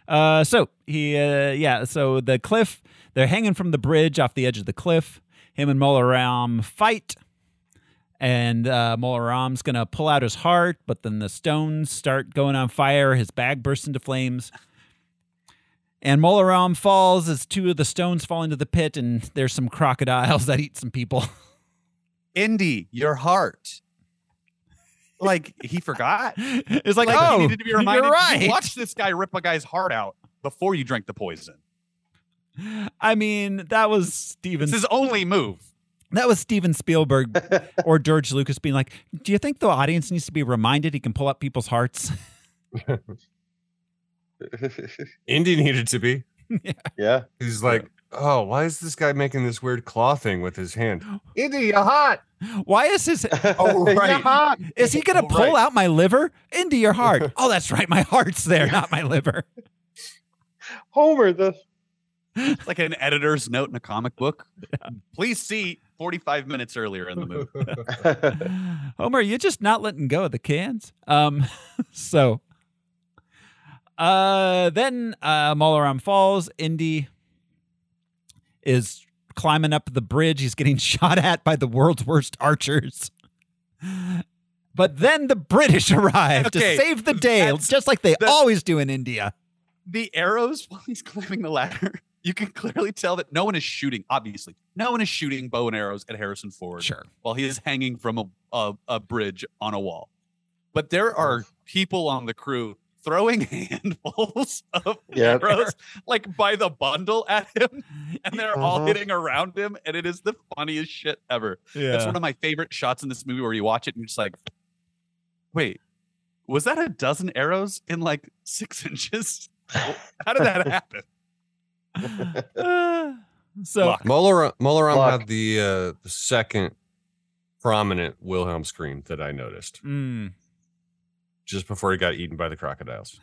Speaker 1: Uh, so he, uh, yeah. So the cliff, they're hanging from the bridge off the edge of the cliff. Him and Molaram fight, and uh, Molaram's gonna pull out his heart, but then the stones start going on fire. His bag bursts into flames. And Molaram falls as two of the stones fall into the pit, and there's some crocodiles that eat some people.
Speaker 3: Indy, your heart. Like he forgot.
Speaker 1: it's like,
Speaker 3: Like,
Speaker 1: oh,
Speaker 3: he needed to be
Speaker 1: you're
Speaker 3: reminded. "You
Speaker 1: right.
Speaker 3: Watch this guy rip a guy's heart out before you drink the poison.
Speaker 1: I mean, that was Steven
Speaker 3: It's his only move.
Speaker 1: That was Steven Spielberg or George Lucas being like, "Do you think the audience needs to be reminded he can pull up people's hearts?"
Speaker 4: Indy needed to be.
Speaker 2: yeah.
Speaker 4: He's like, oh, why is this guy making this weird claw thing with his hand? Indy, you're hot.
Speaker 1: Why is his
Speaker 3: Oh,
Speaker 2: You're
Speaker 3: right.
Speaker 1: Uh-huh.
Speaker 2: hot.
Speaker 1: is he going to
Speaker 3: Oh,
Speaker 1: pull
Speaker 3: right.
Speaker 1: out my liver into your heart? oh, that's right, my heart's there, not my liver.
Speaker 2: Homer, the
Speaker 3: It's like an editor's note in a comic book. Please see 45 minutes earlier in the movie.
Speaker 1: Homer, you're just not letting go of the cans. Um, so, uh, then uh, Molaram falls. Indy is climbing up the bridge. He's getting shot at by the world's worst archers. But then the British arrive
Speaker 3: Okay,
Speaker 1: to save the day,
Speaker 3: that's-
Speaker 1: just like they
Speaker 3: that-
Speaker 1: always do in India.
Speaker 3: the arrows while he's climbing the ladder, you can clearly tell that no one is shooting, obviously. No one is shooting bow and arrows at Harrison Ford
Speaker 1: Sure.
Speaker 3: while he is hanging from a, a, a bridge on a wall. But there are people on the crew throwing handfuls of
Speaker 2: yeah.
Speaker 3: arrows like by the bundle at him, and they're all
Speaker 2: Mhm.
Speaker 3: hitting around him, and it is the funniest shit ever. That's one of my favorite shots in this movie where you watch it and you're just like, wait, was that a dozen arrows in like six inches? How did that happen?
Speaker 1: Uh, so,
Speaker 3: Luck.
Speaker 4: Molaram, Molaram
Speaker 2: Fuck.
Speaker 4: had the uh, the second prominent Wilhelm scream that I noticed
Speaker 1: mm,
Speaker 4: just before he got eaten by the crocodiles.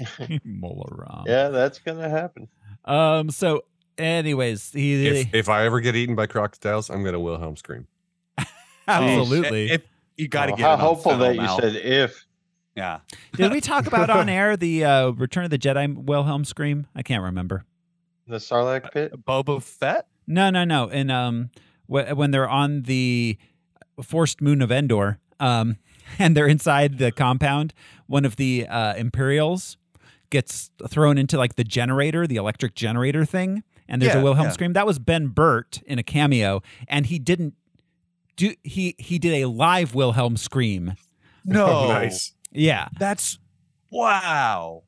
Speaker 1: Molaram.
Speaker 2: Yeah, that's gonna happen.
Speaker 1: Um. So, anyways, he
Speaker 4: If, if I ever get eaten by crocodiles, I'm gonna Wilhelm scream.
Speaker 1: absolutely.
Speaker 3: If you got to
Speaker 2: Oh,
Speaker 3: get
Speaker 2: how
Speaker 3: it on
Speaker 2: hopeful that
Speaker 3: film,
Speaker 2: you
Speaker 3: Al.
Speaker 2: said if.
Speaker 3: Yeah.
Speaker 1: Did we talk about on air the uh, Return of the Jedi Wilhelm scream? I can't remember.
Speaker 2: The Sarlacc pit.
Speaker 3: Boba Fett?
Speaker 1: No, no, no. And um, wh- when they're on the forced moon of Endor, um, and they're inside the compound, one of the uh, Imperials gets thrown into like the generator, the electric generator thing, and there's a
Speaker 3: Yeah,
Speaker 1: Wilhelm
Speaker 3: yeah.
Speaker 1: scream. That was Ben Burt in a cameo, and he didn't do he he did a live Wilhelm scream.
Speaker 3: No.
Speaker 4: nice.
Speaker 1: Yeah,
Speaker 3: That's wow.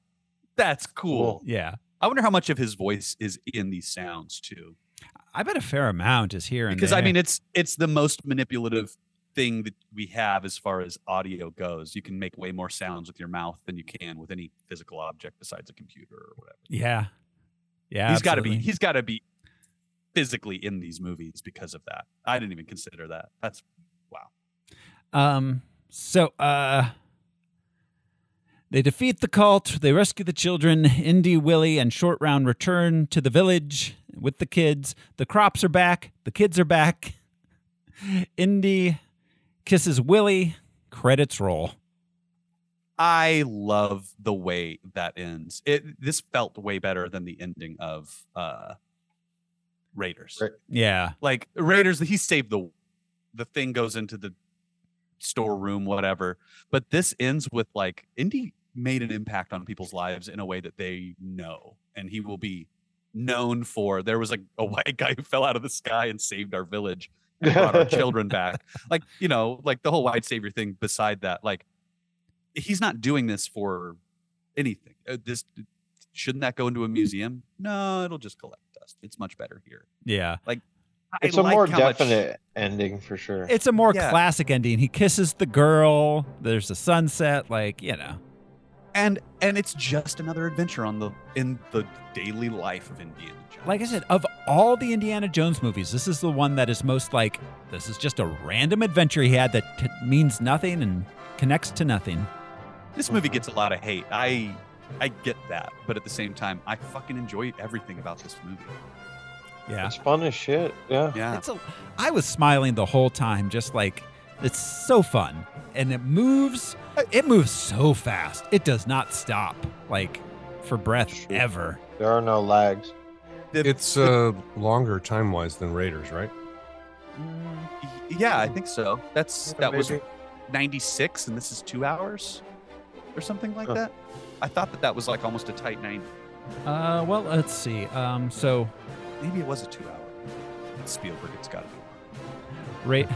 Speaker 3: That's cool.
Speaker 1: yeah.
Speaker 3: I wonder how much of his voice is in these sounds too.
Speaker 1: I bet a fair amount is here and
Speaker 3: Because I
Speaker 1: there.
Speaker 3: mean it's it's the most manipulative thing that we have as far as audio goes. You can make way more sounds with your mouth than you can with any physical object besides a computer or whatever.
Speaker 1: yeah, yeah,
Speaker 3: he's got to be
Speaker 1: absolutely.
Speaker 3: he's got to be physically in these movies because of that. I didn't even consider that. That's
Speaker 1: Um, so uh, they defeat the cult. They rescue the children. Indy, Willie, and Short Round return to the village with the kids. The crops are back. The kids are back. Indy kisses Willie. Credits roll.
Speaker 3: I love the way that ends. It this felt way better than the ending of uh Raiders.
Speaker 2: Right.
Speaker 1: Yeah,
Speaker 3: Like Raiders, he saved the the thing goes into the storeroom, whatever. But this ends with like Indy made an impact on people's lives in a way that they know, and he will be known for. There was a, a white guy who fell out of the sky and saved our village. We brought our children back. Like, you know, like the whole white savior thing beside that. Like, he's not doing this for anything. Uh, This shouldn't that go into a museum? No, it'll just collect dust. It's much better here.
Speaker 1: Yeah.
Speaker 3: I
Speaker 2: It's a
Speaker 3: like
Speaker 2: more
Speaker 3: how much-
Speaker 2: definite ending for sure.
Speaker 1: It's a more
Speaker 3: Yeah.
Speaker 1: classic ending. He kisses the girl. There's a sunset. Like, you know.
Speaker 3: and and it's just another adventure on the in the daily life of Indiana Jones.
Speaker 1: Like I said, of all the Indiana Jones movies, this is the one that is most like, this is just a random adventure he had that t- means nothing and connects to nothing.
Speaker 3: this movie gets a lot of hate. I I get that, but at the same time, I fucking enjoy everything about this movie.
Speaker 1: Yeah.
Speaker 2: It's fun as shit. Yeah.
Speaker 3: Yeah,
Speaker 1: It's a, I was smiling the whole time, just like, it's so fun. And it moves, it moves so fast. It does not stop, like, for breath
Speaker 2: Sure.
Speaker 1: ever.
Speaker 2: There are no lags.
Speaker 4: It's uh, longer time wise than Raiders, right?
Speaker 3: yeah, I think so. That's that was
Speaker 2: Maybe.
Speaker 3: 96 and this is 2 hours or something like
Speaker 2: Huh.
Speaker 3: that. I thought that that was like almost a tight 90.
Speaker 1: Uh, well, let's see. Um, so
Speaker 3: Maybe it was a 2 hour. Spielberg it's got to be.
Speaker 1: Right.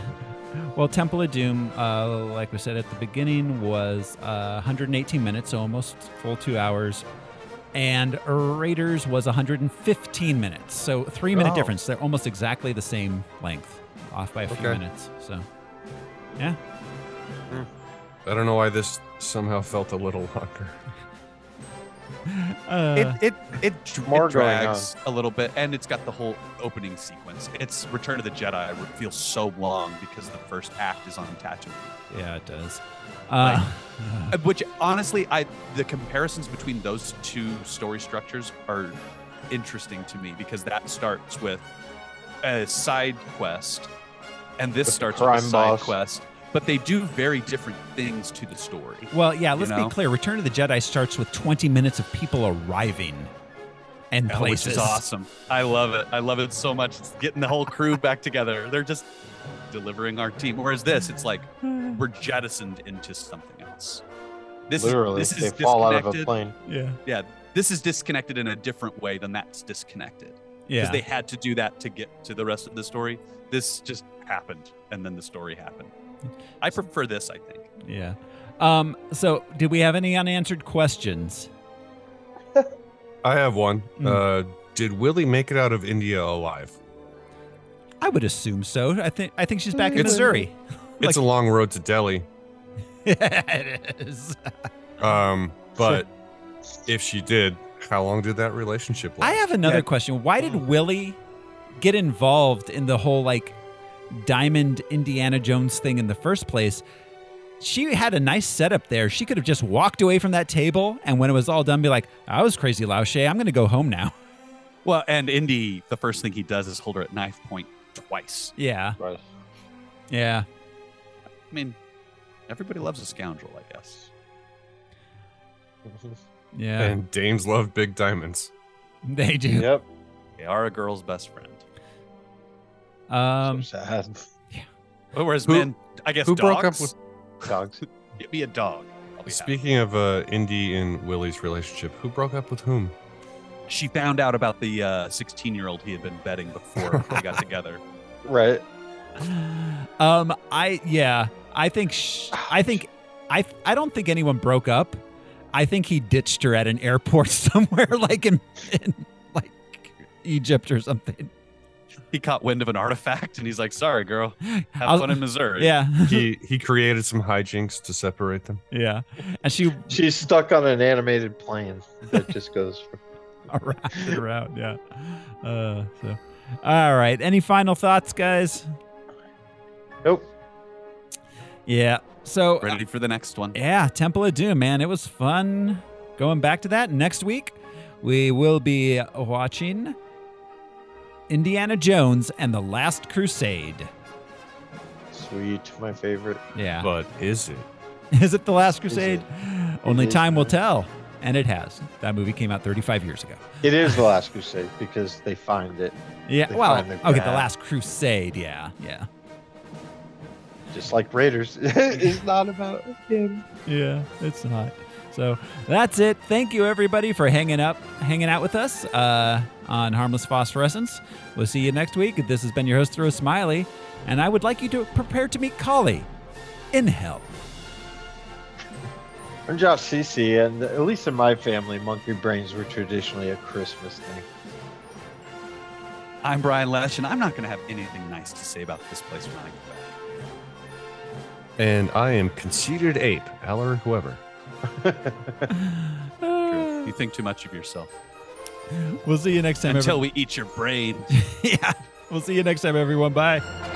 Speaker 1: Well, Temple of Doom, uh, like we said at the beginning, was uh, 118 minutes, so almost full two hours. And Raiders was 115 minutes, so three minute
Speaker 3: Oh.
Speaker 1: difference. They're almost exactly the same length, off by a few
Speaker 4: Okay.
Speaker 1: minutes. So
Speaker 4: I don't know why this somehow felt a little longer.
Speaker 1: uh,
Speaker 3: it it it, dr- it
Speaker 2: More going
Speaker 3: drags a little bit and it's got the whole opening sequence. It's Return of the Jedi I would feel so long because the first act is on Tatooine.
Speaker 1: yeah, it does. Uh,
Speaker 3: Uh, Which honestly, I the comparisons between those two story structures are interesting to me because that starts with a side quest, and
Speaker 2: With
Speaker 3: this
Speaker 2: the
Speaker 3: starts with a
Speaker 2: crime
Speaker 3: side
Speaker 2: boss.
Speaker 3: quest. But they do very different things to the story.
Speaker 1: well, yeah. Let's
Speaker 3: know?
Speaker 1: be clear. Return of the Jedi starts with 20 minutes of people arriving and
Speaker 3: Oh,
Speaker 1: places.
Speaker 3: Which is awesome. I love it. I love it so much. It's getting the whole crew back together. They're just delivering our team. Whereas this, it's like we're jettisoned into something else. This
Speaker 2: Literally,
Speaker 3: is, this
Speaker 2: they
Speaker 3: is
Speaker 2: fall out of a
Speaker 3: disconnected.
Speaker 2: plane.
Speaker 1: Yeah.
Speaker 3: Yeah, this is disconnected in a different way than that's disconnected because
Speaker 1: Yeah.
Speaker 3: they had to do that to get to the rest of the story. This just happened, and then the story happened. I prefer this. I think.
Speaker 1: Yeah. Um, so, did we have any unanswered questions?
Speaker 4: I have one.
Speaker 1: Mm.
Speaker 4: Uh, did Willie make it out of India alive?
Speaker 1: I would assume so. I think I think she's back in
Speaker 4: It's-
Speaker 1: Missouri.
Speaker 4: It's a long road to Delhi.
Speaker 1: it is.
Speaker 4: Um, but if she did, how long did that relationship last?
Speaker 1: I have another
Speaker 3: Yeah.
Speaker 1: question. Why did Willie get involved in the whole like Diamond Indiana Jones thing in the first place? She had a nice setup there. She could have just walked away from that table and when it was all done be like, "I was crazy Laoshe. I'm going to go home now."
Speaker 3: Well, and Indy, the first thing he does is hold her at knife point twice.
Speaker 1: Yeah.
Speaker 2: Right.
Speaker 1: Yeah.
Speaker 3: I mean, everybody loves a scoundrel, I guess.
Speaker 1: Yeah.
Speaker 4: And dames love big diamonds.
Speaker 1: they do.
Speaker 2: yep.
Speaker 3: They are a girl's best friend.
Speaker 1: Um
Speaker 2: so sad.
Speaker 3: But Whereas
Speaker 4: Who-
Speaker 3: men, I guess
Speaker 4: who
Speaker 3: dogs.
Speaker 4: broke up with-
Speaker 2: Dogs.
Speaker 3: Get me a dog. I'll be happy.
Speaker 4: Speaking of uh, Indy and Willie's relationship, who broke up with whom?
Speaker 3: She found out about the uh, sixteen-year-old he had been betting before they got together.
Speaker 2: Right.
Speaker 1: um i yeah i think sh- i think i i don't think anyone broke up i think he ditched her at an airport somewhere like in, in like egypt or something
Speaker 3: He caught wind of an artifact and he's like, "Sorry, girl. Have
Speaker 1: I'll-
Speaker 3: fun in Missouri."
Speaker 1: yeah
Speaker 4: He he created some hijinks to separate them.
Speaker 1: yeah and she
Speaker 2: She's stuck on an animated plane that just goes.
Speaker 1: wrapped it around yeah uh so all right any final thoughts guys
Speaker 2: Nope.
Speaker 1: yeah so
Speaker 3: Ready for the next one?
Speaker 1: Yeah, Temple of Doom, man. It was fun going back to that. Next week, we will be watching Indiana Jones and the Last Crusade.
Speaker 2: Sweet, my favorite.
Speaker 1: Yeah.
Speaker 4: But is it?
Speaker 1: is it The Last Crusade? Only
Speaker 2: is,
Speaker 1: time will
Speaker 2: man.
Speaker 1: tell. And it has. That movie came out 35 years ago.
Speaker 2: It is the Last Crusade because they find it
Speaker 1: Yeah.
Speaker 2: They
Speaker 1: Well,
Speaker 2: find the
Speaker 1: okay, The
Speaker 2: grab.
Speaker 1: Last Crusade. Yeah. Yeah.
Speaker 2: just like Raiders. it's not about him.
Speaker 1: Yeah, it's not. So that's it. Thank you everybody for hanging up, hanging out with us uh, on Harmless Phosphorescence. We'll see you next week. This has been your host, Rose Smiley, and I would like you to prepare to meet Kali in hell.
Speaker 2: I'm Josh CC, and at least in my family, monkey brains were traditionally a Christmas thing.
Speaker 3: I'm Brian Lesh, and I'm not going to have anything nice to say about this place when I go back.
Speaker 4: And I am conceited ape, Alaric Weber.
Speaker 1: Uh,
Speaker 3: You think too much of yourself.
Speaker 1: we'll see you next time.
Speaker 3: Until we eat your brain.
Speaker 1: everyone. yeah, we'll see you next time, everyone. Bye.